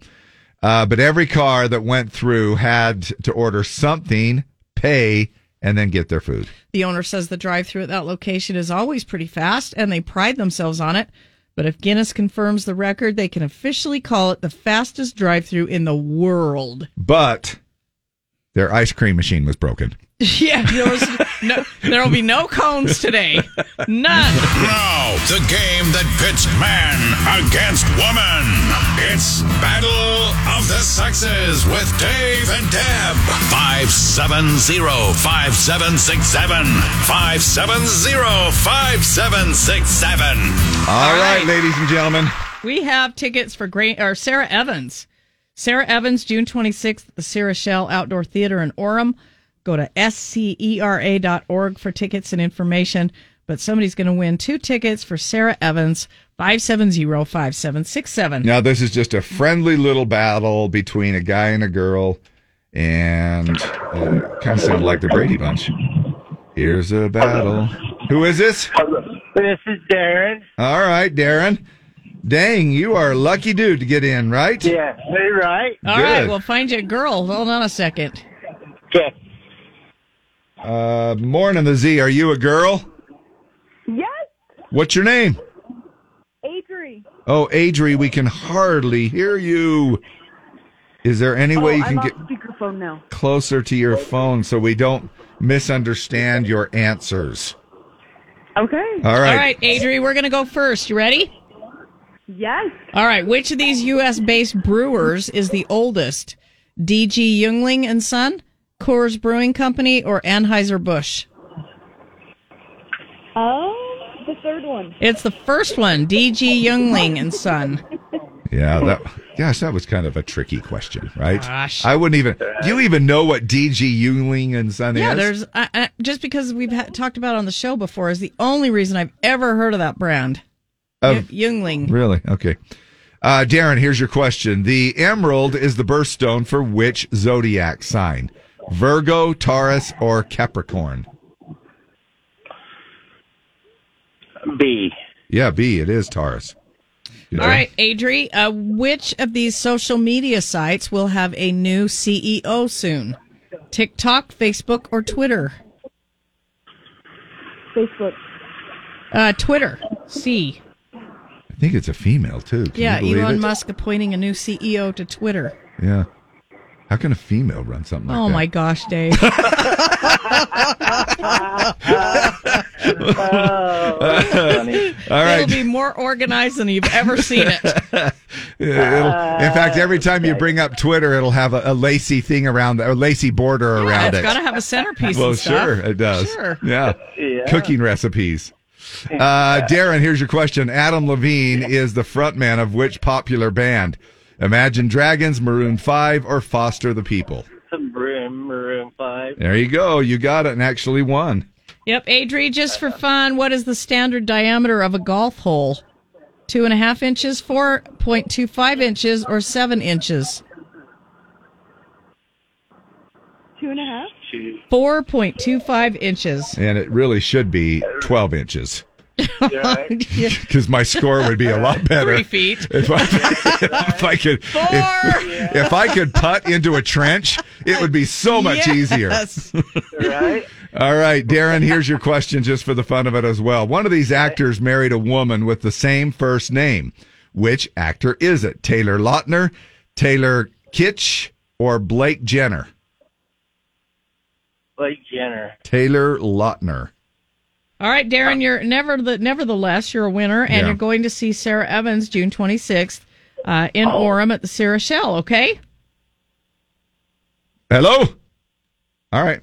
Uh, but every car that went through had to order something, pay, and then get their food.
The owner says the drive through at that location is always pretty fast and they pride themselves on it. But if Guinness confirms the record, they can officially call it the fastest drive through in the world.
But their ice cream machine was broken.
[LAUGHS] Yeah, there was no, there'll be no cones today. None.
Now, the game that pits man against woman. It's Battle of the Sexes with Dave and Deb. 570-5767. 570-5767.
All right, ladies and gentlemen.
We have tickets for great or Sarah Evans. Sarah Evans, June 26th at the Sarah Shell Outdoor Theater in Orem. Go to E scera.org for tickets and information. But somebody's going to win two tickets for Sarah Evans, 570-5767.
Now, this is just a friendly little battle between a guy and a girl, and uh, kind of sounded like the Brady Bunch. Here's a battle. Who is this?
This is Darren.
All right, Darren. Dang, you are a lucky dude to get in, right?
Yeah, you're right.
All right,
Good.
we'll find you a girl. Hold on a second.
Uh, morning, the Z. Are you a girl?
Yes,
What's your name?
Adri.
Oh, Adri, we can hardly hear you. Is there any way you
Oh, I'm
can get
on speakerphone now.
closer to your phone so we don't misunderstand your answers?
Okay.
All right.
All right, Adri, we're going to go first. You ready?
Yes.
All right. Which of these U.S. based brewers is the oldest? D.G. Jungling and Son, Coors Brewing Company, or Anheuser-Busch?
Oh, the third one.
It's the first one, D.G. Jungling and Son.
Yeah, that gosh, that was kind of a tricky question, right?
Gosh.
I wouldn't even. Do you even know what DG Ewing and Son
Yeah,
is?
there's I, I, just because we've ha- talked about it on the show before is the only reason I've ever heard of that brand.
Of-
Yu- Jungling.
Really? Okay. Uh, Darren, here's your question. The emerald is the birthstone for which zodiac sign? Virgo, Taurus, or Capricorn?
B.
Yeah, B, it is Taurus.
All right, Adri, uh, which of these social media sites will have a new CEO soon? TikTok, Facebook, or Twitter?
Facebook.
Uh, Twitter, C.
I think it's a female too. Can
yeah,
you believe
Elon
it?
Musk appointing a new CEO to Twitter.
Yeah. How can a female run something like
oh
that?
my gosh, Dave.
[LAUGHS] All right.
It'll be more organized than you've ever seen it.
It'll- in fact, every time you bring up Twitter, it'll have a, a lacy thing around it, a lacy border around
it's
it.
got to have a centerpiece.
well,
and stuff.
sure, it does.
Sure.
Yeah.
Yeah.
Cooking recipes. Uh, Darren, here's your question. Adam Levine is the frontman of which popular band? Imagine Dragons, Maroon 5, or Foster the People?
Room, room five.
There you go. You got it and actually won.
Yep, Uh-huh. Adri, just for fun, what is the standard diameter of a golf hole? Two and a half inches, 4.25 inches, or seven inches?
Two and a half.
4.25 [LAUGHS] inches.
And it really should be 12 inches
Yeah.
because my score would be a lot
[LAUGHS]
better.
Three feet.
If I, [LAUGHS] if I could,
[LAUGHS]
If, if I could putt into a trench, it would be
Oh,
so much easier.
Yes.
All right, Darren, here's your question just for the fun of it as well. One of these actors married a woman with the same first name. Which actor is it? Taylor Lautner, Taylor Kitsch, or Blake Jenner?
Blake Jenner.
Taylor Lautner.
All right, Darren, you're never the, nevertheless, you're a winner, and
Yeah.
you're going to see Sarah Evans June 26th uh, in Orem at the Sarah Shell, okay?
Hello? All right.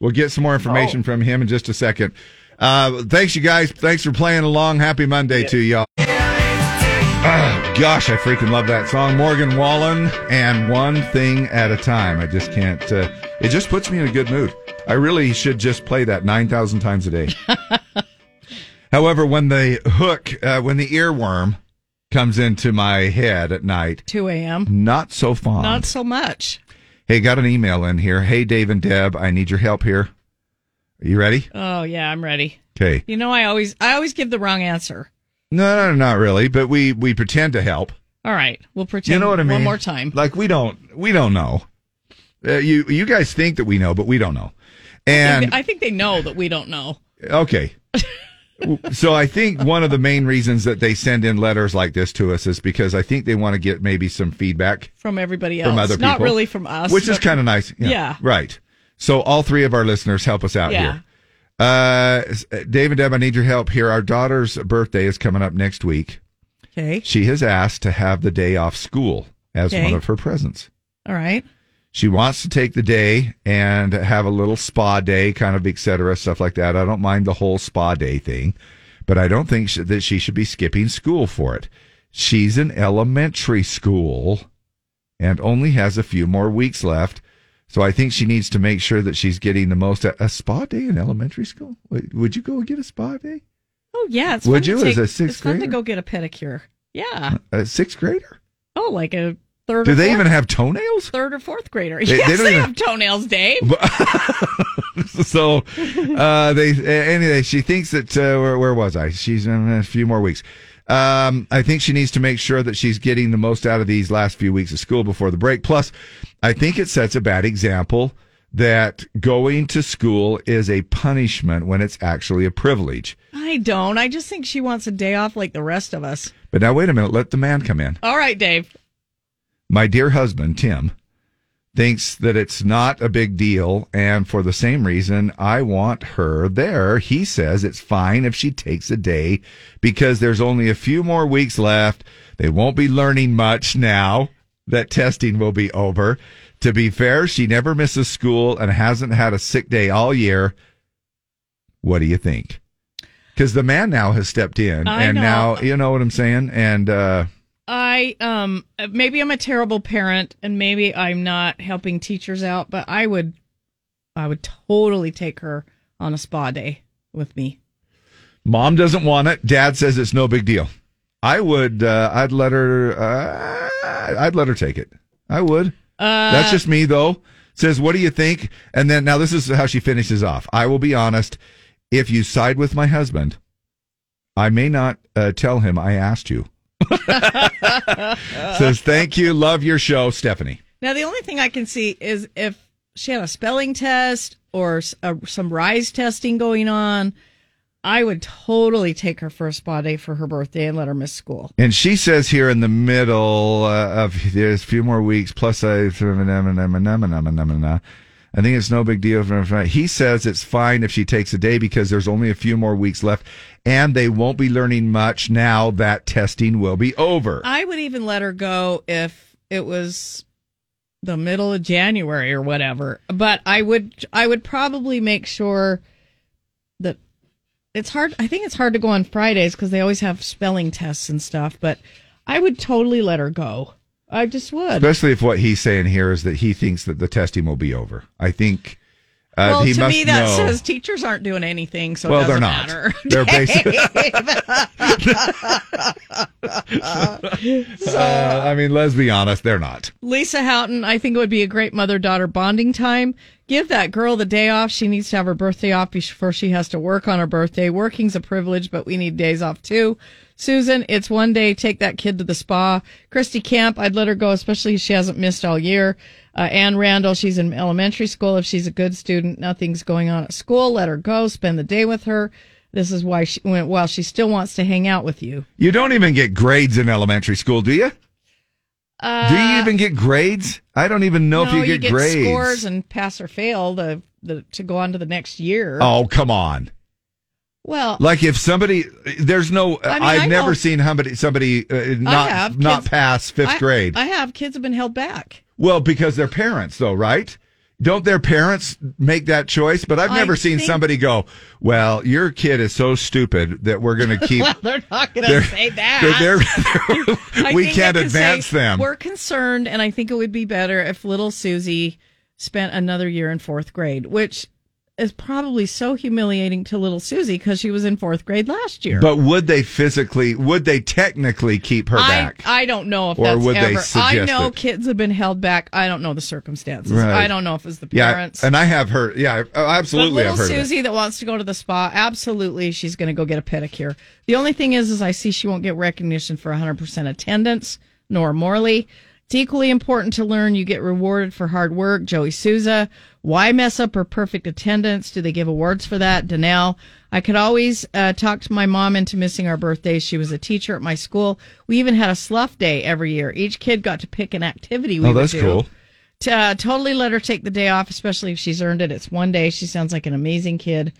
We'll get some more information from him in just a second. Uh, thanks, you guys. Thanks for playing along. Happy Monday to y'all. Ah, gosh, I freaking love that song. Morgan Wallen and One Thing at a Time. I just can't, uh, it just puts me in a good mood. I really should just play that 9,000 times a day. However, when the hook, uh, when the earworm comes into my head at night,
2 a.m.
Not so fond.
Not so much.
Hey, got an email in here. Hey, Dave and Deb, I need your help here. Are you ready?
Oh, yeah, I'm ready.
Okay.
You know, I always I always give the wrong answer.
No, no, not really, but we we pretend to help.
All right, we'll pretend
you know what I mean?
one more time.
Like we don't we don't know. Uh, you you guys think that we know, but we don't know. And
I think they know that we don't know.
Okay. [LAUGHS] so I think one of the main reasons that they send in letters like this to us is because I think they want to get maybe some feedback
from everybody else.
From other
Not
people.
really from us.
Which is kind of nice.
Yeah.
Right. So all three of our listeners help us out
Yeah.
here. Uh, s- Dave and Deb, I need your help here. Our daughter's birthday is coming up next week.
Okay.
She has asked to have the day off school as
Okay.
one of her presents.
All right.
She wants to take the day and have a little spa day, kind of et cetera, stuff like that. I don't mind the whole spa day thing, but I don't think sh- that she should be skipping school for it. She's in elementary school and only has a few more weeks left. So I think she needs to make sure that she's getting the most. A, a spa day in elementary school? Would would you go and get a spa day?
Oh yeah. It's
Would
fun
you
to
as
take-
a sixth
It's fun to
grader?
go get a pedicure. Yeah.
A sixth grader?
Oh, like a third.
Do
or
they
fourth-
even have toenails?
Third or fourth grader.
They- they
yes, they,
don't even-
have toenails, Dave.
[LAUGHS] so uh, they anyway. She thinks that uh, where, where was I? She's in a few more weeks. Um, I think she needs to make sure that she's getting the most out of these last few weeks of school before the break. Plus, I think it sets a bad example that going to school is a punishment when it's actually a privilege.
I don't. I just think she wants a day off like the rest of us.
But now, wait a minute. Let the man come in.
All right, Dave.
my dear husband, Tim, thinks that it's not a big deal. And for the same reason, I want her there. He says it's fine if she takes a day because there's only a few more weeks left. They won't be learning much now that testing will be over. To be fair, she never misses school and hasn't had a sick day all year. What do you think? Because the man now has stepped in,
I
and
know.
now you know what I'm saying. And uh,
I um maybe I'm a terrible parent and maybe I'm not helping teachers out, but I would I would totally take her on a spa day with me.
Mom doesn't want it. Dad says it's no big deal. I would. Uh, I'd let her. Uh, I'd let her take it. I would.
Uh,
That's just me, though. Says, what do you think? And then now this is how she finishes off. I will be honest. If you side with my husband, I may not uh, tell him I asked you. Says, thank you. Love your show, Stephanie.
Now, the only thing I can see is if she had a spelling test or s- uh, some rise testing going on, I would totally take her for a spa day for her birthday and let her miss school.
And she says here in the middle uh, of there's a few more weeks, plus I, I think it's no big deal. He says it's fine if she takes a day because there's only a few more weeks left and they won't be learning much now that testing will be over.
I would even let her go if it was the middle of January or whatever. But I would I would probably make sure that it's hard I think it's hard to go on Fridays cuz they always have spelling tests and stuff, but I would totally let her go. I just would.
Especially if what he's saying here is that he thinks that the testing will be over. I think uh,
well,
he
to
must
me that
know.
says teachers aren't doing anything, so
Well,
it
they're not.
doesn't matter. [LAUGHS]
They're basically-
Dave. so
[LAUGHS] Uh, I mean, let's be honest, they're not.
Lisa Houghton, I think it would be a great mother daughter bonding time. Give that girl the day off. She needs to have her birthday off before she has to work on her birthday. Working's a privilege, but we need days off too. Susan, it's one day. Take that kid to the spa. Christy Camp, I'd let her go, especially if she hasn't missed all year. Uh, Ann Randall, she's in elementary school. If she's a good student, nothing's going on at school. Let her go. Spend the day with her. This is why she, when- while she still wants to hang out with you.
You don't even get grades in elementary school, do you?
Uh,
Do you even get grades? I don't even know if you get, grades.
scores and pass or fail the, the to go on to the next year.
Oh, come on.
well,
Like if somebody, there's no, I
I mean,
have
I
never
know-
seen somebody, somebody uh, not,
have
not
kids-
pass fifth
I-
grade.
I have kids have been held back.
well, because their parents though, right? Don't their parents make that choice? But I've
I
never seen
think-
somebody go, well, your kid is so stupid that we're going to keep, [LAUGHS]
[LAUGHS] well, [LAUGHS] they're not going to
They're-
say that.
they're- [LAUGHS]
I
we
think
can't
I could say,
advance them.
We're concerned, and I think it would be better if little Susie spent another year in fourth grade, which is probably so humiliating to little Susie because she was in fourth grade last year.
but would they physically, would they technically keep her
I, uh,
back?
I don't know if
Or
that's
would they
ever. I
suggest
know
it?
kids have been held back. I don't know the circumstances.
Right.
I don't know if it's the
Yeah.
parents.
And I have heard, yeah, I- I absolutely
But
I've
little
heard of it.
Susie that wants to go to the spa, absolutely, she's going to go get a pedicure. The only thing is, is I see she won't get recognition for 100% attendance, nor Morley. It's equally important to learn you get rewarded for hard work. Joey Souza, why mess up her perfect attendance? Do they give awards for that? Danelle, I could always uh, talk to my mom into missing our birthdays. She was a teacher at my school. We even had a slough day every year. Each kid got to pick an activity we
Oh,
would
that's
do.
cool.
To, uh, totally let her take the day off, especially if she's earned it. It's one day. She sounds like an amazing kid.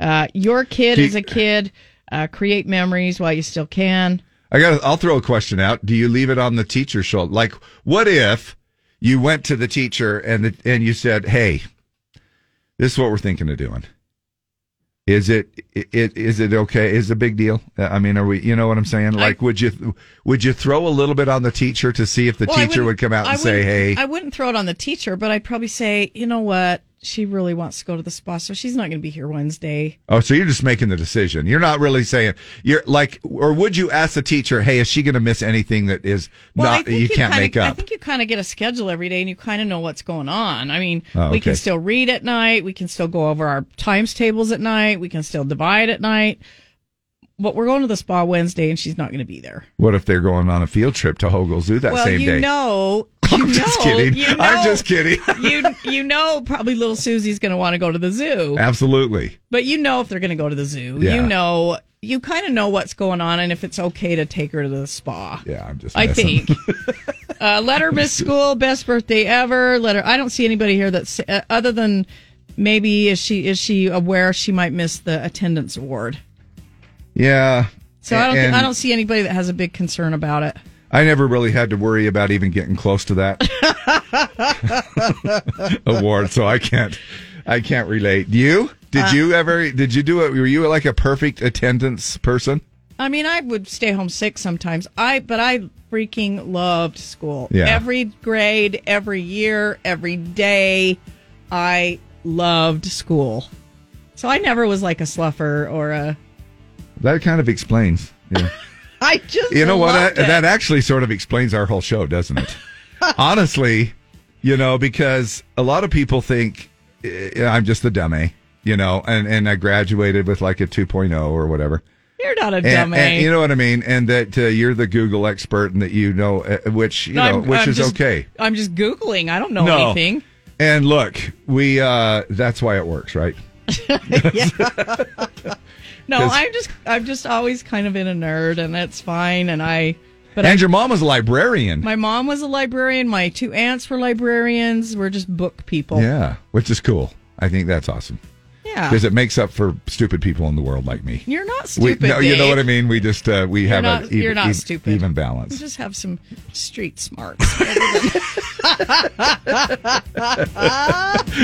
Uh, your kid
Do you-
is a kid. Uh, create memories while you still can.
I got. I'll throw a question out. Do you leave it on the teacher's shoulder? Like, what if you went to the teacher and the, and you said, "Hey, this is what we're thinking of doing. Is it it is it okay? Is it a big deal? Uh, I mean, are we? You know what I'm saying? Like, would you would you throw a little bit on the teacher to see if the
Well, I
teacher
wouldn't-
would come out
I
and say, "Hey,
wouldn't- I wouldn't throw it on the teacher, but I'd probably say, you know what? She really wants to go to the spa, so she's not going to be here Wednesday.
oh, so you're just making the decision. You're not really saying you're like, or would you ask the teacher, "Hey, is she going to miss anything that is not you, can't
kinda,
make up?
I think you kind of get a schedule every day, and you kind of know what's going on. I mean,
Oh,
we can
okay.
still read at night. We can still go over our times tables at night. We can still divide at night. But we're going to the spa Wednesday, and she's not going to be there.
What if they're going on a field trip to Hogle Zoo that
well,
same
you
day? [LAUGHS]
know, you know,
just kidding.
You know,
[LAUGHS] I'm just kidding.
[LAUGHS] you you know, probably little Susie's going to want to go to the zoo.
Absolutely.
But you know if they're going to go to the zoo.
Yeah.
You know, you kind of know what's going on and if it's okay to take her to the spa.
Yeah, I'm just.
I
messing.
think. uh, let her miss school. Best birthday ever. Let her. I don't see anybody here that's uh, other than maybe is she is she aware she might miss the attendance award.
Yeah.
So I don't
And
I don't see anybody that has a big concern about it.
I never really had to worry about even getting close to
[LAUGHS]
that award, so I can't. I can't relate. You? Did
Uh,
you ever? Did you do it? Were you like a perfect attendance person?
I mean, I would stay home sick sometimes. I but I freaking loved school.
Yeah.
Every grade, every year, every day, I loved school. So I never was like a sluffer or a. [LAUGHS]
That kind of explains. Yeah.
I just
you know what?
loved
That,
it.
that actually sort of explains our whole show, doesn't
[LAUGHS]
it? Honestly, you know, because a lot of people think eh, I'm just the dummy, you know, and, and I graduated with like a 2.0 or whatever.
You're not a
and,
dummy.
and you know what I mean, and that uh, you're the Google expert, and that you know, uh, which you
No,
know,
I'm-
which
I'm
is
just-
okay.
I'm just Googling. I don't know
No.
anything.
And look, we uh, that's why it works, right?
No,
'Cause-
I'm just I'm just always kind of in a nerd, and that's fine. And I, but I,
and your mom was a librarian,
my mom was a librarian. My two aunts were librarians. We're just book people.
yeah, which is cool. I think that's awesome.
Yeah.
because it makes up for stupid people in the world like me.
You're not
We-
stupid.
no, you know
Dave.
what I mean. We just uh, we
You're
have
not,
an even,
you're not
even-
stupid.
even balance.
You [LAUGHS] just have some street smarts.
[LAUGHS]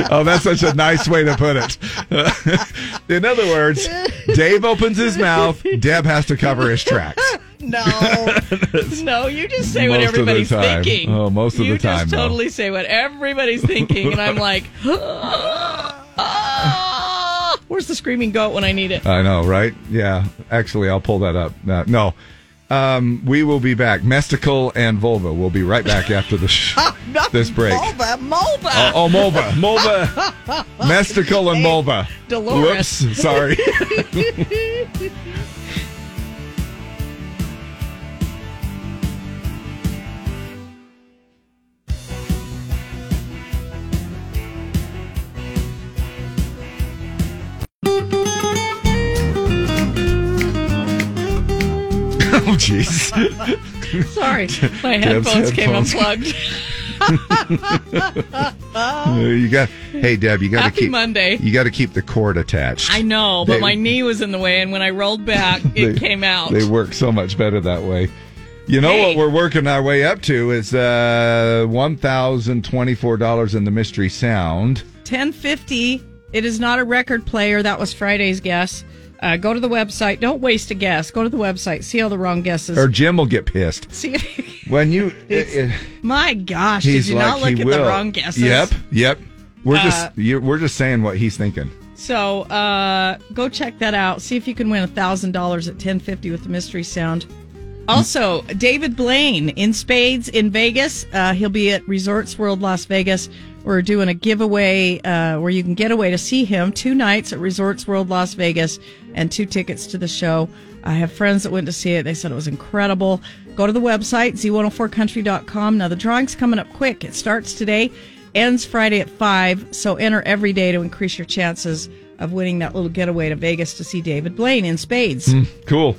oh, that's such a nice way to put it. [LAUGHS] In other words, Dave opens his mouth, Deb has to cover his tracks.
no, no, you just say what
Most of the
everybody's
time.
thinking.
Oh, most of
you
the time,
just
though.
totally say what everybody's thinking, and
[LAUGHS]
I'm like, "Ah, where's the screaming goat when I need it?
I know, right? Yeah. Actually, I'll pull that up. Uh, no. Um, we will be back. Mesticle and Vulva. We'll be right back after the sh- this break.
Mulba, Mulba.
Oh, oh, Mulva. Mulva.
[LAUGHS]
Mesticle and Mulva.
Dolores.
Whoops. Sorry. [LAUGHS] oh, jeez.
[LAUGHS] Sorry,
[LAUGHS]
my
Deb's
headphones came
headphones.
unplugged.
you got. Hey, Deb. You got to
Happy
keep
Monday.
You got to keep the cord attached.
[LAUGHS] I know, but
They-
my knee was in the way, and when I rolled back, it came out.
They work so much better that way. You know what we're working our way up to is uh, one thousand twenty-four dollars in the mystery sound.
1050. It is not a record player. That was Friday's guess. Uh, go to the website. Don't waste a guess. Go to the website. See all the wrong guesses.
Or Jim will get pissed
[LAUGHS] See,
when
[LAUGHS]
you. eh, eh,
my gosh, did
he's
you
like
not look
he
at
will.
the wrong guesses?
Yep, yep. We're
Uh,
just you, we're just saying what he's thinking.
So uh, go check that out. See if you can win thousand dollars at 1050 with the mystery sound. Also, David Blaine in Spades in Vegas. Uh, he'll be at Resorts World Las Vegas. We're doing a giveaway uh, where you can get away to see him two nights at Resorts World Las Vegas and two tickets to the show. I have friends that went to see it. They said it was incredible. Go to the website, z104country.com. Now, the drawing's coming up quick. It starts today, ends Friday at 5. So enter every day to increase your chances of winning that little getaway to Vegas to see David Blaine in Spades.
Hmm, cool.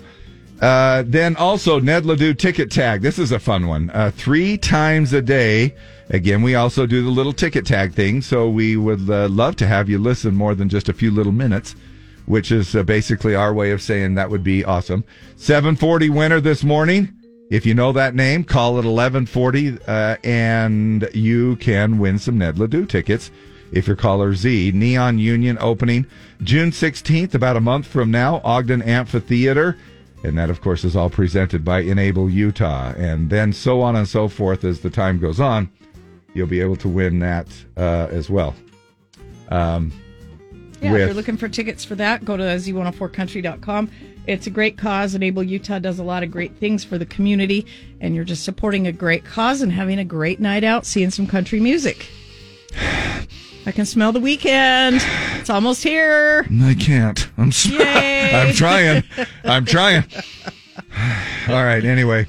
Uh, then also Ned Ledoux ticket tag. This is a fun one. Uh, three times a day. Again, we also do the little ticket tag thing. So we would uh, love to have you listen more than just a few little minutes, which is uh, basically our way of saying that would be awesome. 740 winner this morning. If you know that name, call it 1140 uh, and you can win some Ned Ledoux tickets if you're caller Z. Neon Union opening June 16th, about a month from now, Ogden Amphitheater. And that, of course, is all presented by Enable Utah. And then so on and so forth as the time goes on. You'll be able to win that uh, as well. Um,
Yeah, if
with-
you're looking for tickets for that, go to z104country.com. It's a great cause. Enable Utah does a lot of great things for the community, and you're just supporting a great cause and having a great night out, seeing some country music. [SIGHS] I can smell the weekend. It's almost here.
I can't. I'm s-
Yay.
[LAUGHS] I'm trying. I'm trying. [SIGHS] All right. Anyway,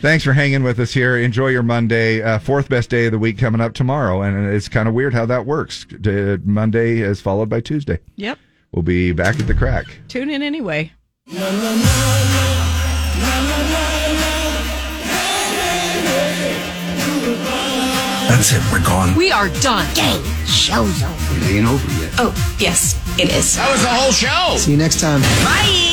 thanks for hanging with us here. Enjoy your Monday. Uh, fourth best day of the week coming up tomorrow, and it's kind of weird how that works. D- Monday is followed by Tuesday.
Yep.
We'll be back at the crack.
Tune in anyway.
That's it. We're gone.
We are done. Game show's over.
It ain't over yet.
Oh, yes, it is.
That was the whole show.
See
you next time.
Bye.